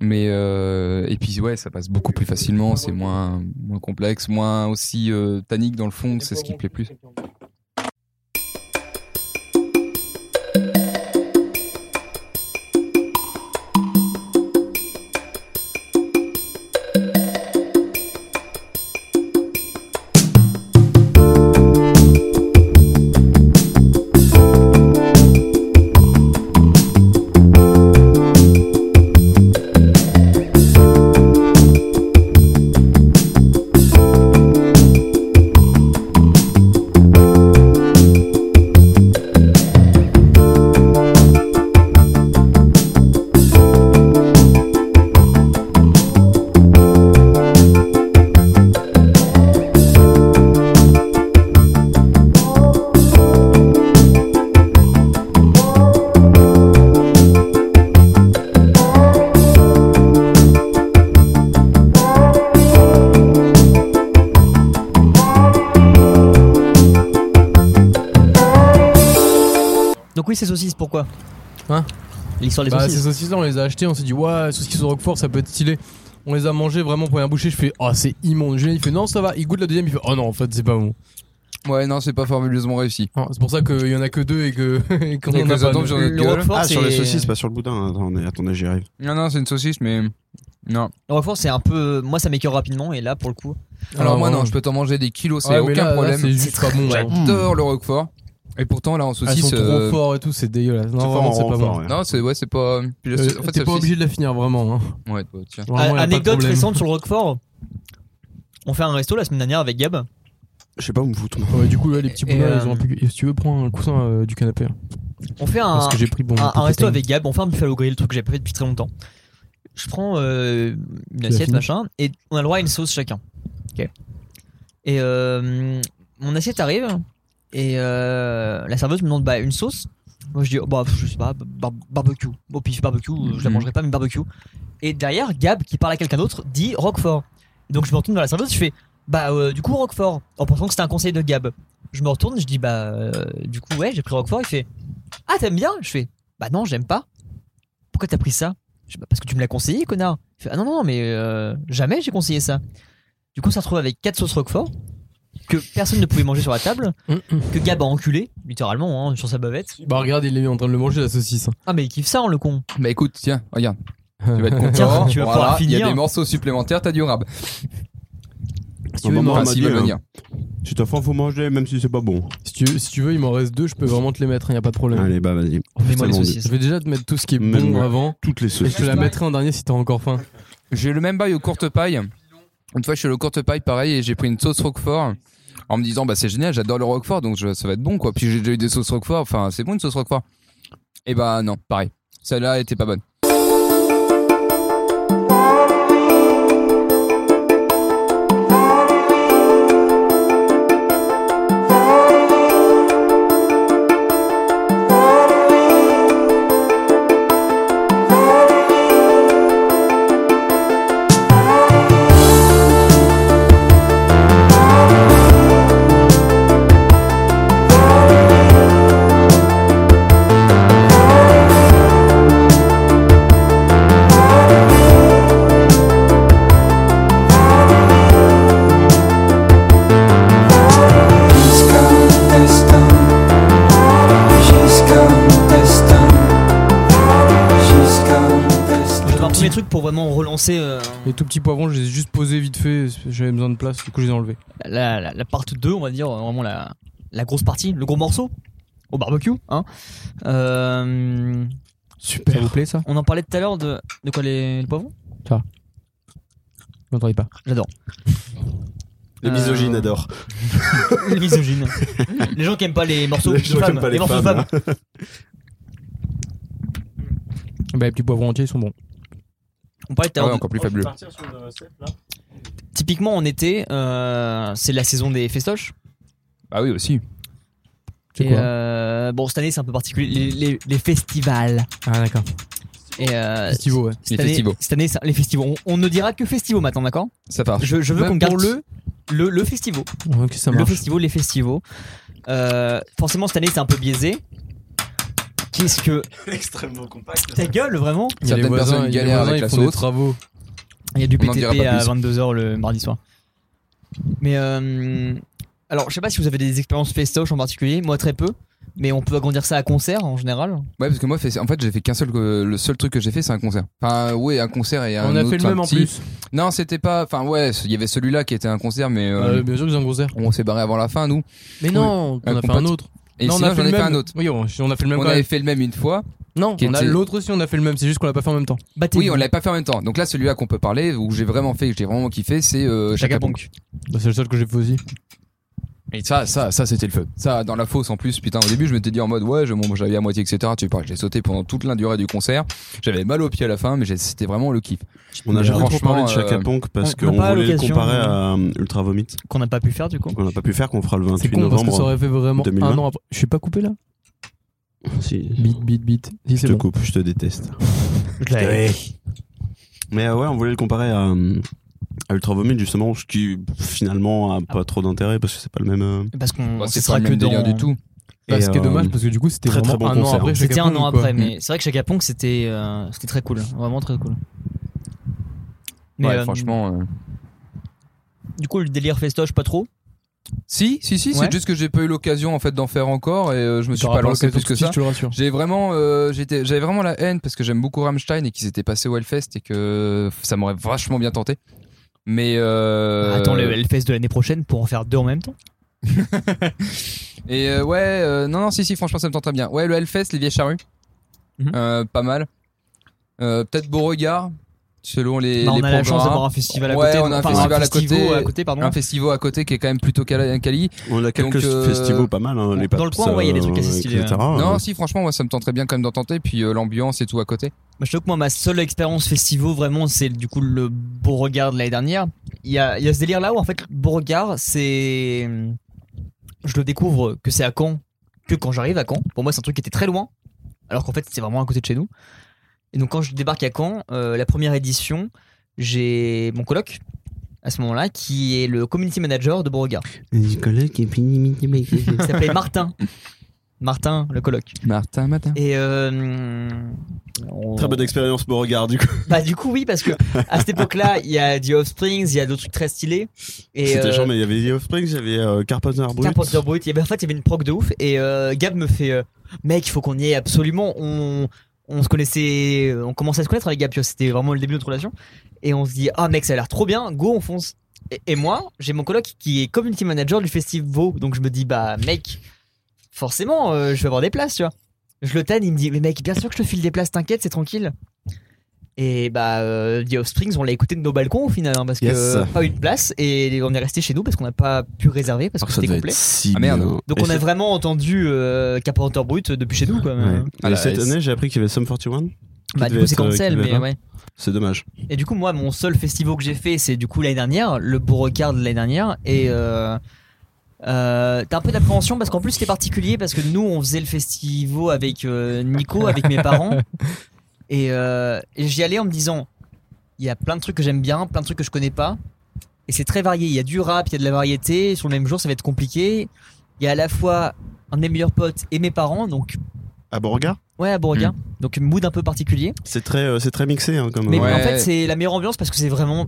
E: Mais euh, et puis ouais, ça passe beaucoup plus facilement. C'est moins moins complexe, moins aussi euh, tannique dans le fond. C'est ce qui plaît plus.
D: Donc oui, c'est saucisse, pourquoi
F: Hein
D: L'histoire des
F: Bah, ces
D: saucisses.
F: saucisses-là, on les a achetées, on s'est dit, ouais, saucisses au roquefort, ça peut être stylé. On les a mangées vraiment pour un bouchée, je fais, oh, c'est immonde. Julien, il fait, non, ça va. Il goûte la deuxième, il fait, oh non, en fait, c'est pas bon.
E: Ouais, non, c'est pas fabuleusement réussi.
F: Ah, C'est pour ça qu'il y en a que deux et que- *laughs* et qu'on
E: Et
F: en
E: que
F: a
E: ça
F: pas.
E: tombe
F: nous.
E: sur notre
D: Le
E: gueule.
D: Roquefort,
I: Ah, sur les
D: c'est-
I: saucisses, pas sur le boudin. Attendez, attendez j'y arrive.
E: Non, non, c'est une saucisse, mais. Non.
D: Le Roquefort, c'est un peu. Moi, ça m'écœure rapidement, et là, pour le coup.
E: Alors, moi,
F: Ah,
E: non,
F: vraiment.
E: je peux t'en manger des kilos, c'est
F: Ouais, mais
E: aucun
F: là- là,
E: problème.
F: C'est juste pas bon. ouais.
E: J'adore le roquefort. Et pourtant, là, en
F: Elles
E: saucisse.
F: sont
E: euh,
F: trop forts et tout, c'est dégueulasse.
I: C'est
F: Non,
I: fort
F: vraiment,
I: en
F: c'est pas
I: renfort,
F: bon.
I: ouais.
E: Non, c'est ouais, c'est pas. Puis la-
F: Euh,
E: en fait,
F: T'es
E: la
F: pas
E: saucisse-
F: obligé de la finir vraiment. hein.
E: Ouais, toi, tiens.
F: Vraiment, y a pas de
D: anecdote
F: problème.
D: récente sur le Roquefort. On fait un resto la semaine dernière avec Gab.
I: Je sais pas où me foutre. moi.
F: Ouais, du coup, là, les petits
D: Et,
F: boudins,
D: euh,
F: ils ont un peu- et Si tu veux, prends un coussin euh, du canapé. hein.
D: On fait un,
F: Parce que j'ai pris bon.
D: un- un
F: pour
D: resto
F: protéines.
D: avec Gab, on fait un buffalo grill, le truc que j'ai pas fait depuis très longtemps. Je prends euh, une
F: l'as
D: assiette,
F: fini
D: machin, et on a le droit à une sauce chacun. Et euh, mon assiette arrive, et euh, la serveuse me demande bah, une sauce. Moi je dis, oh, bah, pff, je sais pas, bar- barbecue. Bon, puis barbecue, euh, je la
E: Mhm.
D: mangerai pas, mais barbecue. Et derrière, Gab, qui parle à quelqu'un d'autre, dit Roquefort. Donc je me retourne vers la serveuse, je fais, bah, euh, du coup, Roquefort, en pensant que c'était un conseil de Gab. Je me retourne, je dis, bah, euh, du coup, ouais, j'ai pris Roquefort. Il fait, ah, t'aimes bien Je fais, bah non, j'aime pas. Pourquoi t'as pris ça Je fais, bah, parce que tu me l'as conseillé, connard. Il fait, ah non, non, mais euh, jamais j'ai conseillé ça. Du coup, on s'est retrouvé avec quatre sauces Roquefort que personne ne pouvait manger sur la table, que Gab a enculé, littéralement, hein, sur sa bavette.
F: Bah, regarde, il est en train de le manger, la saucisse. hein.
D: Ah, mais il kiffe ça, hein, le con.
E: Bah écoute, tiens, regarde. Tu *laughs* vas être content.
D: Tiens, tu vas
E: Voilà,
D: pouvoir
E: Il y a
D: finir.
E: des morceaux supplémentaires, t'as du rab.
F: Si tu veux,
I: Maman
F: il m'en-
E: Enfin,
I: m'a
E: s'ils
I: dit,
E: veulent
I: euh,
E: venir.
I: Si t'as faim, faut manger, même si c'est pas bon.
F: si tu- si tu veux, il m'en reste deux, je peux vraiment te les mettre, hein, y a pas de problème.
I: Allez, bah vas-y.
D: Mets-moi les
I: bon,
D: saucisses.
F: Je vais déjà te mettre tout ce qui est
I: Même
F: bon
I: moi.
F: avant.
I: Toutes les
F: Et
I: sauces.
F: je te la mettrai en dernier si t'as encore faim.
E: J'ai le même bail au courte paille. Une fois, je suis allé au courte paille, pareil, et j'ai pris une sauce roquefort en me disant, bah c'est génial, j'adore le roquefort, donc je- ça va être bon, quoi. Puis j'ai déjà eu des sauces roquefort, enfin, c'est bon une sauce roquefort. Et bah non, pareil. Celle-là était pas bonne.
D: Je vais devoir tous mes trucs pour vraiment relancer euh,
F: Les tout petits poivrons, je les ai juste posés vite fait, j'avais besoin de place, du coup je les ai enlevés.
D: la, la, la part 2, on va dire, euh, vraiment la, la grosse partie, le gros morceau au barbecue. Hein. Euh,
F: Super. Ça vous plaît ça
D: on en parlait tout à l'heure de, de quoi les, les *laughs* poivrons
F: Vous m'entendez pas.
D: J'adore.
I: Les misogynes
D: Euh,
I: adorent.
D: Les misogynes. les gens qui aiment pas les
I: *laughs*
D: morceaux
I: Les
D: de
I: gens qui
D: femmes.
I: aiment pas les
D: morceaux de
I: femmes,
D: femmes.
F: Bah, les petits poivrons entiers ils sont bons.
D: On parlait tout à
E: Ah ouais,
D: l'heure de-
E: encore plus fabuleux.
D: Typiquement en été, euh, c'est la saison des festoches.
E: Ah oui, aussi.
F: C'est
D: Et,
F: quoi
D: euh, bon, cette année c'est un peu particulier, les, les- les festivals.
F: Ah d'accord.
D: Et, euh,
F: Festivo, ouais.
E: Les
D: Cette année,
E: festivals.
D: cette année, ça- les festivals. On, on ne dira que festivals maintenant, d'accord
E: Ça part.
D: je, je veux
E: Même
D: qu'on garde
E: Bah, pour
D: le, le, le festival.
F: Ok, ça
D: Le
F: marche.
D: festival, les festivals. Euh, forcément, cette année, c'est un peu biaisé. Qu'est-ce que.
I: *laughs* Extrêmement compact.
D: Ta gueule, vraiment
F: Il y a
E: Certaines
F: les voisins-
E: personnes
F: il y a les
E: galèrent
F: voisins,
E: avec
F: ils
E: la
F: font des
E: sauce.
F: travaux.
D: Il y a du
E: On en dira
D: PTP
E: pas
D: à
E: plus.
D: 22h le mardi soir. Mais euh, alors, je sais pas si vous avez des expériences festoches en particulier, moi très peu, mais on peut agrandir ça à concert en général.
E: Ouais, parce que moi, fais- en fait, j'ai fait qu'un seul, euh, le seul truc que j'ai fait, c'est un concert. Enfin, ouais, un concert et un
F: On a
E: autre,
F: fait le
E: un
F: même en
E: petit-
F: plus.
E: Non, c'était pas, enfin, ouais, il y avait celui-là qui était un concert, mais euh,
F: Euh, Bien sûr qu'ils ont un concert.
E: on s'est barré avant la fin, nous.
F: Mais non, on
E: Un
F: a fait un
E: compact.
F: autre.
E: Et
F: non,
E: sinon, j'en ai fait
F: le
E: un
F: même.
E: autre.
F: Oui, on, on a fait le même
E: On
F: quand
E: avait
F: même.
E: fait le même une fois.
F: Non,
E: qui
F: on a
E: était-
F: l'autre aussi, on a fait le même, c'est juste qu'on l'a pas fait en même temps.
E: Oui, on l'avait pas fait en même temps. Donc là, celui-là qu'on peut parler, où j'ai vraiment fait, que j'ai vraiment kiffé, c'est euh, Chaka Ponk.
F: Bah, c'est le seul que j'ai fait aussi.
E: Et ça, ça, ça, c'était le feu. Ça, dans la fosse en plus, putain, au début, je m'étais dit en mode, ouais, je- bon, j'avais à moitié, etc. Tu parles, j'ai sauté pendant toute la durée du concert. J'avais mal au pied à la fin, mais j'ai- c'était vraiment le kiff.
I: On a
E: Mais
I: jamais trop
E: franchement,
I: parlé de Chaka
E: euh,
I: Ponk parce
D: on n'a
I: qu'on
D: pas
I: voulait le
D: l'occasion,
I: comparer
D: mais-
I: à euh, Ultra Vomit.
D: Qu'on n'a pas pu faire du coup.
I: On n'a pas pu faire, qu'on fera le
F: C'est
I: 28
F: con parce que ça
I: novembre.
F: aurait fait vraiment
I: 2020.
F: un an après. Je suis pas coupé là
I: Si.
F: Bit, bit, bit. Si,
I: Je
F: c'est
I: te
F: bon.
I: coupe, je te déteste.
D: Je l'avais.
I: Mais euh, ouais, on voulait le comparer à, euh, à Ultra Vomit justement, ce qui finalement a pas trop d'intérêt parce que c'est pas le même. euh,
D: Parce qu'on
E: Bah,
D: ce
E: c'est pas
D: sera
E: le
D: que
E: même
D: dans
E: délire du tout.
F: Bah,
C: Et,
F: ce qui est
C: euh,
F: dommage parce que du coup c'était
C: très,
F: vraiment
C: très bon
F: un an
C: concert.
F: Ah après.
D: C'était
F: Chaka
D: un
F: Punk,
D: an
F: quoi.
D: après,
E: Mm.
D: mais c'est vrai que Chaka Punk c'était euh, c'était très cool, vraiment très cool. Mais,
E: Ouais,
D: euh,
E: franchement. euh,
D: Du coup, le délire festoche, pas trop.
E: Si, si, si,
D: Ouais.
E: c'est juste que j'ai pas eu l'occasion en fait d'en faire encore et euh, je me suis
F: T'auras
E: pas lancé
F: l'occasion
E: plus que
F: si,
E: ça.
F: Je te le rassure.
E: J'ai vraiment, euh, j'étais, j'avais vraiment la haine parce que j'aime beaucoup Rammstein et qu'ils étaient passés au Hellfest et que ça m'aurait vachement bien tenté. Mais euh,
D: Attends, le Hellfest de l'année prochaine pour en faire deux en même temps.
E: *laughs* Et euh, ouais, euh, non, non, si, si, franchement, ça me tente très bien. Ouais, le Hellfest, les vieilles charrues,
D: Mhm.
E: Euh, pas mal. Euh, Peut-être Beauregard, selon les,
D: Bah,
E: les
D: on a la chance
E: programmes.
D: d'avoir un festival à
E: Ouais,
D: côté.
E: on a un
D: enfin,
E: festival à
D: festivo
E: côté.
D: pardon.
E: un festival à côté qui est quand même plutôt cala- quali.
C: On a quelques
E: Donc, euh,
C: festivals pas mal. hein, les
D: dans le
C: Paps,
D: coin, ouais, il y a des trucs assez
C: euh,
D: stylés,
C: etc.,
E: Non,
C: hein.
E: si, franchement, moi, ça me tenterait bien quand même d'en tenter. Puis euh, l'ambiance et tout à côté.
D: Bah, je trouve que moi, ma seule expérience festivo, vraiment, c'est du coup le Beauregard de l'année dernière. Il y a, il y a ce délire là où en fait, le Beauregard, c'est. Je le découvre que c'est à Caen, que quand j'arrive à Caen. Pour moi, c'est un truc qui était très loin, alors qu'en fait, c'était vraiment à côté de chez nous. Et donc, quand je débarque à Caen, euh, la première édition, j'ai mon coloc à ce moment-là qui est le community manager de Beauregard.
C: *laughs*
D: Il s'appelait Martin. Martin, le coloc.
E: Martin, matin.
D: Et. euh, on-
C: Très bonne expérience Beauregard du coup.
D: bah du coup oui parce que à cette époque-là il y a The Offsprings, il y a d'autres trucs très stylés et
C: C'était
D: euh,
C: genre, mais il y avait The Offspring, il y avait euh, Carpenter Brut.
D: Carpenter Brut. Il y avait en fait il y avait une proc de ouf et euh, Gab me fait euh, mec il faut qu'on y aille absolument on on se connaissait euh, on commençait à se connaître avec Gab tu vois, c'était vraiment le début de notre relation et on se dit ah mec ça a l'air trop bien go on fonce et, et moi j'ai mon coloc qui est community manager du festival donc je me dis bah mec forcément euh, je vais avoir des places tu vois je le tanne il me dit mais mec bien sûr que je te file des places t'inquiète c'est tranquille et bah euh, The Offsprings on l'a écouté de nos balcons au final hein, parce que
C: Yes.
D: euh, pas eu de place et on est resté chez nous parce qu'on n'a pas pu réserver parce que
C: ça
D: c'était
C: devait
D: complet
C: être si
E: Ah, merde.
C: bien.
D: donc
C: Et
D: on a
C: c'est-
D: vraiment entendu euh, Carpenter Brut depuis chez nous quand
C: Ouais.
D: même.
C: Et
E: Ah, là,
C: cette
E: et-
C: année, j'ai appris qu'il y avait Sum 41.
D: Bah
C: Qui
D: du
C: devait
D: coup c'est
C: être, euh,
D: cancel
C: qui devait
D: mais
C: être
D: ouais.
C: C'est dommage.
D: Et du coup moi mon seul festival que j'ai fait c'est du coup l'année dernière, le Beauregard de l'année dernière et euh, euh, t'as un peu d'appréhension parce qu'en plus c'était particulier parce que nous on faisait le festival avec euh, Nico, avec mes parents et, euh, et j'y allais en me disant il y a plein de trucs que j'aime bien, plein de trucs que je connais pas et c'est très varié, il y a du rap, il y a de la variété, sur le même jour ça va être compliqué, il y a à la fois un de mes meilleurs potes et mes parents donc
C: À Beauregard,
D: Ouais, à Beauregard. Donc, mood un peu particulier.
C: c'est très, euh, c'est très mixé hein, comme.
D: Mais
E: Ouais.
D: en fait, c'est la meilleure ambiance parce que c'est vraiment.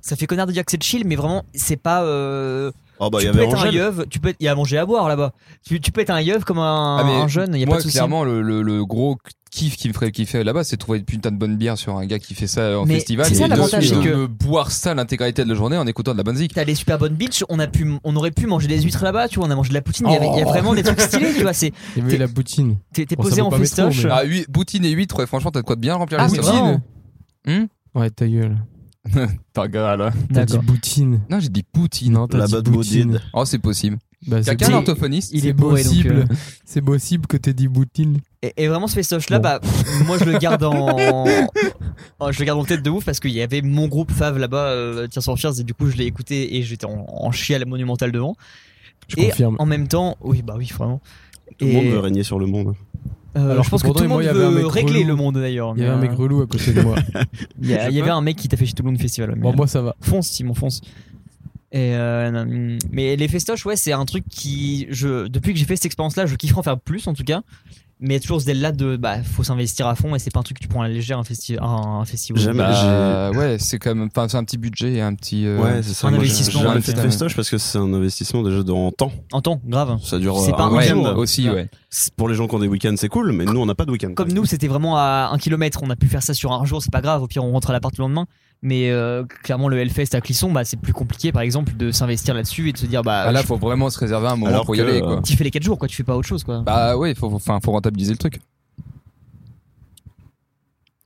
D: Ça fait connard de dire que c'est chill, mais vraiment, c'est pas. euh,
C: Oh, bah, il
D: tu
C: y
D: peux
C: avait
D: être un
C: Angèle.
D: yeuve, tu peux être- il y a à manger et à boire là-bas. Tu, tu peux être un yeuve comme un,
E: Ah, mais
D: un jeune, il y a
E: Moi,
D: pas de souci.
E: clairement, le, le, le gros kiff qui me ferait kiffer là-bas, c'est de trouver une putain de bonne bière sur un gars qui fait ça en
D: Mais
E: festival.
D: c'est
E: et
D: ça
E: de-
D: l'avantage,
E: et
D: c'est
E: de
D: que-
E: me boire ça l'intégralité de la journée en écoutant de la bonne zik.
D: T'as les super bonnes beaches, on, a pu, on aurait pu manger des huîtres là-bas, tu vois, on a mangé de la poutine, il y avait- il y a vraiment des trucs stylés, tu vois, c'est-
F: Il y avait
D: T'es-
F: la poutine.
D: t'es t'es
F: Bon, ça
D: posé
F: vaut
D: en
F: pas métro,
D: festoche.
F: mais-
E: Ah, huit- boutine et huître, ouais, franchement, t'as de quoi de bien remplir
D: Ah,
E: le
D: c'est
E: restaurant.
D: vraiment-
F: Hmm Ouais ta gueule.
E: T'as gars, là.
F: T'as dit
D: D'accord.
F: poutine.
E: Non, j'ai dit poutine.
F: Non t'as
C: La
F: dit
C: bonne
F: poutine.
C: boudine.
E: Oh, c'est possible.
F: Bah, c'est
E: Quelqu'un
F: possible.
E: orthophoniste
D: Il est
F: C'est
D: bourré, donc,
F: possible.
D: euh.
F: C'est possible que t'aies dit poutine.
D: Et, et vraiment ce festoche là,
F: Bon.
D: bah moi je le garde en, *laughs* en- je le garde en tête de ouf parce qu'il y avait mon groupe Fave là-bas, euh, Tears for Fears, et du coup je l'ai écouté et j'étais en, en chial monumental devant.
F: Je
D: et
F: confirme.
D: en même temps, oui bah oui vraiment.
C: Tout le
D: Et,
C: monde veut régner sur le monde. hein.
D: euh,
F: Alors
D: je pense
F: que
D: que tout
F: pourtant,
D: le
F: moi,
D: monde
F: il y avait un
D: veut
F: mec
D: régler
F: relou.
D: le monde d'ailleurs.
F: Il y avait un
D: mais, euh,
F: mec relou à côté de moi.
D: *laughs* Il y, a- il y avait un mec qui t'a fait chez Toulouse Festival. mais, euh,
F: Bon, moi ça va.
D: Fonce, Simon, fonce. Et euh, non, mais les festoches, ouais, c'est un truc qui, je, depuis que j'ai fait cette expérience-là, je kifferais en faire plus en tout cas. Mais il y a toujours ce délai là de, bah, faut s'investir à fond et c'est pas un truc que tu prends à la légère un, festi un, un festival.
C: Jamais.
E: Bah, ouais, c'est quand même. Enfin, c'est un petit budget et un petit. euh,
C: Ouais, c'est ça.
D: un
C: moi, j'ai-
D: investissement,
C: J'ai
E: ouais,
C: jamais fait de
E: putain.
C: festoche parce que c'est un investissement déjà de- en temps.
D: En temps, grave.
C: Ça dure
D: C'est
C: euh,
D: pas
C: un
D: un
E: ouais,
D: jour.
C: week-end.
E: aussi, ouais.
C: C'est- Pour les gens qui ont des week-ends, c'est cool, mais nous, on n'a pas de week-end.
D: Comme nous, c'était vraiment à un kilomètre. On a pu faire ça sur un jour, c'est pas grave. Au pire, on rentre à l'appart le lendemain. Mais euh, clairement, le Hellfest à Clisson, bah, c'est plus compliqué, par exemple, de s'investir là-dessus et de se dire, bah,
E: Ah, là, faut vraiment se réserver un moment
C: Alors
E: pour y
C: que,
E: aller, quoi.
D: tu fais les 4 jours, quoi. Tu fais pas autre chose, quoi.
E: Bah, ouais, faut, enfin, faut rentabiliser le truc.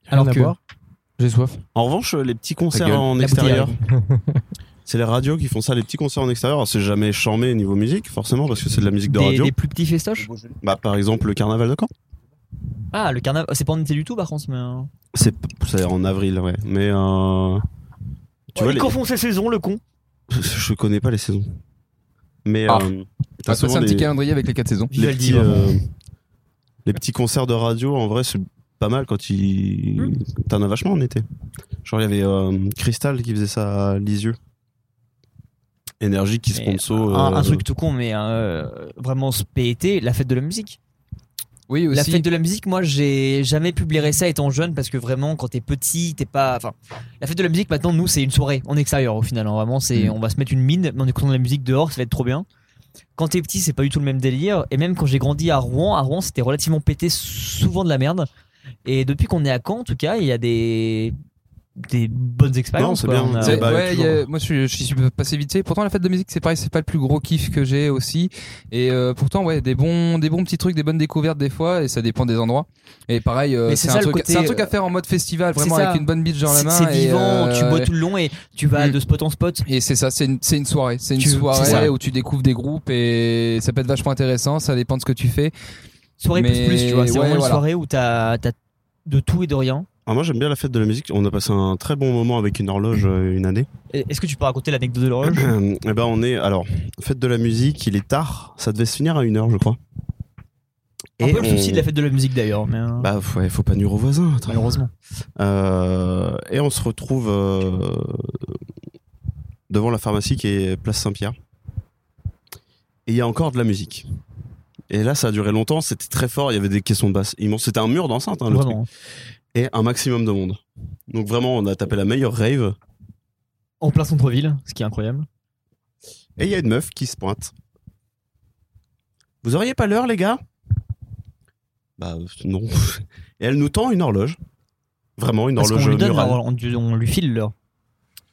D: Alors
F: Rien à
D: que-
F: boire. J'ai soif.
C: En revanche, les petits concerts
E: gueule.
C: en
D: La
E: *laughs*
C: extérieur. C'est les radios qui font ça, les petits concerts en extérieur. Alors, C'est jamais charmé niveau musique, forcément, parce que c'est de la musique de
D: Des,
C: radio.
D: des plus petits festoches
C: Bah, par exemple, le carnaval de Caen.
D: Ah, le carnaval, c'est pas en été du tout, par contre, mais. euh,
C: C'est c'est en avril, ouais. Mais euh, tu
D: Oh,
C: vois,
D: il
C: les-
D: confond ses saisons, le con.
C: je connais pas les saisons. Mais
E: Ah.
C: euh, t'as
E: Ah, ça,
C: souvent
E: c'est un petit
C: des-
E: calendrier avec les quatre saisons.
C: les
D: Vivaldi,
C: petits,
D: vraiment.
C: euh, les petits concerts de radio, en vrai, c'est pas mal quand ils. T'en as vachement en été. Genre, il y avait euh, Crystal qui faisait ça à Lisieux. énergie qui
D: Mais
C: sponsor.
D: un,
C: euh,
D: un truc tout con, mais euh, vraiment se péter, la fête de la musique.
E: Oui,
D: La
E: aussi.
D: fête de la musique, moi, j'ai jamais publié ça étant jeune parce que vraiment, quand t'es petit, t'es pas. Enfin, la fête de la musique, maintenant, nous, c'est une soirée en extérieur au final. hein. Vraiment, c'est,
E: Mm.
D: on va se mettre une mine, mais en écoutant de la musique dehors, ça va être trop bien. Quand t'es petit, c'est pas du tout le même délire. Et même quand j'ai grandi à Rouen, à Rouen, c'était relativement pété, souvent de la merde. Et depuis qu'on est à Caen, en tout cas, il y a des des bonnes expériences.
C: c'est
D: quoi.
C: bien.
D: Ah, On a-
E: C'est-
C: bah,
E: ouais,
C: toujours.
E: il y a- moi je suis, je suis passé vite fait. Pourtant la fête de musique c'est pareil, c'est pas le plus gros kiff que j'ai aussi. Et euh, pourtant ouais, des bons, des bons petits trucs, des bonnes découvertes des fois. Et ça dépend des endroits. Et pareil, euh,
D: Mais c'est
E: c'est
D: ça,
E: un,
D: le
E: truc-
D: côté,
E: c'est un truc
D: euh,
E: à faire en mode festival,
D: c'est
E: vraiment
D: ça.
E: avec une bonne beat dans la
D: C'est
E: main.
D: c'est
E: et,
D: vivant,
E: euh,
D: tu bois tout le long et tu vas
E: Mm.
D: de spot en spot.
E: Et c'est ça, c'est une, c'est une soirée. C'est une
D: Tu- c'est
E: soirée
D: ça.
E: où tu découvres des groupes et ça peut être vachement intéressant. Ça dépend de ce que tu fais.
D: Soirée
E: Mais
D: plus plus, tu vois. C'est
E: ouais,
D: vraiment une
E: voilà.
D: soirée où t'as t'as de tout et de rien.
C: Ah, moi j'aime bien la fête de la musique. On a passé un très bon moment avec une horloge euh, une année. *clears throat*
D: Et- Est-ce que tu peux raconter l'anecdote de l'horloge
C: Eh ben on est alors fête de la musique. Il est tard. Ça devait se finir à une heure je crois.
D: Un peu le
C: on-
D: souci de la fête de la musique d'ailleurs, mais euh,
C: Bah ouais, faut pas nuire aux voisins. attends.
D: malheureusement.
C: Euh, et on se retrouve euh, devant la pharmacie qui est place Saint-Pierre. Et il y a encore de la musique. Et là, ça a duré longtemps, c'était très fort, il y avait des caissons de basse immenses. C'était un mur d'enceinte, hein, le truc.
D: Vraiment.
C: Et un maximum de monde. Donc vraiment, on a tapé la meilleure rave.
D: En plein centre-ville, ce qui est incroyable.
C: Et il y a une meuf qui se pointe. Vous auriez pas l'heure, les gars Bah euh, non. *laughs* Et elle nous tend une horloge. Vraiment, une
D: Parce
C: horloge
D: qu'on lui donne,
C: murale.
D: l'heure, on, lui- on lui file l'heure.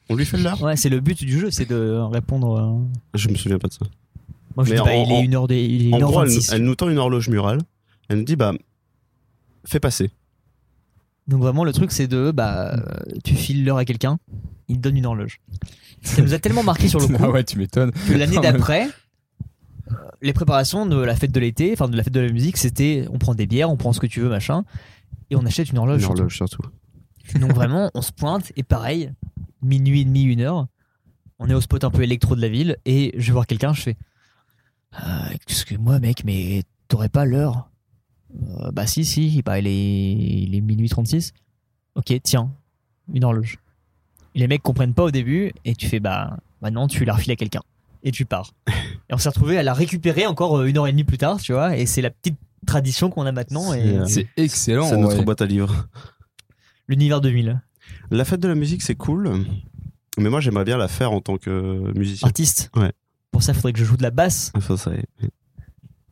C: On lui fait l'heure
D: Ouais, c'est le but du jeu, c'est de répondre. euh,
C: Je me souviens pas de ça.
D: Moi je
C: Mais
D: dis pas,
C: en-
D: il est
C: en-
D: 1h des, il est
C: En gros, elle,
D: 26.
C: elle nous tend une horloge murale. Elle nous dit bah fais passer.
D: Donc vraiment le truc c'est de bah euh, tu files l'heure à quelqu'un, il te donne une horloge. Ça nous a tellement
C: *laughs*
D: marqué sur le coup
E: ah ouais, tu m'étonnes.
D: que l'année
E: Quand même.
D: d'après euh, les préparations de la fête de l'été, enfin de la fête de la musique, c'était on prend des bières, on prend ce que tu veux, machin, et on achète une horloge.
C: surtout.
D: Donc vraiment, on se pointe et pareil, minuit et demi, une heure, on est au spot un peu électro de la ville et je vais voir quelqu'un, je fais Euh, Excuse-moi mec, mais t'aurais pas l'heure Euh, Bah si, si, bah, il, est, il est minuit 36. Ok, tiens, une horloge. Les mecs comprennent pas au début et tu fais Bah maintenant tu la refiles à quelqu'un et tu pars. Et on s'est retrouvé à la récupérer encore euh, une heure et demie plus tard, tu vois, et c'est la petite tradition qu'on a maintenant
C: C'est,
D: et
C: euh,
E: C'est excellent.
C: C'est notre
E: ouais.
C: boîte à livres.
D: l'univers 2000.
C: La fête de la musique c'est cool, mais moi j'aimerais bien la faire en tant que euh, musicien.
D: Artiste.
C: Ouais.
D: Pour ça, il faudrait que je joue de la basse.
E: Ah,
C: Ça, ça est-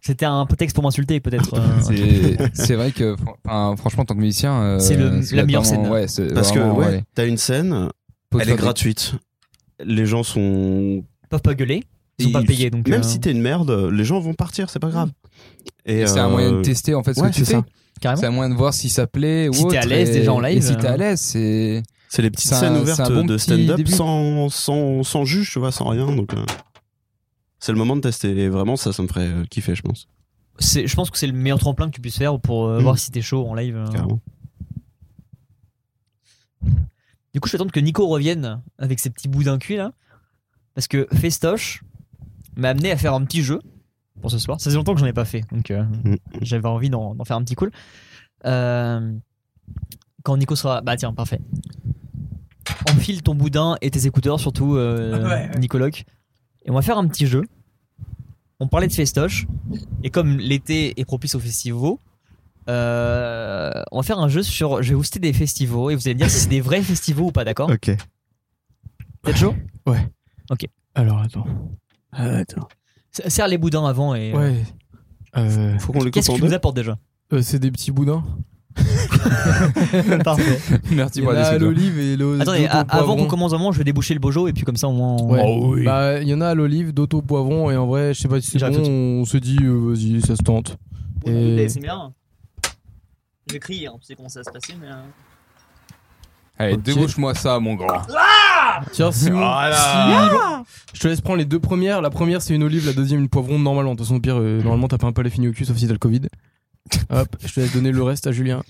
D: C'était un prétexte pour
C: *laughs*
D: m'insulter, peut-être. euh,
E: C'est- C'est vrai que fran- enfin, franchement, en tant que musicien, euh,
D: C'est le-
E: ça
D: la
E: doit
D: meilleure
E: vraiment-
D: scène.
E: Ouais, c'est
C: Parce que
E: vraiment,
C: ouais,
E: ouais,
C: t'as une scène,
E: faut
C: elle
E: faire
C: est
E: des-
C: gratuite. Les gens sont
D: Ils peuvent pas gueuler, ils sont
C: Ils-
D: pas payés. Donc,
E: hein.
C: même
D: euh,
C: si t'es une merde, les gens vont partir, c'est pas grave. Et
E: Et C'est un
C: euh,
E: moyen de tester en fait ce
C: ouais,
E: que tu
C: c'est
E: fais.
C: ça.
D: carrément.
E: C'est un moyen de voir si ça plaît ou
D: Si t'es à
E: autre,
D: l'aise
E: et-
D: déjà en live,
E: Et si t'es
D: euh.
E: à l'aise, c'est.
C: C'est les petites
E: C'est un-
C: scènes
E: c'est
C: ouvertes
E: un bon
C: de
E: petit
C: stand-up
E: début.
C: sans, sans, sans juge, tu vois, sans rien. Donc, euh, c'est le moment de tester. Et vraiment, ça, ça me ferait euh, kiffer, je pense.
D: C'est- Je pense que c'est le meilleur tremplin que tu puisses faire pour euh,
C: Mm.
D: voir si t'es chaud en live. euh.
E: Ah.
C: Carrément.
D: Du coup, je vais attendre que Nico revienne avec ses petits bouts d'un cul là. Parce que Festoche m'a amené à faire un petit jeu pour ce soir. Ça faisait longtemps que j'en ai pas fait, donc euh,
C: Mm.
D: j'avais envie d'en d'en faire un petit cool. Euh, quand Nico sera. Bah tiens, parfait. Enfile ton boudin et tes écouteurs, surtout euh, Nicoloc. Et on va faire un petit jeu. On parlait de Festoche. Et comme l'été est propice aux festivals, euh, on va faire un jeu sur. Je vais vous citer des festivals et vous allez me dire si c'est des vrais festivals ou pas, d'accord
F: Ok.
D: T'es chaud
F: Alors attends. attends.
D: S- Serre les boudins avant et. euh,
F: Ouais. Euh,
C: Faut qu'on les coupe
D: Qu'est-ce que
C: en
D: tu
C: deux.
D: nous apportes déjà
F: euh, c'est des petits boudins.
D: *laughs* Parfait.
E: Merci
F: Il y en
E: pour
F: a
E: la
F: à
E: décision.
F: l'olive et l'eau.
D: Attendez, a- avant qu'on commence vraiment, je vais déboucher le bojo et puis comme ça, au moins. on-
F: Ouais.
C: Oh oui.
F: Bah, il y en a à l'olive, d'autres au poivron, et en vrai, je sais pas si c'est
D: J'arrête
F: bon,
D: tout de
F: on se dit, euh, vas-y, ça se tente.
D: Bon, écoute,
F: Et-
D: ASMR. Je vais crier, hein, tu sais comment ça va se passer, mais. euh,
E: Allez,
F: Ok.
E: débauche-moi ça, mon grand.
F: Tiens, Simon,
C: Voilà.
F: Simon, je te laisse prendre les deux premières. La première, c'est une olive, la deuxième, une poivron, normalement. De toute façon, au pire, euh, normalement, t'as pas un palais fini au cul, sauf si t'as le *laughs* Covid. Hop, je te laisse donner le reste à Julien.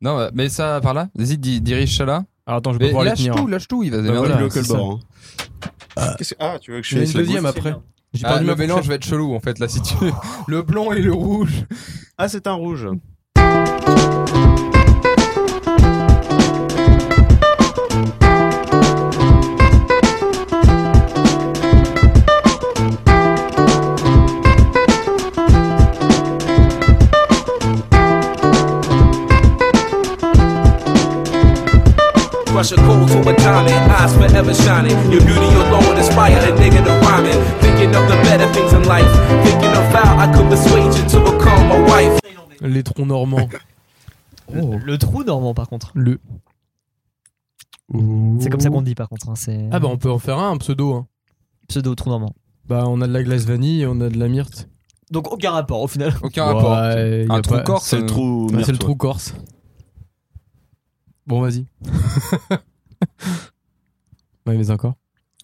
E: Non, euh, mais ça par là. Vas-y, di- dirige ça là.
F: Alors attends, je vais
E: Mais
F: pas pouvoir les
E: lâche
F: tenir.
D: hein.
E: tout, lâche tout. Il va se
C: Bah,
E: démerder.
F: voilà.
C: plus haut que le
F: c'est ça.
C: bord, hein. Qu'est-ce que- Ah, tu veux que je
F: J'en ai
C: fasse
F: une
C: la
F: deuxième
C: gauche
F: après. J'ai
E: Ah,
F: perdu
E: le
F: ma
E: mélange va être chelou en fait là si tu le blanc et le rouge.
C: Ah, c'est un rouge.
J: Crush a cold to a diamond, eyes forever shining. Your beauty alone inspire a nigga to rhyming. Thinking of the better things in life. Thinking of how I could persuade you to become my wife.
F: Les troncs normands.
D: Le, le trou normand, par contre.
F: Le...
D: C'est comme ça qu'on dit, par contre. hein, C'est
F: Ah bah on peut en faire un, un pseudo. hein.
D: pseudo trou normand.
F: Bah on a de la glace vanille, on a de la myrte.
D: Donc aucun rapport au final.
E: Aucun rapport.
F: Ouais, y
E: Un
F: a
E: trou
F: pas-
E: corps, euh,
C: euh, C'est le trou.
F: Ah,
C: merde,
F: c'est le
C: toi.
F: trou corse.
E: *laughs*
F: Bon, vas-y. ouais, mais encore.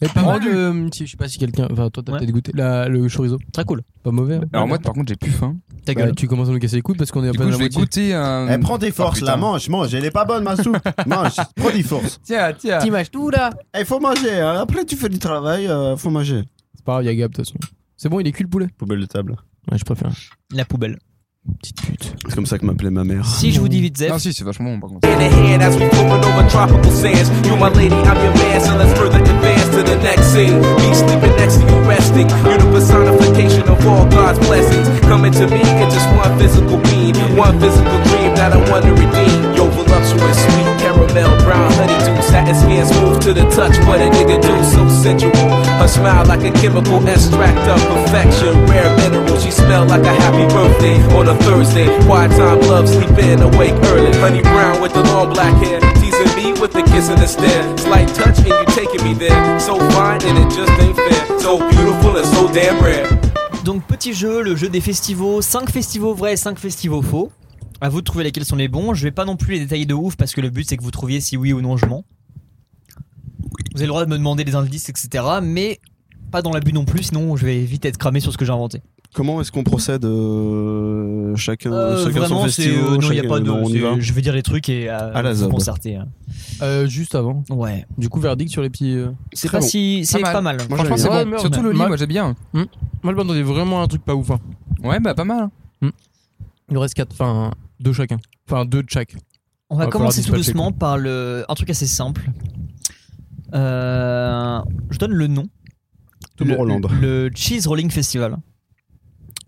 F: Et pas mal, euh, si, je sais pas si quelqu'un. Enfin, toi, t'as
D: Ouais.
F: peut-être goûté. La- le chorizo.
D: Très cool.
F: Pas mauvais. hein.
E: Alors moi, par contre, j'ai plus faim.
F: Bah, tu commences à nous casser les couilles parce qu'on est à
E: Du
F: peine
E: coup,
F: à
E: je
F: la
E: vais
F: moitié.
E: goûter un.
K: Eh, prends des forces
E: Ah, putain.
K: là, mange, mange, elle est pas bonne ma
C: *laughs*
K: soupe. mange, prends des forces.
E: Tiens, tiens.
F: T'imagines tout là
K: Eh, faut manger, hein. après tu fais du travail, euh, faut manger.
F: C'est pas grave, y'a Gab de toute façon. C'est bon, il est cul le poulet
C: Poubelle de table.
F: Ouais, je préfère.
D: La poubelle.
F: Petite pute.
C: C'est comme ça que m'appelait ma mère.
D: Si je vous dis vite Zef,
E: Non, Ah, si, c'est vachement bon par contre.
J: In the head as we flowing over tropical sands. You my lady, I'm your man, so let's further advance to the next scene. Me sleeping next to you resting. You the personification of all God's blessings. Coming to me in just one physical being, one physical dream that I want to redeem. Yo, voluptuous, sweet caramel, brown honey dew, satin skin smooth to the touch. What a nigga do, so sensual. Her smile like a chemical extract of perfection. Rare mineral, she smell like a happy birthday on a Thursday. Quiet time, love, sleep in, awake early. Honey brown with the long black hair, teasing me with a kiss and a stare. Slight touch and you taking me there. So fine and it just ain't fair. So beautiful and so damn rare.
D: donc petit jeu, le jeu des festivals, 5 festivals vrais, 5 festivals faux. À vous de trouver lesquels sont les bons. Je vais pas non plus les détailler de ouf parce que le but c'est que vous trouviez si oui ou non je mens. Vous avez le droit de me demander des indices, etc. Mais pas dans l'abus non plus, sinon je vais vite être cramé sur ce que j'ai inventé.
C: Comment est-ce qu'on procède euh, chacun, chacun
D: Euh,
C: son
D: vraiment, c'est.
C: festival
D: euh, non, y a
C: chacun-
D: pas de.
C: on y
D: c'est-
C: va.
D: Je vais dire les trucs et euh,
C: À la
D: vous
C: zob.
D: concertez, hein.
F: Euh, juste avant.
D: Ouais.
F: Du coup, verdict sur les petits. euh.
D: C'est
C: Très
D: pas
C: bon.
D: si. C'est
E: mal.
D: pas mal.
C: Moi,
E: Franchement,
C: j'avais-
E: c'est
F: Ouais,
E: bon.
F: merde.
E: Surtout le lit,
F: Moi-
E: moi j'ai bien.
F: Moi, je m'attendais vraiment à un truc pas ouf. hein.
E: Ouais, bah pas mal.
F: Il nous reste 4. Enfin, 2 chacun. Enfin, 2 de chaque.
D: On va
F: Va falloir
D: commencer tout
F: dispatcher,
D: doucement par le... un truc assez simple. Euh, je donne le nom. le,
C: Tomorrowland.
D: le Cheese Rolling Festival.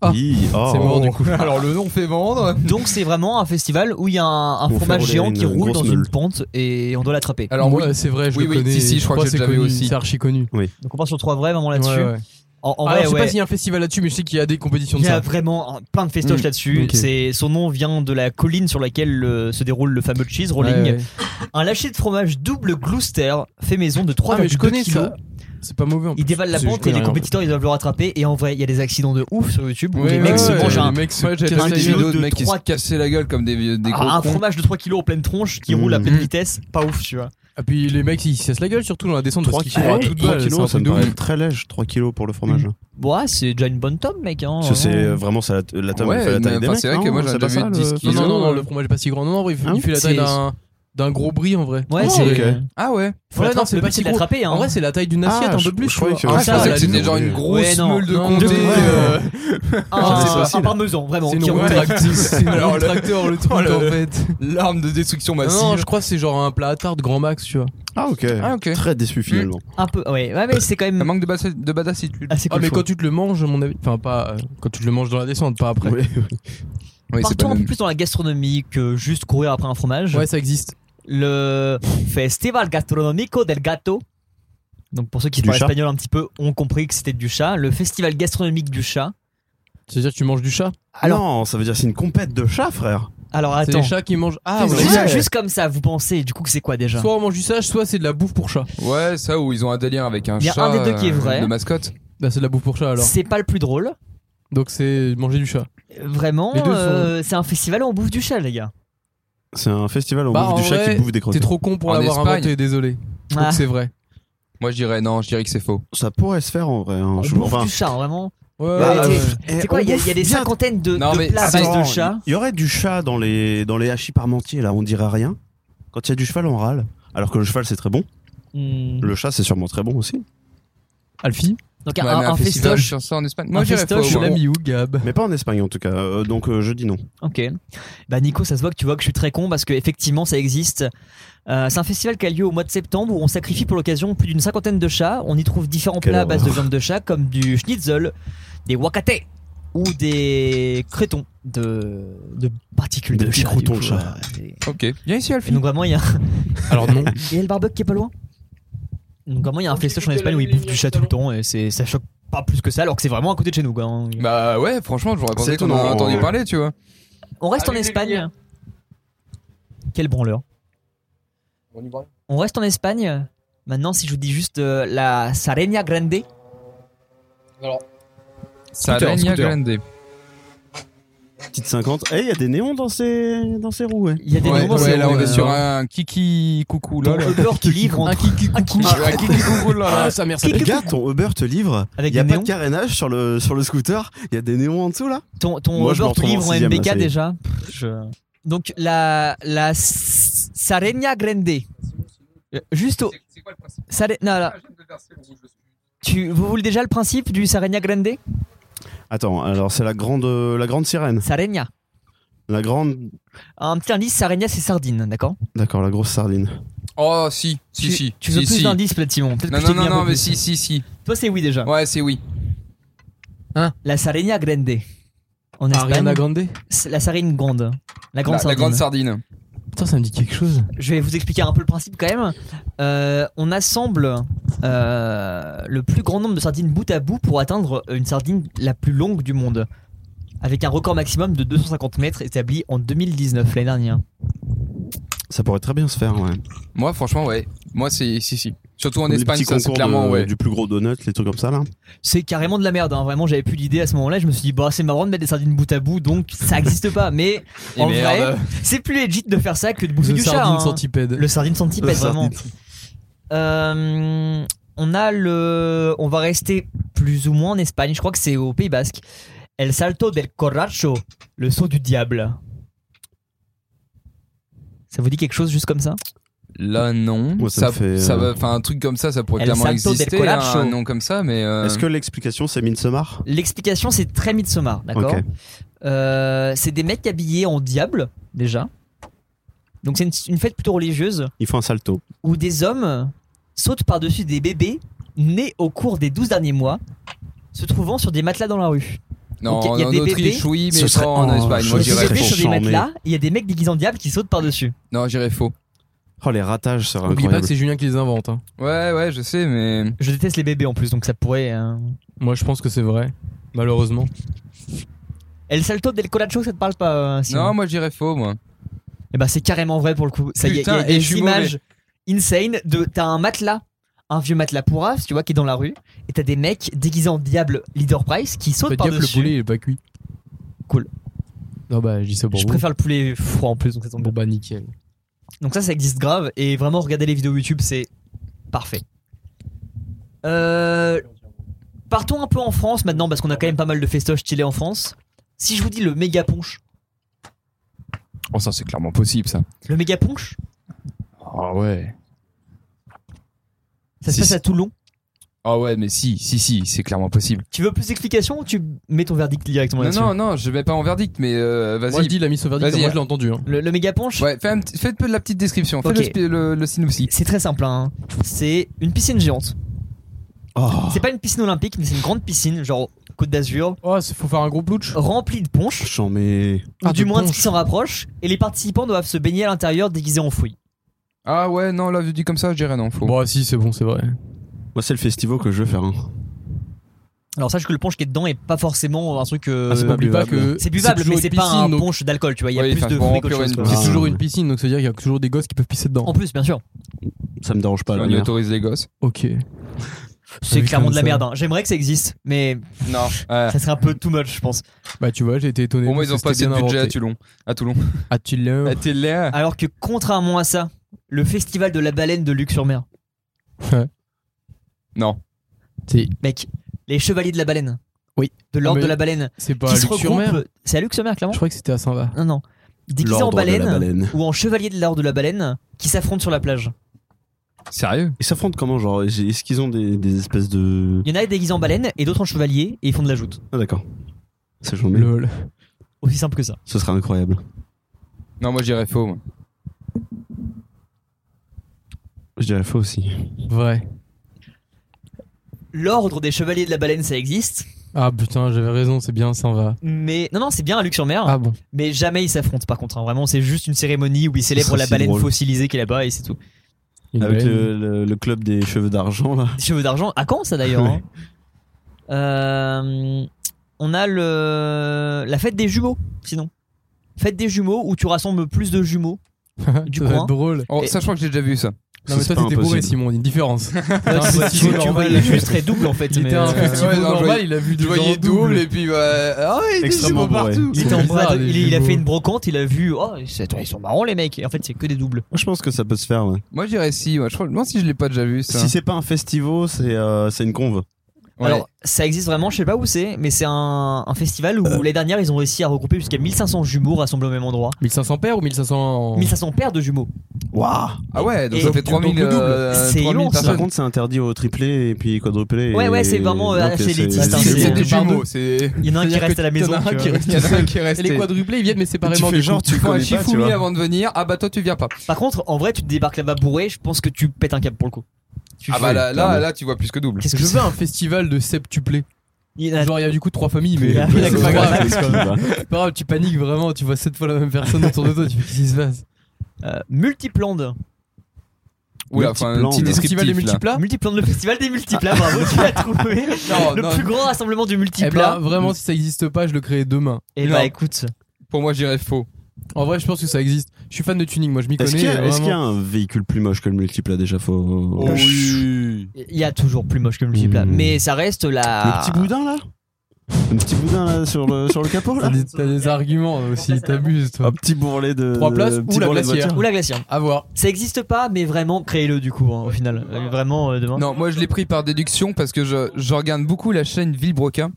F: Ah.
C: Oui, oh.
F: C'est mort du coup.
E: *laughs* Alors le nom fait vendre.
D: Donc c'est vraiment un festival où il y a un, un
C: Pour
D: fromage
C: faire rouler
D: géant
C: une
D: qui roule
C: grosse
D: dans une
C: meule.
D: pente et on doit l'attraper.
E: Alors oui.
F: Ouais, c'est vrai, je
E: Oui,
F: le
E: oui,
F: connais.
E: si, si, je crois que
F: c'est
E: je l'avais
F: connu,
E: aussi.
F: C'est archi connu.
D: Donc on part sur trois vrais vraiment là-dessus.
F: Ouais, ouais.
D: En, en
F: Alors,
D: vrai,
F: je sais
D: ouais,
F: pas s'il y a un festival là-dessus, mais je sais qu'il y a des compétitions
D: il
F: de
D: y a
F: ça.
D: vraiment un- plein de festoches
F: Mm.
D: là-dessus.
F: Ok.
D: C'est Son nom vient de la colline sur laquelle euh, se déroule le fameux Cheese Rolling.
F: Ouais, ouais.
D: Un lâcher de fromage double Gloucester fait maison de
F: Ah, mais
D: 3,2
F: je connais
D: kilos.
F: ça. C'est pas mauvais. en
D: Ils
F: plus.
D: dévalent la
F: C'est- je
D: pente et
F: connais
D: les
F: rien, en fait.
D: compétiteurs ils doivent le rattraper. Et en vrai, il y a des accidents de ouf sur YouTube où
F: Ouais,
D: les
F: ouais,
D: mecs se
F: ouais,
D: mangent
F: les
D: un,
F: mecs se- ouais, j'avais
D: un
F: pas
E: Des
D: Des
F: essayé.
E: vidéos de
D: deux,
E: mecs qui se
D: trois-
E: cassaient la gueule comme des,
J: Ah,
E: des gros
D: un
E: cons.
D: fromage de 3 kilos en pleine tronche qui roule à pleine vitesse. Pas ouf, tu vois.
F: Et puis les mecs ils se cassent la gueule surtout dans la descente
C: 3
F: parce qu'ils font
C: kilos,
F: à toute
C: 3
F: balle, c'est un
C: kilos ça
F: truc
C: me
F: de ouf.
C: paraît très léger, 3 kilos pour le fromage.
D: Ouais, c'est déjà une bonne tome, mec. Hein,
C: Parce que c'est euh, vraiment
D: vraiment.
C: ça, la, la table
E: Ouais,
C: elle fait la taille
E: mais
C: des
E: enfin,
C: mecs.
E: c'est vrai que
C: non
E: moi,
C: C'est
E: j'avais
C: pas ça,
E: vu
C: le-
E: 10
F: Non
E: kilos.
F: non non, non, le
E: euh,
F: fromage est pas si grand non, non il,
C: Ah
F: il fait la taille
D: C'est-
F: d'un d'un gros bris en vrai.
D: Ouais,
C: Oh,
D: c'est.
C: ok.
E: Ah ouais.
D: Faut
F: Ouais,
D: l'attraper,
F: non, c'est
D: le
F: pas
D: but, c'est
F: si
D: de
F: gros.
D: l'attraper. Hein.
F: En vrai c'est la taille d'une
C: Ah,
F: assiette un
C: je-
F: peu plus.
C: je croyais
F: tu
C: que-
F: vois.
C: Ah,
E: Ah,
F: Un
E: je
F: ça,
E: pensais
F: à
E: que
F: la
E: c'était
F: limite,
E: genre
F: on
E: une
F: peut-
E: grosse
D: Ouais, non.
E: meule de
F: Non,
E: comté.
F: non,
E: euh,
F: ouais.
D: Un,
F: Ah, c'est
D: un,
F: facile.
D: un parmesan, vraiment.
F: C'est
D: qui
F: une roue
D: roule.
F: tractrice, *laughs* c'est une roue
E: Alors, le-
F: tracteur le *laughs* truc
E: Oh, le-
F: en
J: *laughs*
F: fait.
E: L'arme de destruction
F: Non,
E: massive.
F: non, je crois que c'est genre un plat à tarte grand max, tu vois.
C: Ah ok.
E: Ah, ok.
C: Très déçu finalement.
D: Un peu. Ouais, ouais mais c'est quand
E: Ça
D: même
E: manque de, bassa- de badassitude.
D: assez
F: Ah
D: cool.
F: mais
D: je trouve.
F: quand tu te le manges, à mon avis, enfin pas euh, quand tu te le manges dans la descente, pas après.
C: Oui.
E: Oui, c'est pas
D: Partons un
E: le
D: peu
E: même.
D: plus dans la gastronomie que juste courir après un fromage.
F: Ouais, ça existe.
D: le Festival Gastronomico del Gato. Donc pour ceux qui
C: Du
D: parlent
C: chat.
D: espagnol un petit peu ont compris que c'était du chat. Le Festival gastronomique du chat.
F: C'est-à-dire que tu manges du chat
D: Alors-
C: non, ça veut dire c'est une compète de chat, frère.
D: Alors
F: C'est les
D: attends,
F: chats qui mangent. Ah
D: Juste-
F: ouais.
D: juste, juste comme ça, vous pensez du coup que c'est quoi déjà
F: Soit on mange du sage, soit c'est de la bouffe pour chat.
E: Ouais, ça où ils ont un délire avec un
D: Il y a
E: chat.
D: un des deux qui est
E: euh,
D: vrai.
E: De mascotte.
F: Bah c'est de la bouffe pour chat alors.
D: C'est pas le plus drôle.
F: Donc c'est manger du chat.
D: Vraiment,
F: Les deux
D: euh, c'est un festival où on bouffe du chat, les gars.
C: C'est un festival où on
F: Bah,
C: bouffe
F: en
C: du chat
F: vrai,
C: qui bouffe des
F: T'es
C: croquettes.
F: trop con pour
E: En
F: l'avoir
E: Espagne.
F: inventé, désolé. Donc
D: Ah,
F: c'est vrai.
E: Moi, je dirais non, je dirais que c'est faux.
C: Ça pourrait se faire en vrai. hein,
D: on
C: je-
D: bouffe
C: enfin,
D: du chat, vraiment.
F: Ouais,
D: Bah,
F: ouais,
D: t'es-
F: ouais.
C: euh,
D: C'est quoi
C: on
D: Il y, a- il y a
C: bouffe
D: des
C: bien-
D: cinquantaines de,
E: Non,
D: de
E: mais
D: plats à
E: c'est-
D: base
C: Attends,
D: de chat.
C: Il y aurait du chat dans les dans les hachis parmentiers là, on dirait rien. Quand il y a du cheval, on râle. Alors que le cheval c'est très bon.
D: Hmm.
C: Le chat c'est sûrement très bon aussi.
F: Alfie
D: Donc
E: Ouais,
D: un,
E: mais
D: un
E: festival
D: festoche.
E: sur ça en Espagne. Moi,
D: Un
E: je dirais
D: festoche,
E: faux.
F: Tu
D: ouais.
F: l'as
E: ouais.
F: mis où, Gab
C: Mais pas en Espagne en tout cas. euh, donc euh, je dis non.
D: Ok. Bah Nico, ça se voit que tu vois que je suis très con parce que effectivement ça existe. Euh, c'est un festival qui a lieu au mois de septembre où on sacrifie pour l'occasion plus d'une cinquantaine de chats. On y trouve différents
C: Quelle
D: plats à base de
C: horreur.
D: viande de chat comme du schnitzel, des wakate, ou des crétons de, de particules
C: Des
D: de
C: petits
D: chat, du
C: croutons de
D: coup,
C: chat.
D: euh, des-
E: Ok. Viens ici,
D: Et
E: Alfie.
D: donc vraiment, il y a,
F: Alors
D: *laughs*
F: non.
D: il y a le barbuck qui est pas loin. Donc vraiment, il y a un festival en Espagne où ils bouffent du chat tout le temps et c'est ça choque pas plus que ça, alors que c'est vraiment à côté de chez nous. quoi. hein. On-
E: Bah ouais, franchement, je vous
C: C'est
E: pensé qu'on en a
C: étonnant.
E: entendu parler, tu vois.
D: On reste en
G: Allumez les
D: Espagne.
G: lumières.
D: Quel branleur. On reste en Espagne. Maintenant, si je vous dis juste euh, la Sarenia Grande,
E: Sarenia
F: scooter.
E: Grande.
C: Petite 50. Eh, il y a des néons dans ces, dans ces roues, ouais.
D: il y a des
E: Ouais,
D: moments
E: ouais,
D: où,
E: là on
D: euh,
E: est sur un kiki coucou
D: ton
E: lol.
D: Uber te livre
E: *laughs*
D: en-
F: Un kiki coucou.
E: Un kiki coucou lol.
F: Ah, sa mère, ça
C: Les gars, ton Uber te livre.
D: Avec
C: Il y a
D: des
C: pas
D: néons.
C: de carénage sur le, sur le scooter. Il y a des néons en dessous, là.
D: ton, ton
C: Moi, je me
D: Uber te
C: retrouve en
D: livre en
C: sixième, là,
D: MBK
C: ça y est.
D: déjà. Pff, je- Donc la la S- Sarenia Grande. Euh, Juste au Sare- non, là, tu vous voulez déjà le principe du Sarenia Grande
C: Attends, alors c'est la grande, euh, la grande sirène.
D: Sarenia.
C: La grande.
D: Un petit indice, Sarenia c'est sardine, d'accord
C: D'accord, la grosse sardine.
E: Oh si, si,
D: tu,
E: si.
D: Tu veux
E: si,
D: plus
E: si.
D: d'indices, peut-être Simon Peut-être
E: Non,
D: que je
E: non,
D: t'ai mis Ah.
E: non,
D: un
E: non,
D: peu
E: mais
D: plus.
E: si, si, si.
D: Toi c'est oui déjà.
E: Ouais, c'est oui.
D: La Sarenia Grande. En Espagne,
F: Ariana Grande.
D: c'est la Sarine Grande. La grande
E: La, la
D: sardine.
E: grande sardine.
F: Putain, ça me dit quelque chose.
D: Je vais vous expliquer un peu le principe quand même. Euh, on assemble euh, le plus grand nombre de sardines bout à bout pour atteindre euh, une sardine la plus longue du monde. Avec un record maximum de 250 mètres établi en 2019, l'année dernière.
C: Ça pourrait très bien se faire, ouais.
E: Moi, franchement, ouais. Moi, c'est si, si. Surtout en
C: Comme les
E: Espagne,
C: petits
E: ça, c'est
C: concours
E: clairement,
C: de-
E: ouais.
C: du plus gros donut, les trucs comme ça, là.
D: C'est carrément de la merde, hein. vraiment j'avais plus d'idée à ce moment-là. Je me suis dit, bah c'est marrant de mettre des sardines bout à bout, donc ça existe pas. Mais
E: Et
D: en
E: merde.
D: vrai, c'est plus legit de faire ça que de bouffer
F: Le
D: du chat.
F: sardine
D: hein.
F: centipède.
D: Le sardine centipède, vraiment. Euh, on a le, on va rester plus ou moins en Espagne. Je crois que c'est au Pays Basque. El salto del corracho, le saut du diable. Ça vous dit quelque chose juste comme ça
E: Là, non.
C: Moi, ça me fait,
E: ça
C: euh,
E: va- enfin, un truc comme ça, ça pourrait
D: El
E: clairement
D: Salto del
E: exister.
D: Colapso.
E: Un nom comme ça, mais. euh,
C: Est-ce que l'explication, c'est Midsommar
D: L'explication c'est très Midsommar, d'accord
C: Ok.
D: Euh, C'est des mecs habillés en diable déjà. Donc c'est une- une fête plutôt religieuse.
C: Il faut un salto.
D: où des hommes sautent par-dessus des bébés nés au cours des 12 derniers mois, se trouvant sur des matelas dans la rue.
E: Non,
D: donc, il y a
E: en
D: des
E: Autriche,
D: bébés.
E: oui, mais
C: Ce
E: pas
C: serait-
E: en
C: oh,
E: Espagne. Moi,
C: je
D: Ils sont
E: j'irais
C: sais
D: bébés
C: pas.
D: sur
E: faux.
D: des
C: Charmé.
D: matelas, il y a des mecs déguisés en diable qui sautent par-dessus.
E: Non, j'irais faux.
C: Oh, les ratages, ça serait
F: Oublie pas que
C: incroyable.
F: c'est Julien qui les invente. hein.
E: Ouais, ouais, je sais, mais.
D: Je déteste les bébés en plus, donc ça pourrait... euh,
F: Moi, je pense que c'est vrai. Malheureusement.
D: El Salto del Colacho, ça te parle pas euh, Simon
E: Non, moi, j'irais faux, moi.
D: Eh ben, c'est carrément vrai pour le coup. Ça y est, il y
E: Putain,
D: a
E: et
D: des
E: je suis
D: images insane de t'as un matelas, un vieux matelas pour as, tu vois, qui est dans la rue, et t'as des mecs déguisés en diable leader price qui sautent
F: Faites gaffe, le
D: par-dessus.
F: poulet, il est pas cuit.
D: Cool.
F: Non, bah, je dis ça pour
D: Je
F: vous.
D: préfère le poulet froid en plus, donc ça tombe bien.
F: Bon, bah, nickel.
D: Donc ça, ça existe grave. Et vraiment, regarder les vidéos YouTube, c'est parfait. Euh, partons un peu en France maintenant, parce qu'on a quand même pas mal de festoches stylés en France. Si je vous dis le méga punch,
E: Oh, ça, c'est clairement possible, ça.
D: le méga punch,
E: Ah ouais.
D: ça se
E: Si,
D: passe
E: si.
D: à Toulon.
E: Ah ouais, mais si, si, si, c'est clairement possible.
D: Tu veux plus d'explications ou tu mets ton verdict directement
E: Non,
D: là-dessus
E: non, non, je vais pas en verdict, mais euh,
F: Moi, je
E: vas-y.
F: dis la mise au verdict,
E: Vas-y,
F: moi,
E: hein.
F: je l'ai entendu. hein.
D: Le, le méga punch,
E: Ouais, fais un petit- faites peu de la petite description. Faites
D: Ok.
E: le spi- le, le synopsis.
D: c'est très simple. hein. C'est une piscine géante. C'est pas une piscine olympique, mais c'est une grande piscine, genre Côte d'Azur,
F: Oh, c'est- faut faire un gros plouch.
D: remplie de punch.
C: Oh, J'en mets.
D: ou
F: Ah,
D: du
F: de
D: moins de ce
F: punch.
D: qui s'en rapproche. Et les participants doivent se baigner à l'intérieur déguisés en fouilles.
E: Ah ouais, non, là, je dis comme ça, je dirais non, faux.
F: Bon, Bah, si, c'est bon, c'est vrai.
C: Moi, c'est le festival que je veux faire. hein.
D: Alors sache que le punch qui est dedans est pas forcément un truc. euh,
C: Ah, c'est pas
F: N'oublie pas
C: buvable.
F: que.
D: c'est buvable, mais
F: toujours
D: c'est
F: une
D: pas un
F: piscine, donc-
D: punch d'alcool, tu vois. Il y a
E: Oui,
D: plus
E: enfin,
D: de
E: pour
D: fruits
E: remplir
D: qu'autre chose.
E: une
D: quoi.
C: piscine.
F: C'est
C: Ah,
F: toujours
C: ouais.
F: une piscine, donc ça veut dire qu'il y a toujours des gosses qui peuvent pisser dedans.
D: En plus, bien sûr,
F: Ah,
C: Ça me dérange pas. la
E: on y
C: merde.
E: autorise les gosses.
D: Oh.
F: Ok.
D: c'est
F: Vu
D: clairement
F: comme
D: de la
F: ça. Ah.
D: merde. hein. J'aimerais que ça existe, mais
E: Non. Ouais.
D: ça serait un peu too much, je pense.
F: Bah, tu vois, j'ai été étonné.
E: Au moins,
F: parce
E: ils ont
F: que
E: pas assez
F: c'était
E: de
F: bien
E: budget à
F: inventé. Ah,
E: Toulon. À Toulon.
F: À Toulon.
E: À Toulon.
F: Ah.
D: Alors que contrairement à ça, le festival de la baleine de Luc-sur-Mer,
E: Non.
F: C'est-
D: mec, les chevaliers de la baleine.
F: Oui. Ah,
D: De l'ordre
F: Mais
D: de la baleine.
F: C'est pas
D: Qui se
F: à Luxembourg.
D: regroupe. C'est à Luc-sur-Mer, clairement
F: Je crois que c'était à
E: Ah,
F: Saint-Va.
D: Non, non. Déguisés en
C: L'ordre de la
D: baleine,
C: baleine.
D: ou en chevalier de l'ordre de la baleine qui s'affrontent sur la plage.
E: Ah, Sérieux
C: Ils s'affrontent comment Genre, j'ai- est-ce qu'ils ont des, des espèces de.
D: Il y en a déguisés en baleine et d'autres en chevalier et ils font de la joute.
C: Ah, d'accord. Ça, j'en mets.
F: Lol.
D: Aussi simple que ça.
C: Ce serait incroyable.
E: Non, moi, je dirais faux. moi.
C: Je dirais faux aussi.
F: Vrai.
D: L'ordre des chevaliers de la baleine, ça existe.
F: Ah putain, j'avais raison, c'est bien, ça en va.
D: Mais non, non, c'est bien à Luc-sur-Mer,
F: Ah bon.
D: mais jamais ils s'affrontent par contre. hein. Vraiment, c'est juste une cérémonie où ils célèbrent
I: serait
D: la
I: si
D: baleine
I: drôle.
D: fossilisée qui est là-bas et c'est tout.
F: Une
I: Avec
F: baleine.
I: le, le- le club des cheveux d'argent, là.
D: Des cheveux d'argent, à quand ça d'ailleurs hein Euh, On a le la fête des jumeaux, sinon. Fête des jumeaux où tu rassembles plus de
F: *laughs*
D: jumeaux. du
F: ça va
D: coin.
F: être drôle.
E: Oh,
D: Et-
E: ça, je crois que j'ai déjà vu ça.
F: Non, mais
I: c'est
F: toi,
I: pas
F: t'étais bourré,
I: impossible.
F: Simon, il y a une différence.
D: Ouais,
F: un
D: tu vois,
F: *laughs* petit
D: Ah, bah, tu-
F: niveau
D: tu vois,
F: normal.
D: il est juste très double en fait.
F: Il
D: mais,
F: était un
D: euh,
F: petit
E: ouais, non,
F: peu
E: je
F: normal,
E: voyais-
F: il a vu
E: Je
F: du
E: voyais
F: voyais
E: double et puis ouais. Ah ouais, il est
I: Extrêmement bourré.
E: partout.
D: Il, était en
F: bizarre,
D: boîte,
F: les
D: il- il a
F: jumeaux.
D: fait une brocante, il a vu, oh, c'est- ils sont marrants les mecs. Et en fait, c'est que des doubles.
I: Moi, je pense que ça peut se faire, ouais.
E: Moi, je dirais si. ouais. Je crois, moi, si je l'ai pas déjà vu ça.
I: Si c'est pas un festival, c'est euh, c'est une conve.
E: Ouais.
D: Alors, ça existe vraiment, je sais pas où c'est, mais c'est un, un festival où l'année dernière ils ont réussi à regrouper jusqu'à 1500 jumeaux rassemblés au même endroit.
F: 1500 paires ou 1500 en-
D: 1500 paires de jumeaux.
I: Waouh
E: ah ouais, donc
D: Et-
E: ça fait
D: donc
E: 3000
D: le double.
E: euh,
D: C'est
E: 3000
D: immense.
E: personnes.
I: Par contre, c'est interdit au triplé et puis quadruplé.
D: Ouais,
I: et-
D: ouais, c'est vraiment, euh,
I: donc,
D: chez
I: c'est-
D: les tistes, hein,
I: c'est-
E: C'est
D: c'est-
E: c'est des
F: c'est par
E: jumeaux,
F: deux.
E: c'est.
D: Il y en a
F: *laughs*
D: un qui
F: C'est-à-dire
D: reste à la
F: que t'en
D: maison.
F: as un
D: tu
F: qui
D: vois.
F: reste.
E: Il y en a un qui est
F: Et les
E: resté.
F: quadruplés, ils viennent, mais séparément.
I: fais
F: du
I: genre,
F: coup.
I: tu
E: Ils font un
I: connais pas, tu
E: chifoumi
I: vois.
E: avant de venir. Ah bah toi, tu viens pas.
D: *laughs* Par contre, en vrai, tu te débarques là-bas bourré, je pense que tu pètes un câble pour le coup. Tu
E: Ah
D: fais-
E: bah là, là,
I: clairement.
E: là, tu vois plus que double.
D: Qu'est-ce que
F: Je
D: c'est
F: veux un festival de septuplés.
D: Il y en a-
F: Genre, il y a du coup trois familles, mais
D: Il y a-
F: c'est pas grave.
I: c'est- c'est-
F: C'est pas grave, tu paniques vraiment, tu vois sept fois la même personne autour de toi, tu fais qu'est-ce qui se passe
D: euh, Multipland.
E: Oula, enfin, un
I: Multiplan,
E: petit
I: le
F: Festival des
E: descriptif là.
F: multiplats
D: Multipland, le festival des multiplats, bravo, tu l'as trouvé.
E: Non,
D: le
E: non.
D: plus grand rassemblement du
F: Eh
D: multiplat.
F: ben, vraiment, si ça existe pas, je le crée demain.
D: Et
E: Non.
D: bah écoute,
E: Pour moi, je dirais faux.
F: En vrai, je pense que ça existe. Je suis fan de tuning, moi je m'y connais.
I: Est-ce qu'il y, a- est-ce qu'il y a
F: vraiment. Oh
I: un véhicule plus moche que le multiple déjà faut...
E: oui.
D: il y a toujours plus moche que le multiplat,
I: Mmh.
D: mais ça reste
I: Le
D: la.
I: petit boudin là Un petit boudin là sur le, sur le capot
F: T'as
I: là
F: des, t'as des arguments aussi, t'abuses toi.
I: Un petit bourrelet de.
F: Trois places
I: petit
F: ou la
I: bourrelet de
F: glacière.
D: Ou la glacière.
F: À voir.
D: Ça existe pas, mais vraiment, créez-le du coup, hein, au final. Euh, Vraiment, euh, demain.
E: Non, moi je l'ai pris par déduction parce que je, je regarde beaucoup la chaîne Villebroquin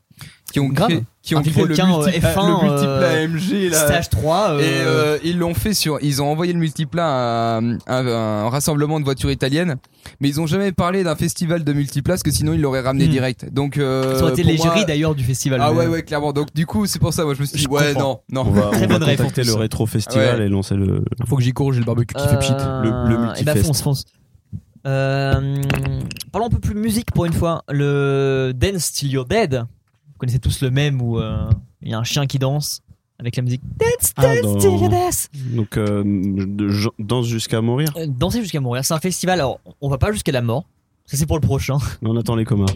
E: qui ont
D: Grave.
E: créé, qui ont
D: Un
E: créé le
D: Villebrequin, euh,
E: multipla,
D: F1,
E: le multipla
D: euh,
E: AMG là.
D: Stage 3. euh,
E: Et euh, ils l'ont fait sur, ils ont envoyé le multiplat à, un- à un rassemblement de voitures italiennes, mais ils ont jamais parlé d'un festival de multipla parce que sinon ils l'auraient ramené
D: Hmm.
E: direct. Donc euh,
D: ça aurait été
E: pour
D: l'égérie
E: moi-
D: d'ailleurs du festival.
E: Ah
D: mais-
E: ouais ouais clairement. Donc du coup c'est pour ça moi je me suis dit
D: Je
E: ouais
D: comprends.
E: non
I: On
E: non.
I: va, on
D: Très
I: va
D: bonne réponse.
I: contacter le rétro festival
E: Ouais.
I: et lancer le.
F: Faut que j'y cours, j'ai le *laughs* barbecue qui fait pchit.
I: le- le
D: Eh bah
I: multifest.
D: fonce, fonce. Euh, parlons un peu plus musique pour une fois. Le Dance Till You're Dead. Vous connaissez tous le même où euh, il y a un chien qui danse avec la musique Dance,
I: Ah,
D: Dance
I: dans-
D: Till You're Dead.
I: Donc, euh, de- je- danse jusqu'à mourir.
D: Euh, Danser jusqu'à mourir. C'est un festival. Alors, on va pas jusqu'à la mort. Ça, c'est pour le prochain.
I: On attend les communs.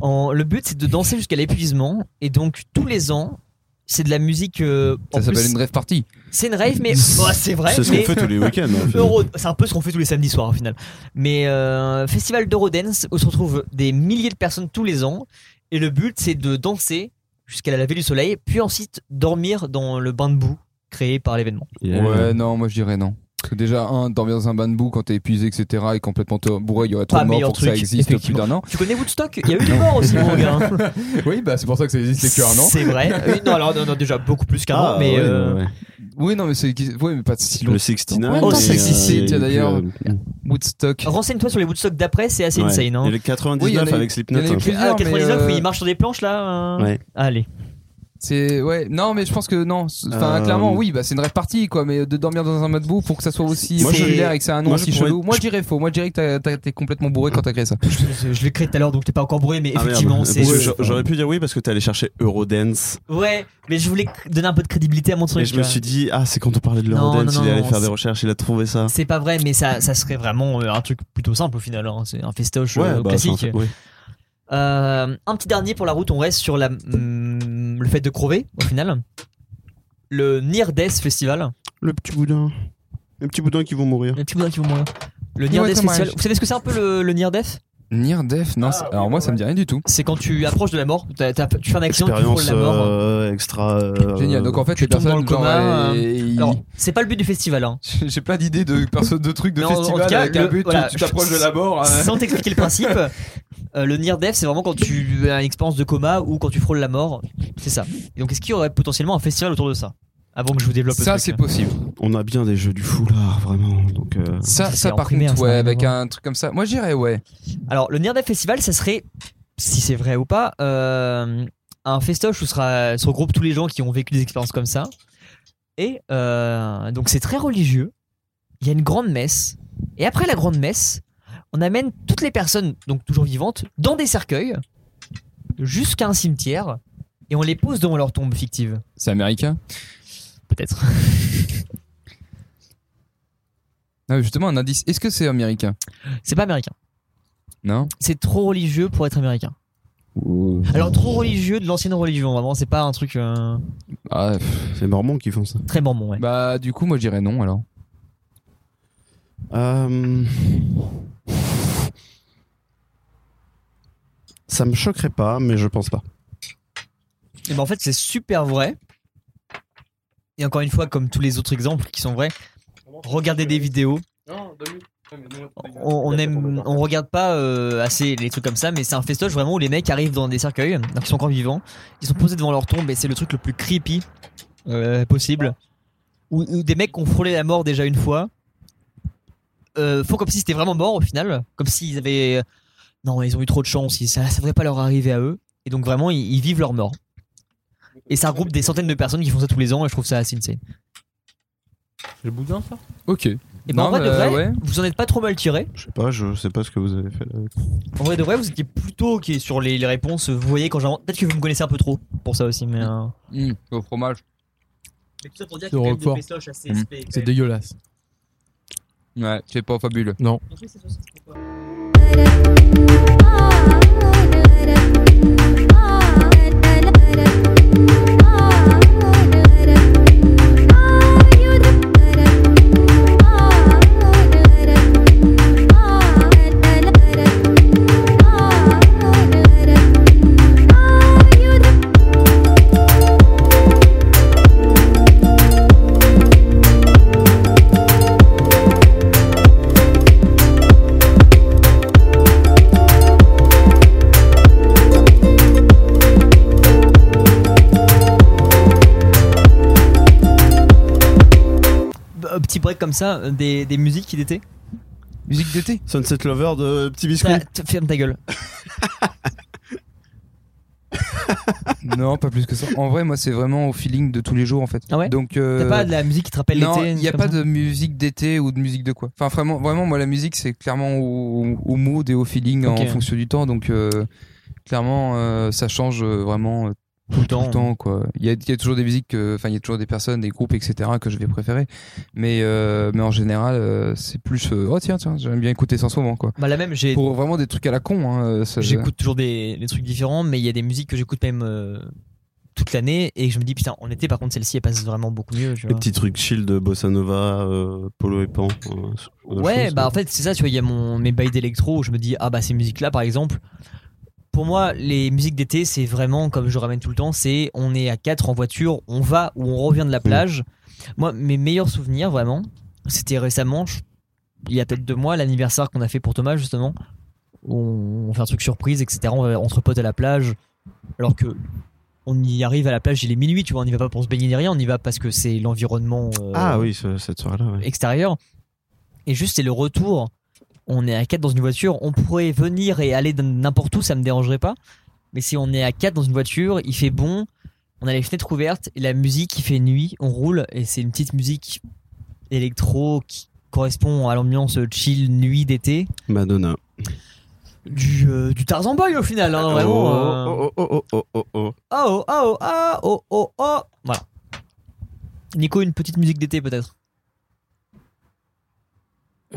D: En- le but, c'est de danser jusqu'à l'épuisement. Et donc, tous les ans, c'est de la musique. euh, en
E: Ça s'appelle
D: plus,
E: une rêve partie.
D: C'est une
I: *laughs*
D: rave, mais bah, c'est vrai.
I: C'est ce qu'on
D: mais
I: fait
D: *laughs*
I: tous les week-ends. en fait.
D: Euro- c'est un peu ce qu'on fait tous les samedis soirs au final. Mais euh, festival d'Eurodance où se retrouvent des milliers de personnes tous les ans. Et le but, c'est de danser jusqu'à la levée du soleil, puis ensuite dormir dans le bain de boue créé par l'événement.
I: Yeah.
E: Ouais non moi je dirais non. Parce que déjà un dormir dans un bain de boue quand t'es épuisé etc et complètement te- bourré il y aurait trop
D: Pas
E: de morts
D: meilleur
E: pour que ça
D: truc,
E: existe depuis
D: effectivement.
E: d'un an.
D: Tu connais Woodstock Il y a eu des morts aussi, mon gars.
I: *laughs*
D: hein.
E: *laughs* Oui bah c'est pour ça que ça existe depuis un an.
D: C'est vrai. Euh, non, alors non, non, déjà beaucoup plus qu'avant,
I: Ah,
D: mais
I: ouais,
D: euh,
I: ouais.
E: Oui non mais c'est oui mais pas si
I: Le euh,
E: longtemps.
I: 69.
E: Oh,
I: et,
E: c'est sexy,
I: et
E: tiens, d'ailleurs.
I: puis, euh,
E: Woodstock.
D: renseigne-toi sur les Woodstock d'après, c'est assez
I: ouais.
D: insane. hein.
I: Et le 99
E: Oui, il y en a eu-
I: avec Slipknot.
E: il y en a eu
I: hein.
E: plus-
D: Ah,
E: plusieurs, mais,
D: 99,
E: euh,
D: oui, il marche sur des planches là. euh.
I: Ouais.
D: Allez.
E: C'est ouais, non mais je pense que non, C'est- enfin
I: Euh,
E: clairement oui, bah c'est une rêve partie quoi, mais de dormir dans un mat de boue pour que ça soit aussi
I: Moi, je-
E: populaire et que ça annonce
I: moi, je
E: aussi
I: pourrais-
E: chelou. Moi je dirais faux, moi je dirais que t'as- t'as- t'es complètement bourré quand t'as créé ça.
D: Je, je l'ai créé tout à l'heure, donc t'es pas encore bourré, mais
I: Ah, merde.
D: effectivement, c'est.
I: Parce que j'a- J'aurais pu dire oui parce que t'es allé chercher Eurodance.
D: Ouais, mais je voulais donner un peu de crédibilité à mon truc.
I: Et je me
D: tu vois.
I: suis dit, ah, c'est quand on parlait de
D: Non,
I: l'Eurodance,
D: non,
I: il est
D: non,
I: allé faire des
D: c'est-
I: recherches, il a trouvé ça.
D: C'est pas vrai, mais ça, ça serait vraiment euh, un truc plutôt simple au final. hein. C'est un festoche
I: Ouais,
D: euh,
I: bah, c'est un
D: classique.
I: fait- oui.
D: Euh, un petit dernier pour la route, on reste sur la, hum, le fait de crever au final. Le Near Death Festival.
I: Le petit boudin. Le petit boudin qui vont mourir.
D: Les petits boudins qui vont mourir. Le Near
E: Ouais,
D: Death
E: dommage.
D: Festival. Vous savez ce que c'est un peu le, le Near Death
E: Near Death, non,
D: Ah,
E: c'est- alors moi ça me dit rien du tout.
D: C'est quand tu approches de la mort, t'as- t'as- tu fais un accident, tu frôles
I: Expérience
D: la mort. hein.
I: euh, extra. euh,
E: Génial. Donc en fait les
D: tombes dans
E: personnes
D: le coma,
E: genre,
D: euh,
E: elles- ils-
D: Alors, c'est pas le but du festival. Hein.
E: j'ai plein d'idées de perso- de trucs de
D: Mais en- en
E: festival
D: tout cas,
E: avec un
D: le-
E: but où
D: voilà.
E: tu t'approches de
D: *laughs*
E: la mort. hein.
D: Sans t'expliquer le principe, euh, le near death, c'est vraiment quand tu as une expérience de coma ou quand tu frôles la mort. C'est ça. Et donc, est-ce qu'il y aurait potentiellement un festival autour de ça Avant que je vous développe le
E: Ça
D: truc. hein
E: c'est possible.
I: On a bien des jeux du fou là, vraiment. Donc, euh,
E: Ça
D: c'est
E: ça
D: en
E: par
D: primaire,
E: contre
D: ça n'a
E: ouais,
D: rien à
E: avec
D: voir.
E: un truc comme ça. Moi je dirais ouais.
D: Alors, le near death festival, ça serait, si c'est vrai ou pas, euh, un festoche où sera, se regroupent tous les gens qui ont vécu des expériences comme ça. Et euh, donc, c'est très religieux. Il y a une grande messe. Et après la grande messe, on amène toutes les personnes, donc toujours vivantes, dans des cercueils. jusqu'à un cimetière et on les pose devant leur tombe fictive.
E: C'est américain
D: Peut-être.
E: Ah, Justement, un indice. Est-ce que c'est américain
D: *laughs* C'est pas américain.
E: Non
D: C'est trop religieux pour être américain. Alors trop religieux de l'ancienne religion, vraiment, c'est pas un truc euh,
E: Ah, pff.
I: C'est Mormon qui font ça.
D: très mormon. Ouais.
E: Bah, du coup, moi, je dirais non alors.
I: Euh, Ça me choquerait pas, mais je pense pas.
D: Et ben en fait, c'est super vrai. Et encore une fois, comme tous les autres exemples qui sont vrais, regardez des vidéos. On, on aime, on regarde pas euh, assez les trucs comme ça, mais c'est un festoche vraiment où les mecs arrivent dans des cercueils, donc ils sont encore vivants, ils sont posés devant leur tombe et c'est le truc le plus creepy euh, possible. Où, où des mecs qui ont frôlé la mort déjà une fois euh, font comme si c'était vraiment mort au final, comme s'ils avaient euh, non, ils ont eu trop de chance, ils- ça, ça devrait pas leur arriver à eux, et donc vraiment ils, ils vivent leur mort. Et ça regroupe des centaines de personnes qui font ça tous les ans, et je trouve ça assez insane.
F: C'est le boudin, ça
E: Ok.
D: Et ben,
E: Non,
D: en vrai de vrai,
E: mais, ouais.
D: vous en êtes pas trop mal tiré.
I: Je sais pas, je sais pas ce que vous avez fait. là.
D: En vrai de vrai, vous étiez plutôt ok sur les, les réponses. Vous voyez quand j'ai peut-être que vous me connaissez un peu trop pour ça aussi, mais. euh,
E: Mmh, au fromage.
L: Mais tout ça pour dire qu'il
F: Le
L: y a quand même
F: record.
L: des festoches assez
E: Mm.
L: épais, quand
F: C'est
L: même.
F: dégueulasse.
E: Ouais, c'est pas fabuleux.
L: En plus, c'est sur- c'est pourquoi.
D: bah, petit break comme ça, euh, des, des musiques qui d'été.
E: Musique d'été
I: Sunset Lover de Petit Biscuit.
D: Ça, t- Ferme ta gueule.
E: *laughs* Non, pas plus que ça. En vrai, moi, c'est vraiment au feeling de tous les jours en fait.
D: Ah ouais
E: Donc, euh,
D: T'as pas de la musique qui te rappelle l'été
E: Non, il
D: une
E: n'y a
D: chose
E: pas
D: comme ça
E: de musique d'été ou de musique de quoi. Enfin, vraiment, vraiment moi, la musique, c'est clairement au, au mood et au feeling
D: Ok.
E: en fonction du temps. Donc, euh, clairement, euh, ça change euh, vraiment euh,
D: tout le
E: tout
D: temps.
E: le
C: Hein.
E: temps, quoi. Il y a, il y a toujours des musiques, que- enfin, il y a toujours des personnes, des groupes, etc., que je vais préférer. Mais, euh, mais en général, euh, c'est plus. euh, oh, tiens, tiens, j'aime bien écouter ça en ce moment, quoi.
D: Bah la même, j'ai
E: Pour vraiment des trucs à la con, hein. ça-
D: J'écoute toujours des, des trucs différents, mais il y a des musiques que j'écoute même euh, toute l'année et je me dis putain, en été par contre celle-ci elle passe vraiment beaucoup mieux. tu
I: Les
D: vois.
I: petits trucs chill de Bossa Nova, euh, Polo et Pan. euh, ce genre de
D: Ouais,
I: choses.
C: euh.
D: bah en fait c'est ça, tu vois, il y a mon, mes bails d'électro où je me dis ah bah ces musiques-là par exemple. Pour moi, les musiques d'été, c'est vraiment comme je ramène tout le temps, c'est on est à quatre en voiture, on va ou on revient de la plage. Moi, mes meilleurs souvenirs vraiment, c'était récemment, je- il y a peut-être deux mois, l'anniversaire qu'on a fait pour Thomas justement, où on, on fait un truc surprise, etc. On va entre potes à la plage, alors que on y arrive à la plage, il est minuit, tu vois, on n'y va pas pour se baigner ni rien, on y va parce que c'est l'environnement. euh,
I: Ah oui, ce- cette soirée-là. ouais.
D: extérieur. Et juste, c'est le retour. On est à 4 dans une voiture. On pourrait venir et aller d'un- n'importe où, ça me dérangerait pas. Mais si on est à 4 dans une voiture, il fait bon, on a les fenêtres ouvertes et la musique, il fait nuit, on roule et c'est une petite musique électro qui correspond à l'ambiance chill nuit d'été
I: Madonna.
D: du, euh, du Tarzan Boy au final. hein, vraiment. euh.
I: Oh, oh, oh, oh, oh, oh,
D: Ah oh, ah oh, ah oh, oh, oh. Voilà. Nico, une petite musique d'été peut-être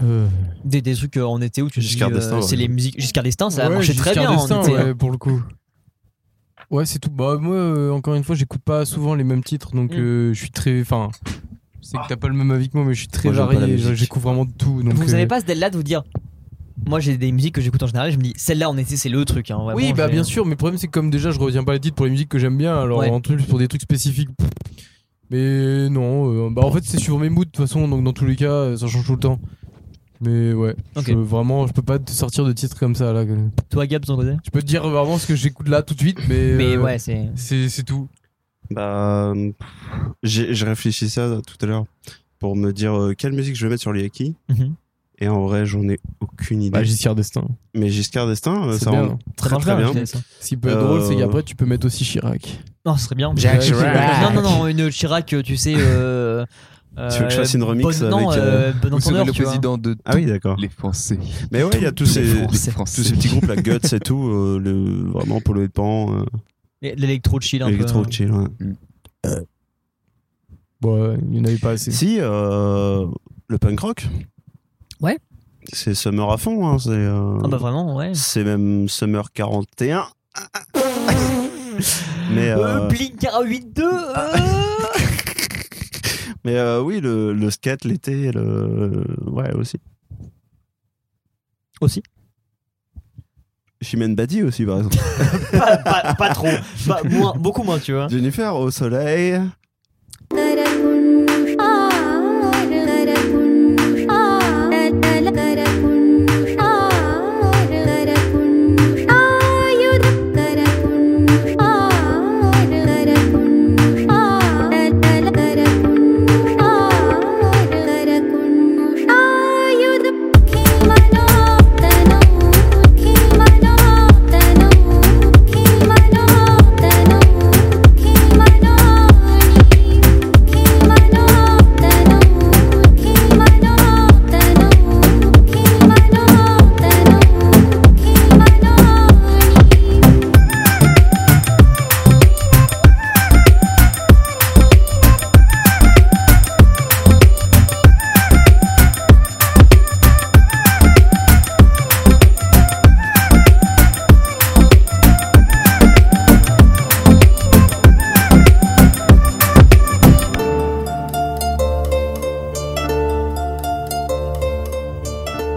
F: Euh,
D: des, des trucs euh, en été où tu te dis,
I: Giscard
D: euh,
I: d'Estaing,
D: c'est
I: ouais.
D: les musiques Giscard d'Estaing ça a
F: ouais,
D: marché très
F: Giscard
D: bien en
F: d'Estaing,
D: été. hein.
F: ouais, pour le coup. Ouais, c'est tout. Bah, moi, euh, encore une fois, j'écoute pas souvent les mêmes titres, donc
D: Mm.
F: euh, je suis très. Enfin, je sais que t'as pas le même avis que moi, mais je suis très
I: Moi, j'aime pas la
F: varié.
I: musique.
F: J'écoute vraiment de tout. Donc,
D: vous
F: euh,
D: avez pas ce là de vous dire moi j'ai des musiques que j'écoute en général je me dis celle-là en été c'est le truc hein, vraiment,
F: Oui, bah
D: j'ai-
F: bien sûr, mais le problème c'est que comme déjà je reviens pas les titres pour les musiques que j'aime bien, alors
D: Ouais.
F: en plus pour des trucs spécifiques. pff. Mais non, euh, bah en fait c'est sur mes moods de toute façon, donc dans tous les cas euh, ça change tout le temps. Mais ouais,
D: Ok.
F: je- vraiment je peux pas te sortir de titres comme ça là. que-
D: toi Gab de ton côté
F: Je peux te dire vraiment ce que j'écoute là tout de suite, mais,
D: mais
F: euh,
D: ouais c'est
F: c'est c'est tout.
I: Bah, euh, j'ai- je réfléchissais à ça tout à l'heure pour me dire euh, quelle musique je vais mettre sur les Yaki.
D: Mhm.
I: Et en vrai, j'en ai aucune idée.
F: Bah Giscard d'Estaing,
I: Mais Giscard d'Estaing, euh,
F: c'est
I: ça
F: bien.
I: rend très très bien.
D: je dirais ça.
F: Ce qui peut être
I: Euh,
F: drôle, c'est qu'après tu peux mettre aussi Chirac.
D: non ce serait bien
F: Jacques Chirac.
D: non non non une Chirac euh, tu sais euh,
C: Tu veux que je fasse une remix
D: Bon- non,
C: avec,
D: euh, Bon
C: Vous serez
D: Entendeur,
C: le
D: tu vois.
C: président de Ah oui, d'accord.
E: Les Français.
C: Mais ouais, il y a tous
D: les
C: ces,
D: Français.
C: tous ces petits groupes, la Guts et tout, euh, le, vraiment pollué de pan, euh,
D: Et L'électro chill un peu.
C: électro chill. ouais.
F: Bon, ouais, il n'y en avait pas assez.
C: Si, euh, le punk rock.
D: Ouais.
C: C'est Summer à fond, hein, c'est. euh,
D: Ah bah vraiment, ouais.
C: C'est même Summer 41. *laughs* Mais, euh,
D: Euh, Blink euh, 8-2
C: mais euh, oui, le, le skate l'été, le... ouais, aussi.
D: Aussi.
C: Chimène Badi aussi, par
D: *laughs*
C: exemple.
D: pas, *laughs* pas- pas trop. Pas- moins- beaucoup moins, tu vois.
C: Jennifer au soleil.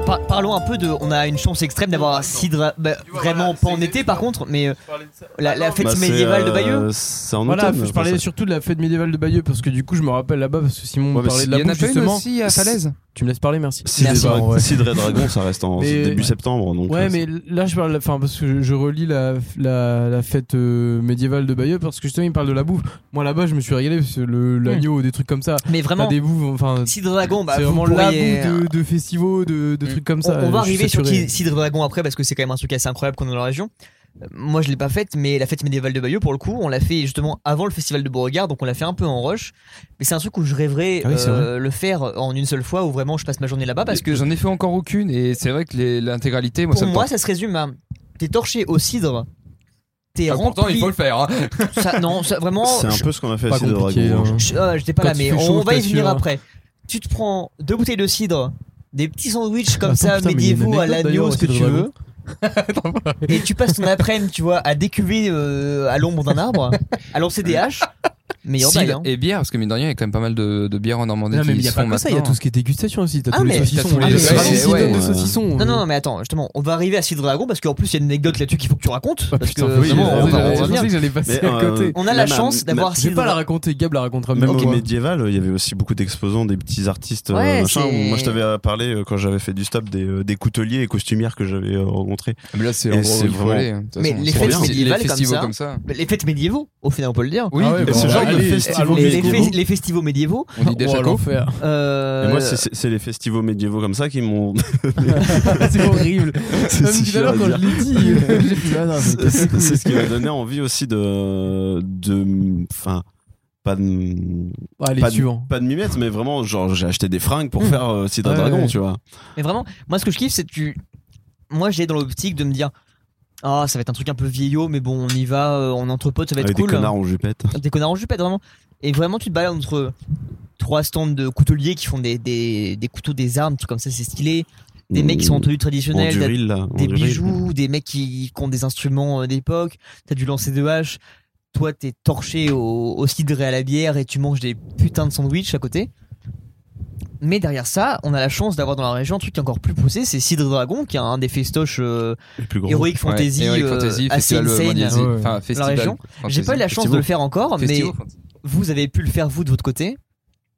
D: Par- parlons un peu de. On a une chance extrême d'avoir Sidra. bah, vraiment pas en été par contre, mais euh, la, la fête
C: Bah, c'est,
D: médiévale de
C: euh,
D: Bayeux.
C: C'est en
F: Voilà,
C: automne,
F: je parlais
C: pense.
F: surtout de la fête médiévale de Bayeux parce que du coup, je me rappelle là-bas parce que Simon
C: Ouais,
F: me
C: mais
F: parlait
C: si-
F: de la
E: Il y en a
F: bouffe
E: pas une
F: justement.
E: aussi à Falaise
F: Tu me laisses parler, merci.
C: Cidre
D: Merci.
C: et Dra-
F: Bon, ouais.
C: Cidre et Dragon, ça reste en
F: Mais-
C: début septembre. Donc
F: Ouais,
C: euh,
F: mais là je parle, enfin parce que je- je relis la, la, la fête euh, médiévale de Bayeux parce que justement il parle de la bouffe. Moi là-bas je me suis régalé parce que le- l'agneau ou des trucs comme ça.
D: Mais
F: Pas
D: vraiment,
F: des bouffes, enfin
D: Sidra Dragon, bah,
F: c'est
D: vous
F: vraiment
D: pourriez-
F: la bouffe de, de festivals, de, de
D: Mm.
F: trucs comme
D: On,
F: ça. euh,
D: on va
F: Je suis
D: arriver sur
F: saturé.
D: qui- Cidre Dragon après parce que c'est quand même un truc assez incroyable qu'on a dans la région. Euh, Moi je l'ai pas faite, mais la fête médiévale de Bayeux pour le coup, on l'a fait justement avant le festival de Beauregard, donc on l'a fait un peu en rush. Mais c'est un truc où je rêverais
F: Ah oui, c'est
D: euh, le faire en une seule fois où vraiment je passe ma journée là-bas parce que
E: j'en ai fait encore aucune et c'est vrai que les- l'intégralité, moi,
D: pour
E: ça me
D: moi
E: tente.
D: ça se résume à t'es torché au cidre, t'es
E: Ah,
D: rempli.
E: pourtant, il faut le faire. hein.
D: *laughs* ça, non, ça, vraiment.
C: c'est un
D: je-
C: peu ce qu'on a fait à
F: Pas
C: Cidre et
F: compliqué.
C: Dragon.
F: hein.
D: je- ah, J'étais pas
F: Quand
D: là,
F: il
D: mais
F: fait chaud, hein.
D: on
F: je
D: va y venir
F: t'assure.
D: après. Tu te prends deux bouteilles de cidre, des petits sandwichs comme
F: Attends,
D: ça
F: putain, mais il y a une
D: médiévaux à
F: anecdote, d'ailleurs,
D: l'agneau,
F: au
D: ce que
F: Cidre
D: tu
F: Dragon.
D: veux.
F: *laughs*
D: et tu passes ton après-midi, tu vois, à décuver euh, à l'ombre d'un arbre, à lancer des haches. Meilleur
E: Cidre
D: bail, hein.
E: et bière, parce que mine de rien, il y a quand même pas mal de, de bières en Normandie.
F: Non, mais
E: qui
F: il y a
E: se
F: pas
E: font
F: que ça, il y a
E: maintenant.
F: tout ce qui est dégustation aussi. T'as
D: Ah,
F: tous
D: mais-
F: les saucissons.
E: t'as tous les-
F: Ah,
E: ouais,
F: les
E: ouais.
F: saucissons, des saucissons. euh.
D: Non, non, non, mais attends, justement, on va arriver à Cidre Dragon parce qu'en plus, il y a une anecdote là-dessus qu'il faut que tu racontes.
F: Ah,
D: parce
F: putain,
D: que
F: oui,
D: vraiment,
F: j'avais-
D: on va- on
F: j'avais-
D: va
F: je
D: venir.
F: pensais que j'allais passer
C: Mais,
F: à
C: euh,
F: côté.
D: On a la
C: Même à-
D: chance d'avoir
F: Je vais
D: Cidre
F: pas la raconter, Gab la racontera
C: Même
F: mieux que
C: au
F: moi.
C: médiéval, il y avait aussi beaucoup d'exposants, des petits artistes, euh,
D: Ouais,
C: machin.
D: c'est-
C: Moi, je t'avais euh, parlé euh, quand j'avais fait du stop des, euh, des couteliers et costumières que j'avais euh, rencontrés.
E: Ah, Mais là, c'est
C: Et
E: l'endroit où
C: c'est
E: il faut
C: vraiment-
E: aller. hein. De toute
D: Mais
E: façon,
D: les
E: c'est
C: fêtes
E: bien.
D: médiévales
E: les
D: comme
E: festivals
D: ça.
E: comme ça.
D: Les fêtes médiévaux, au final, on peut le dire.
E: Oui,
F: Ah ouais,
E: mais
F: bah,
E: c'est
C: ce genre
E: vrai,
C: de
F: allez,
C: festival
F: allons
D: les,
F: jusqu'au
D: les-
F: bout.
D: les festivals médiévaux.
E: on *laughs* dit déjà
F: Oh, l'enfer.
D: euh,
C: Et moi, c'est- c'est c'est les festivals médiévaux comme ça qui m'ont. *laughs*
F: *laughs* C'est horrible.
C: C'est
F: Même
C: si
F: tout à
C: cher
F: l'heure,
C: à
F: quand je
C: dire.
F: l'ai dit, euh, *laughs* j'ai fait, ah, non, mais
C: C'est
F: qu'est-ce que
C: c'est ce
F: c'est
C: qui m'a donné envie aussi de. de. enfin. Pas de,
F: *laughs* Allez,
C: pas, de,
F: suivant.
C: pas de m'y mettre, mais vraiment, genre, j'ai acheté des fringues
D: Mmh.
C: pour faire euh, Cidre et
F: Ouais,
C: Dragon,
F: ouais.
C: tu vois.
D: Mais vraiment, moi ce que je kiffe, c'est que tu. Moi j'ai dans l'optique de me dire Ah, ça va être un truc un peu vieillot, mais bon, on y va, euh, on entrepôt, ça va être
C: Avec
D: cool.
C: des connards en jupette.
D: Des connards en jupette, vraiment. Et vraiment, tu te balades entre trois stands de couteliers qui font des, des, des couteaux, des armes, tout comme ça, c'est stylé. Des mecs qui sont en tenue
C: en
D: traditionnelle, t'as
C: duril, là. en
D: des
C: duril.
D: bijoux, des mecs qui, qui ont des instruments euh, d'époque, t'as du lancer de hache, toi t'es torché au, au cidre et à la bière et tu manges des putains de sandwichs à côté. Mais derrière ça, on a la chance d'avoir dans la région un truc encore plus poussé, c'est Cidre Dragon, qui est un des festoches euh,
C: Les plus gros.
D: Heroic Fantasy,
E: Ouais, Heroic
D: euh,
E: Fantasy,
D: assez
E: Festival
D: insane.
E: Monésie,
F: Ouais, ouais.
E: enfin, festival
D: région. J'ai
E: Fantasy.
D: pas eu la chance de le faire encore,
E: Festival
D: mais
E: Fantasy.
D: vous avez pu le faire vous de votre côté.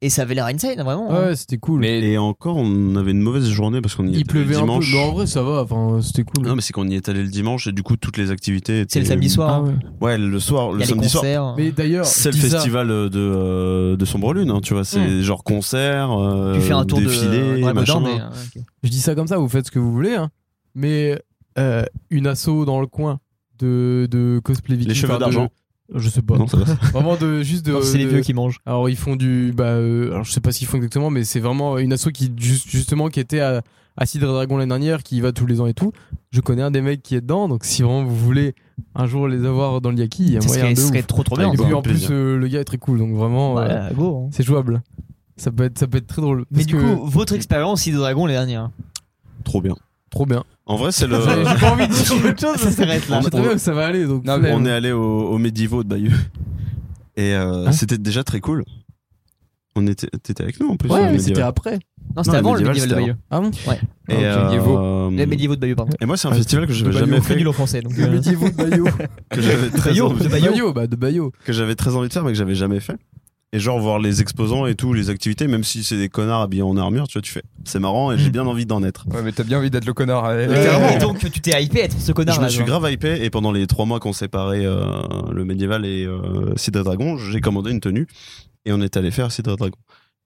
D: Et ça avait l'air insane, vraiment. hein.
F: Ouais, c'était cool.
E: Mais
C: Et encore, on avait une mauvaise journée parce qu'on y
F: Il
C: était le
F: pleuvait un peu.
C: dimanche.
F: Mais en vrai, ça va. Enfin, c'était cool.
C: Non, mais c'est qu'on y est allé le dimanche et du coup, toutes les activités.
D: C'est le
C: étaient-
D: samedi
F: Ah
D: soir,
F: ouais.
C: Ouais, le soir,
D: il
C: le
D: y a les
C: samedi soir.
D: concerts.
F: Mais d'ailleurs,
C: C'est le
F: je dis ça,
C: festival euh, de, euh, de Sombre Lune, hein, tu vois. C'est genre concert, euh,
D: Mmh. tu fais un tour de
C: défilé,
D: dans la
C: machin.
D: Moderne, mais, euh, ok.
F: Je dis ça comme ça. Vous faites ce que vous voulez. hein. Mais euh, une asso dans le coin de, de cosplay viking.
C: cheveux
F: enfin, de-
C: d'argent.
F: Je sais pas.
C: Non, ça va.
F: Vraiment de juste de.
D: Non, c'est les
F: de-
D: vieux qui mangent.
F: Alors ils font du bah euh, alors je sais pas ce qu'ils font exactement mais c'est vraiment une asso qui ju- justement qui était à Acid Dragon l'année dernière qui y va tous les ans et tout. Je connais un des mecs qui est dedans donc si vraiment vous voulez un jour les avoir dans le Yaki, il y a
D: Ce
F: moyen
D: serait,
F: de
D: ce serait
F: ouf.
D: trop trop bien.
F: Et
D: ça.
F: puis en
C: plaisir.
F: plus euh, le gars est très cool donc vraiment euh,
D: Voilà, go, hein.
F: c'est jouable. Ça peut être ça peut être très drôle.
D: Mais
F: parce
D: du
F: que-
D: coup, votre expérience Hydro Dragon les dernières.
C: Trop bien.
F: trop bien.
C: En vrai,
D: *laughs*
C: c'est le.
F: J'ai j'ai pas envie de dire autre chose.
D: Ça s'arrête là.
F: Je sais très bien que ça va aller donc.
E: Non, mais
F: flemme.
C: on est allé au, au Médivo de Bayeux. Et euh,
D: Ah.
C: c'était déjà très cool. On était, t'étais avec nous en plus. au
F: Ouais, mais
C: Médival.
F: c'était après.
D: Non, c'était
C: Non,
D: avant le
C: médiéval,
D: médiéval de
C: c'était
D: Bayeux.
F: Ah
C: Et,
F: bon
E: Ok,
C: euh,
D: Les médiévaux Ah, de Bayeux, pardon.
C: et moi, c'est un festival que j'avais
D: Bayeux,
C: jamais
D: on fait
C: fait,
D: nul au français. Donc, euh,
F: Médiévaux de Bayeux.
C: que j'avais très
D: Bayeux,
C: envie-
D: de
F: De
D: Bayeux.
F: Bayeux, bah de Bayeux.
C: que j'avais très envie de faire, mais que j'avais jamais fait. Et genre voir les exposants et tout, les activités, même si c'est des connards habillés en armure, tu vois, tu fais. C'est marrant et
D: Mm.
C: j'ai bien envie d'en être.
E: Ouais, mais t'as bien envie d'être le connard. hein. ouais.
D: Et
C: Clairement.
D: donc, tu t'es hypé à être ce connard
C: je
D: là.
C: me suis
D: genre.
C: grave hypé et pendant les trois mois qu'on séparait euh, le médiéval et euh, Cidre Dragon, j'ai commandé une tenue et on est allé faire Cidre Dragon.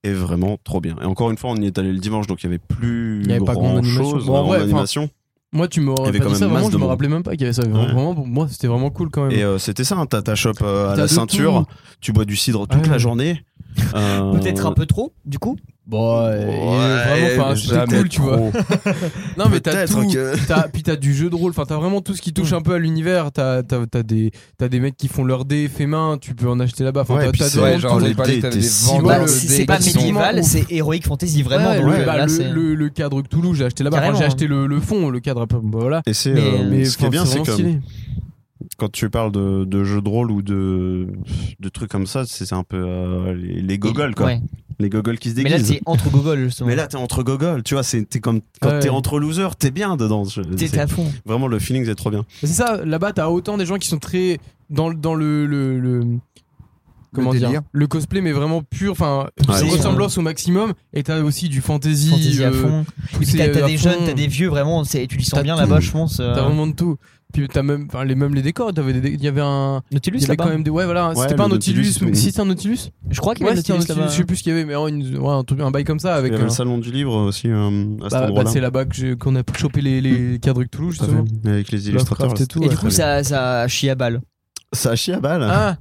C: Et vraiment trop bien. Et encore une fois, on y est allé le dimanche, donc il y avait plus
F: Il y avait pas
C: grand
F: grand
C: chose
F: d'animation. Bon, en
C: en
F: vrai, enfin,
C: animation.
F: Moi, tu
C: Il y
F: m'aurais
C: avait
F: pas
C: quand
F: dit
C: même
F: ça,
C: masse
F: vraiment,
C: de
F: je me
C: monde.
F: rappelais même pas qu'il y avait ça.
C: Ouais.
F: Vraiment, pour moi, c'était vraiment cool quand même.
C: Et euh, c'était ça, un tata shop euh, à
F: T'as
C: la
F: de
C: ceinture. Tu bois du cidre toute
F: Ouais.
C: la journée.
F: *laughs*
C: Euh,
D: Peut-être un peu trop, du coup.
F: Bon, euh, il est vraiment, enfin, c'était
E: jamais
F: cool, tu
C: *laughs*
F: vois.
E: trop.
F: Non, mais t'as
C: peut-être
F: tout.
C: que- Mm.
F: T'as, puis t'as du jeu de rôle, enfin, t'as vraiment tout ce qui touche un peu à l'univers. T'as, t'as, t'as des, t'as des mecs qui font leurs dés fait main, tu peux en acheter là-bas. Enfin,
C: Ouais,
F: t'as-
C: et puis
F: t'as
C: c'est-
F: vraiment
E: Ouais, genre,
F: tout.
E: on
C: le
E: avait parlé,
C: dé
E: t'as
C: était
E: des
C: si
E: vendeurs
D: Bah,
E: de
D: si
E: dés
D: c'est pas
E: qui sont-
D: médiéval,
F: ouf.
D: c'est Heroic Fantasy, vraiment.
F: Ouais,
D: donc,
F: le,
D: euh,
F: bah,
D: là,
F: le-
D: c'est-
F: le- le cadre de Toulouse, j'ai acheté là-bas. Enfin,
D: Carrément,
F: j'ai acheté le, le fond, le cadre après. bah, voilà.
C: Et c'est
D: Mais,
C: euh,
F: Mais
C: ce qui est
F: enfin,
C: bien, c'est
F: vraiment
C: que
F: stylé.
C: quand tu parles de, de jeux de rôle ou de, de trucs comme ça, c'est c'est un peu euh, les, les gogoles, quoi.
D: Ouais.
C: Les gogoles qui se
D: Mais là,
C: déguisent.
D: c'est entre gogoles, justement.
C: Mais là, t'es entre gogoles, tu vois, c'est- t'es comme quand
F: Ouais.
C: t'es entre losers, t'es bien dedans. Je-
D: t'es
C: c'est-
D: à fond.
C: Vraiment, le feeling, c'est trop bien.
F: C'est ça, là-bas, t'as autant des gens qui sont très dans, le- dans le, le, le- Comment
E: Le
F: dire
E: délire.
F: Le cosplay, mais vraiment pur, enfin,
C: Ouais,
F: c'est
C: ouais.
F: ressemblance au maximum. Et t'as aussi du fantasy.
D: Fantasy à
F: euh,
D: fond. Et puis
F: poussé
D: t'as t'as
F: à
D: des
F: fond.
D: jeunes, t'as des vieux, vraiment. c'est- Tu les sens
F: T'as
D: bien
F: tout.
D: là-bas, je pense. euh,
F: T'as vraiment de tout. Puis t'as même, enfin, les, même les décors. t'avais des- Il y avait un. Il
D: Nautilus
F: y avait quand
D: là-bas.
F: même des. Ouais, voilà,
C: Ouais,
F: c'était pas un
C: le
F: Nautilus,
C: Nautilus,
F: mais
C: oui.
F: si c'était un Nautilus
D: Je crois qu'il y
F: Ouais,
D: avait
F: c'était un
D: Nautilus
F: Nautilus,
D: là-bas.
F: je sais plus ce qu'il y avait, mais ouais, une- ouais, un, truc- un bail comme ça
C: Il
F: avec.
C: y avait
F: un-
C: le salon du livre aussi euh, à cet
F: Bah, bah,
C: endroit-là. Mmh.
F: c'est là-bas que j'ai- qu'on a chopé les, les cadres de Toulouse, justement.
C: Avec les illustrateurs.
F: Lovecraft et tout,
D: Et du
F: ouais.
D: coup, ça, ça chie à balle.
C: Ça a chié à balle.
F: Ah,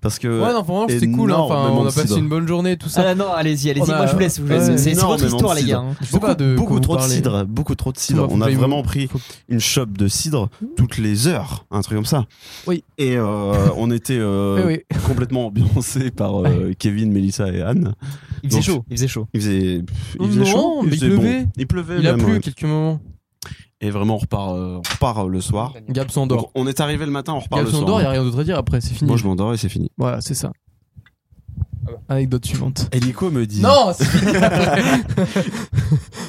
C: Parce que.
F: ouais, non, vraiment, c'était cool. hein. Enfin,
C: énormément
F: on a
C: de
F: passé
C: cidre.
F: une bonne journée, tout
D: Ah
F: ça.
D: là, non, allez-y, allez-y.
F: On a-
D: Moi, je vous laisse. je vous
F: Ouais,
D: laisse. C'est c'est votre
C: énormément
D: histoire,
C: de
D: les
C: cidre.
D: gars. hein.
F: Je sais
C: Beaucoup,
F: pas de quoi
C: beaucoup
F: vous
C: trop de
F: parlez.
C: cidre, beaucoup trop de cidre.
F: Faut-
C: On a
F: faut-
C: vraiment pris euh,
F: faut-
C: une shop de cidre toutes les heures, un truc comme ça.
F: Oui.
C: Et euh, on était euh,
F: Eh *laughs* oui.
C: complètement ambiancé par euh, Kevin, Mélissa et Anne.
D: Il faisait
C: Donc-
D: chaud. Il faisait chaud.
C: Il faisait, il faisait
F: Non,
C: chaud,
F: mais il
C: faisait
F: pleuvait.
C: Il pleuvait.
F: Il a
C: même, euh,
F: plu
C: ouais.
F: à quelques moments.
C: Et vraiment, on repart, euh, on repart euh, le soir.
F: Gab s'endort.
C: Donc, on est arrivé le matin, on repart
F: Gab
C: le soir. hein.
F: s'endort, il n'y a rien d'autre à dire après, c'est fini.
C: Moi, je m'endors et c'est fini.
F: Voilà, c'est ça.
D: Ah bah.
F: Anecdote suivante.
C: Helico me dit.
F: Non c'est fini.
C: *laughs*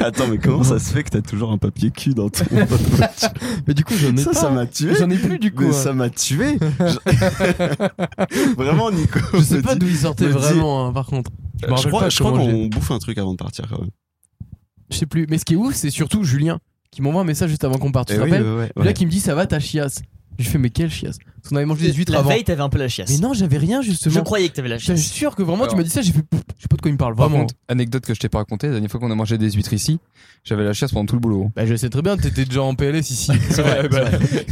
C: Attends, mais comment ça se fait que t'as toujours un papier cul dans
F: *laughs*
C: ton voiture
F: *laughs* Mais du coup, j'en
C: *laughs*
F: ai
C: Ça,
F: pas.
C: ça m'a tué.
F: J'en ai plus du coup.
C: Mais
F: hein.
C: ça m'a
F: *laughs*
C: tué. Je- *laughs* Vraiment, Nico.
F: Je sais
C: me
F: pas
C: dit-
F: d'où il sortait
C: me dit-
F: vraiment, hein, par contre. Je
C: Je
F: me rappelle
C: crois,
F: pas
C: je crois
F: comment j'ai-
C: qu'on bouffe un truc avant de partir quand même.
F: Je sais plus. Mais ce qui est ouf, c'est surtout Julien qui m'envoie un message juste avant qu'on parte. Tu te
C: Eh oui,
F: rappelles
C: ouais, ouais,
F: Là,
C: ouais.
F: qui me dit ça va ta chiasse. Je fais mais quelle chiasse Parce qu'on avait mangé des huîtres
D: La
F: avant.
D: veille, t'avais un peu la chiasse.
F: Mais non, j'avais rien
D: Je
F: justement.
D: croyais que t'avais la
F: Je suis
D: chiasse.
F: sûr que vraiment tu
E: Alors.
F: m'as dit ça, j'ai fait pff, je sais pas de quoi il me parle
E: Par
F: vraiment.
E: contre, anecdote que je t'ai pas racontée, la dernière fois qu'on a mangé des huîtres ici, j'avais la chasse pendant tout le boulot. hein.
F: Bah je sais très bien, t'étais déjà en PLS
C: *laughs*
F: ici.
D: C'est vrai,
F: bah,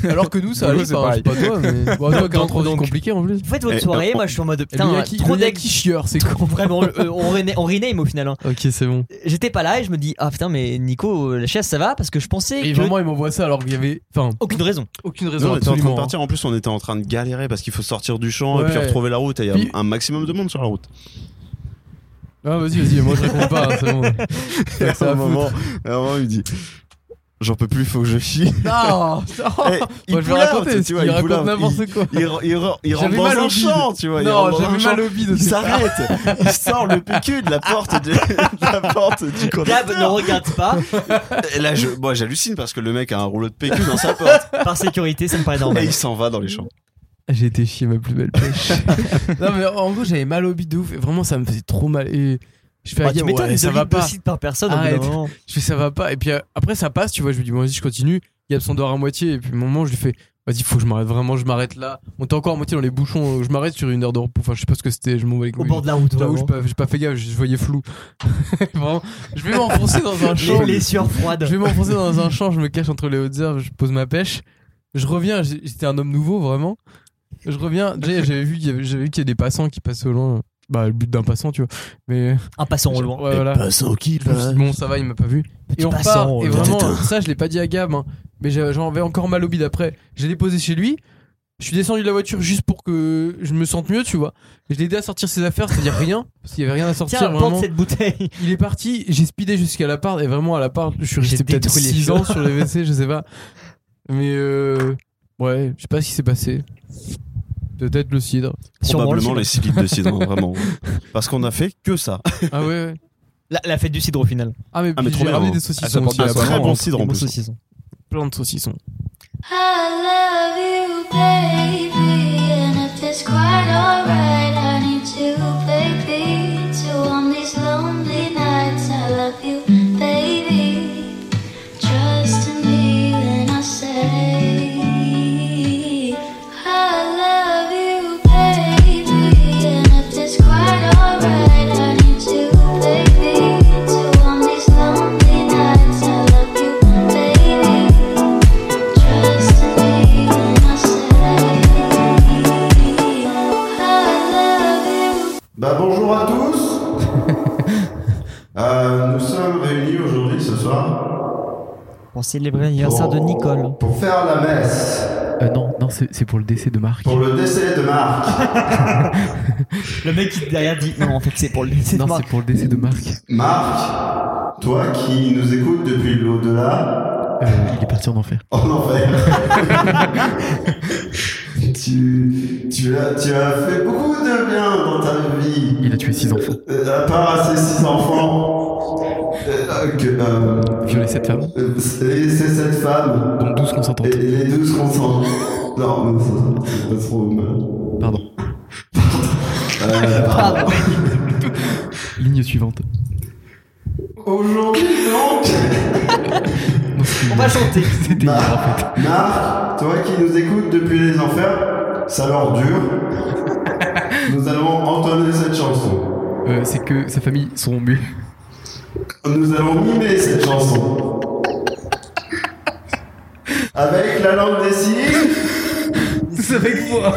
F: Alors que nous ça
E: Boulot,
F: allait
E: c'est
F: pas, hein, je sais pas toi
C: *laughs*
F: mais bon, toi qui as un
D: Donc-
F: trop
D: donc-
F: compliqué en plus.
D: Faites votre
C: Eh,
D: soirée.
C: on-
D: Moi, je suis en mode
F: Et
D: putain,
F: le
D: hein,
F: yaki-
D: trop
F: le
D: deck.
F: yaki chieur, c'est
D: *laughs*
F: con.
D: Vraiment, euh, on, rena- on rename au final. hein.
F: *laughs* OK, c'est bon.
D: J'étais pas là et je me dis ah putain mais Nico euh, la chasse ça va parce que je pensais
F: Et
D: que
F: vraiment il m'envoie ça alors qu'il y avait enfin
D: aucune
F: *laughs*
D: raison.
F: aucune
C: Non,
F: raison
C: on était en train de
F: absolument.
C: partir. En plus, on était en train de galérer parce qu'il faut sortir du champ et puis
F: Ouais.
C: retrouver la route. Et il y a
F: Puis-
C: un maximum de monde sur la
F: *laughs*
C: route.
F: Ah vas-y vas-y, moi je réponds pas, hein, c'est
C: *laughs*
F: bon.
C: Et
F: Ça
C: à
F: va
C: un moment, à un moment, il me dit J'en peux plus, faut que je chie.
F: *laughs* Non,
C: Et
F: Moi je vais
C: pull out,
F: raconter,
C: Eh, tu
F: tu
C: vois,
F: il
C: pull
F: raconte
C: out, il-
F: n'importe quoi.
C: Il, re- il, re- il rentre
F: J'avais
C: dans
F: mal
C: un
F: au bide.
C: champ, tu vois. il rentre
F: Non,
C: dans un
F: j'avais
C: champ.
F: mal au bide.
C: Il s'arrête, il sort le PQ de la porte, du- *laughs* de la porte du
D: Gab ne
C: conducteur.
D: regarde pas
C: Et là, je, moi, j'hallucine parce que le mec a un rouleau de PQ dans sa porte
D: par sécurité ça me
F: Ah
D: paraît
C: et
D: normal.
C: il s'en va dans les champs.
F: J'ai été chier ma plus
C: *laughs*
F: belle pêche. non mais en gros j'avais mal au bide de ouf. Et Vraiment ça me faisait trop mal. Et
C: Bah,
F: je fais à
D: Ah, tu
F: Guillaume,
D: m'étonnes
F: ouais,
D: deux
F: ça va
D: litres de
F: pas.
D: cidre par personne. au bout d'un
F: Arrête.
D: moment.
F: Je fais ça va pas. Et puis euh, après ça passe, tu vois. Je lui dis bon vas-y je continue. Il s'endort à moitié. Et puis au moment je lui fais vas-y faut que je m'arrête vraiment. Je m'arrête là. On était encore à moitié dans les bouchons. euh, Je m'arrête sur une heure de repos. Enfin je sais pas ce que c'était. Je m'en vais les
D: Au
F: couilles.
D: bord de la route.
F: J'avoue,
D: vraiment.
F: j'ai pas, j'ai pas fait gaffe. Je voyais flou. *laughs* Vraiment, je vais m'enfoncer dans un champ.
D: Les, les sueurs froides.
F: Je vais m'enfoncer dans un champ, je me cache entre les hautes herbes, je pose ma pêche. Je reviens, j'ai- j'étais un homme nouveau vraiment. je reviens. Déjà, J'avais vu qu'il y avait, j'avais vu qu'il y a des passants qui passent au loin. Bah, le but d'un passant, tu vois. Mais
D: Un passant au loin.
F: Ouais, voilà.
I: passant qui
F: Je me suis dit, Bon, ça va, il m'a pas vu. Et on
D: passant
F: repart.
D: au
F: Et
D: loin.
F: vraiment, ça, je l'ai pas dit à Gab. hein. Mais j'a- j'en avais encore mal au bide après. J'ai déposé chez lui. Je suis descendu de la voiture juste pour que je me sente mieux, tu vois. Je l'ai aidé à sortir ses affaires, c'est-à-dire rien, parce qu'il y avait rien à sortir.
D: Tiens,
F: vraiment.
D: plante cette bouteille.
F: Il est parti, j'ai speedé jusqu'à l'appart, et vraiment à l'appart, je suis resté
D: J'ai
F: peut-être
D: détruit les
F: 6 ans
D: choses. *laughs*
F: sur les WC, je sais pas. Mais euh, ouais, je sais pas ce qui s'est passé. Peut-être le cidre.
D: *laughs* Sûrement le
I: Probablement
D: cidre.
I: les 6 litres de cidre, hein, vraiment. Parce qu'on a fait que ça.
F: Ah ouais, ouais.
D: La, la fête du cidre au final.
F: Ah mais,
I: Ah, mais
F: puis
I: trop
F: j'ai
I: bien,
F: ramené
I: hein.
F: des
E: Ah, ça
F: saucissons
E: porte bien
F: aussi hein.
I: Un
E: son
F: là-bas.
I: très
E: vraiment,
I: bon cidre en
D: Des beaux
I: plus.
D: saucissons.
F: Plein de saucissons.
M: I love you, baby, and if it's quite alright, I need you, baby, to on these lonely nights. I love you, baby. Trust in me when I say I love you, baby, and if it's quite alright, I need you, baby, to on these lonely nights. I love you, baby. Trust me when I say I love you.
J: Bah bonjour à
F: *laughs*
J: tous. Euh, nous sommes réunis aujourd'hui ce soir
D: On célèbre l'anniversaire
I: Oh.
D: de Nicole.
J: pour faire la messe
F: Euh, non, non, c'est pour le décès de Marc.
J: pour le décès de Marc.
D: Le mec qui derrière dit non en fait c'est pour le c'est de Marc.
F: pour le décès de Marc.
J: Marc, toi qui nous écoutes depuis l'au-delà,
F: Euh, il est parti en enfer.
J: *laughs* en enfer. tu, tu, as, tu as fait beaucoup de bien dans ta vie.
F: Il a tué 6 enfants.
J: Euh, À part à ses six enfants. Euh, que, euh,
F: Violé 7 femmes,
J: euh, c'est c'est cette femme.
F: dont 12 consentantes.
J: Et, et les douze qu'on sent. Non, mais ça, c'est pas trop mal.
F: Pardon.
J: Euh,
D: Pardon.
F: *laughs* Ligne suivante.
J: Aujourd'hui donc.
D: On va chanter.
F: C'était
J: hier, Marc, toi qui nous écoutes depuis les enfers, ça leur dure. Nous allons entonner cette chanson.
F: Euh, c'est que sa famille
D: *laughs*
F: sont muets.
J: Nous allons mimer cette chanson. Avec la langue des signes,
F: C'est avec moi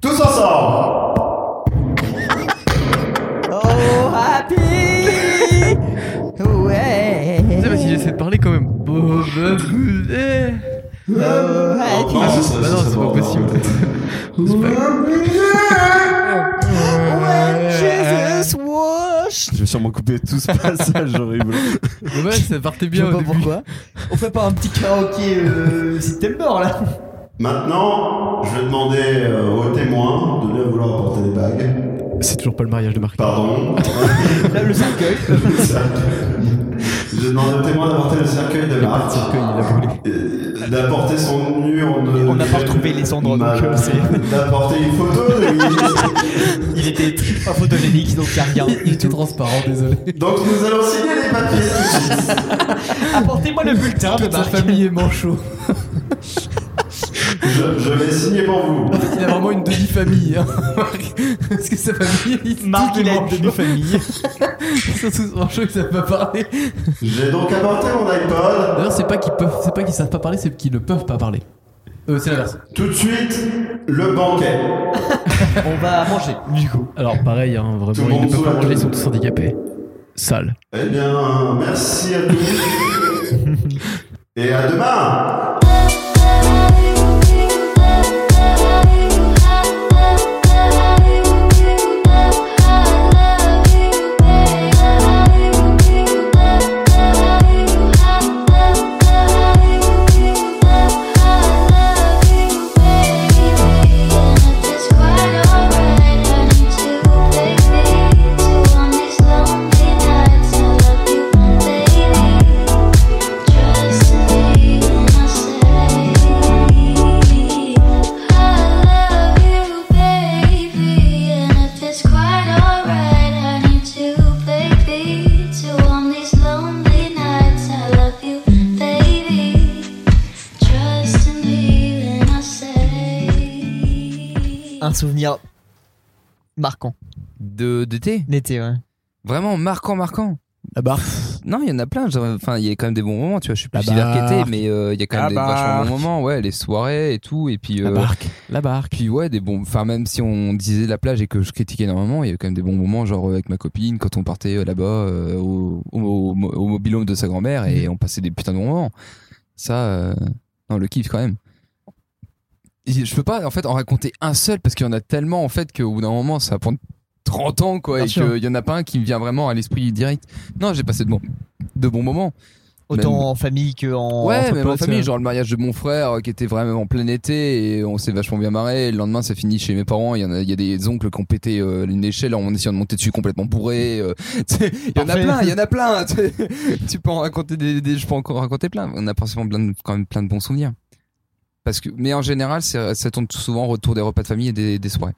J: tous ensemble.
D: Oh happy. Ouais.
F: sais pas si j'essaie de parler quand même. Oh, bah, vous- eh.
D: Oh happy.
J: Non, c'est ça,
F: Bah non,
J: ça,
F: c'est
J: ça,
F: pas
J: non.
F: possible.
D: Jesus wash.
I: Je vais sûrement couper tout ce passage horrible.
F: Ouais, ça partait
D: Je
F: bien
D: sais
F: au
D: pas
F: début.
D: pourquoi. On fait pas un petit karaoké euh, September là.
J: Maintenant, je vais demander euh, aux témoins de bien vouloir porter des bagues.
F: C'est toujours pas le mariage de
D: *laughs*
F: Marc.
J: Pardon.
D: Là le cercueil.
J: je demande aux témoins d'apporter le cercueil de Marc.
F: il a brûlé.
J: Euh, d'apporter son urne.
D: on n'a pas retrouvé les cendres, donc,
J: Voilà.
D: euh, c'est-
J: D'apporter une photo de lui.
D: Il était pas photogénique donc il y a rien.
F: *laughs* Il était transparent, désolé.
J: donc nous allons signer les papiers tout de suite.
D: Apportez-moi le bulletin de
F: Sa
D: Marc.
F: famille est *laughs* manchot.
J: Je, je vais signer pour vous.
F: Il a vraiment une demi-famille. *laughs* Hein. Parce que sa famille, il se dit
D: Marc
F: qu'il
D: il
F: est
D: a une
F: manchot.
D: demi-famille.
F: Ils sont tous manchots, ils savent pas parler.
J: J'ai donc apporté mon iPod.
F: D'ailleurs, c'est pas qu'ils peuvent, c'est pas qu'ils savent pas parler, c'est qu'ils ne peuvent pas parler. Euh, c'est l'inverse.
J: Tout de suite, le banquet.
D: On va manger du coup.
F: Alors pareil, hein, vraiment,
J: Tout le monde sous la table.
F: tous handicapés. Sale.
J: Eh bien, merci à tous. Et à demain
M: Baby Trust me when I say I love you, baby, and if it's quite alright, I need you, baby, to on these lonely nights. I love you, baby. Trust me when I say.
D: *laughs* Un souvenir marquant.
E: De d'été
D: L'été ouais.
E: Vraiment marquant, marquant.
I: La barre.
E: Non, il y en a plein. genre, Enfin, il y a quand même des bons moments, tu vois. Je suis plus
N: La barque.
E: diverquetté, mais euh, il y a quand même
N: La
E: des vachement
N: barque.
E: bons moments. Ouais, les soirées et tout. Et puis. La barque.
N: La barque.
E: Puis, ouais, des bons. Enfin, même si on disait la plage et que je critiquais énormément, il y a quand même des bons moments, genre euh, avec ma copine, quand on partait euh, là-bas euh, au, au, au, au mobilhome de sa grand-mère et on passait des putains de bons moments. Ça, euh, non, le kiff quand même. Et Je peux pas en fait en raconter un seul parce qu'il y en a tellement en fait qu'au bout d'un moment ça va prendre 30 ans quoi
N: Bien
E: et
N: sûr.
E: qu'il y en a pas un qui me vient vraiment à l'esprit direct. Non, j'ai passé de bons, de bons moments.
D: Autant
E: Même-
D: en famille que en.
E: ouais,
D: entre
E: même en
D: potes,
E: famille,
D: euh.
E: genre le mariage de mon frère euh, qui était vraiment en plein été et on s'est vachement bien marré. Le lendemain, ça finit chez mes parents. Il y en a, il y a des oncles qui ont pété euh, une échelle en essayant de monter dessus complètement bourré. euh, *laughs* tu sais, il y en a
N: Parfait.
E: plein, il y en a plein. *laughs* tu sais. tu peux en raconter des, des- je peux encore raconter plein. On a forcément plein de- quand même plein de bons souvenirs. Parce que, mais en général, c'est- ça tourne souvent autour des repas de famille et des, des soirées.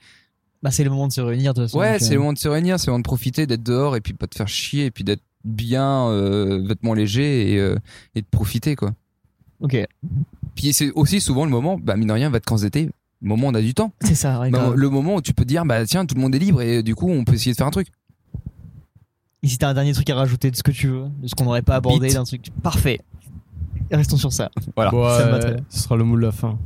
D: Bah, c'est le moment de se réunir de toute façon,
E: Ouais,
D: donc,
E: c'est
D: euh,
E: le moment de se réunir, c'est le moment de profiter, d'être dehors et puis pas de faire chier et puis d'être bien, euh, vêtements légers et, euh, et de profiter quoi.
D: Ok.
E: Puis c'est aussi souvent le moment, bah mine de rien, vacances d'été, le moment où on a du temps.
D: C'est ça, ouais,
E: Bah,
D: grave.
E: le moment où tu peux te dire, bah tiens, tout le monde est libre et euh, du coup on peut essayer de faire un truc.
D: Et si t'as un dernier truc à rajouter de ce que tu veux, de ce qu'on n'aurait pas abordé,
E: Bite.
D: d'un truc. Parfait. Restons sur ça.
F: Bon,
D: Ça me va
F: euh,
D: très bien.
F: ce sera le mot de la fin.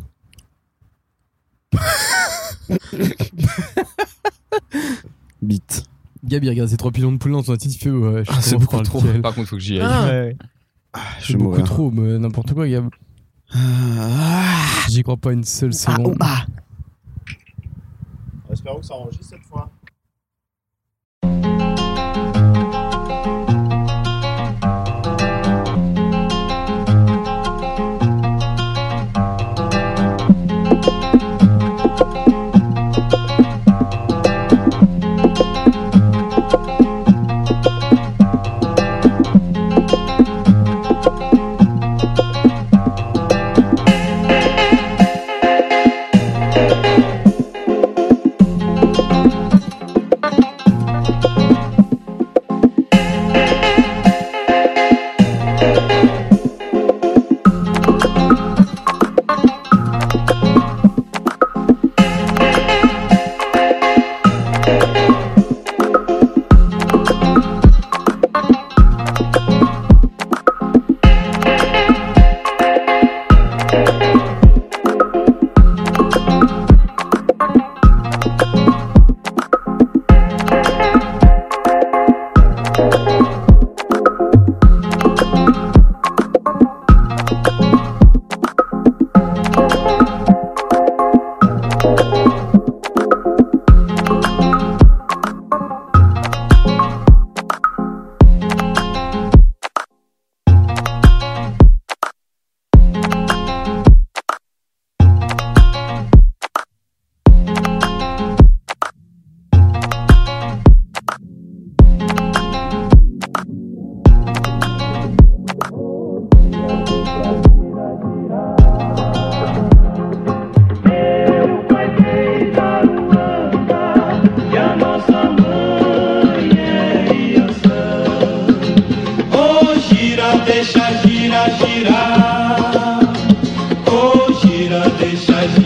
F: Bite. Gabi, regarde ces trois pilons de poules dans son titre, il fait ouais, je
E: Ah, c'est beaucoup
F: comprends pas
E: trop.
F: lequel.
E: Par contre, faut que j'y aille.
F: Ah,
E: Ouais, ouais.
F: c'est
E: je vais
C: hein.
F: beaucoup
E: mourir.
F: trop, mais n'importe quoi, Gab. J'y crois pas une seule seconde.
J: Espérons que ça enregistre cette fois.
G: Oh, gira, deixa, gira, gira. Oh, gira, deixa, gira.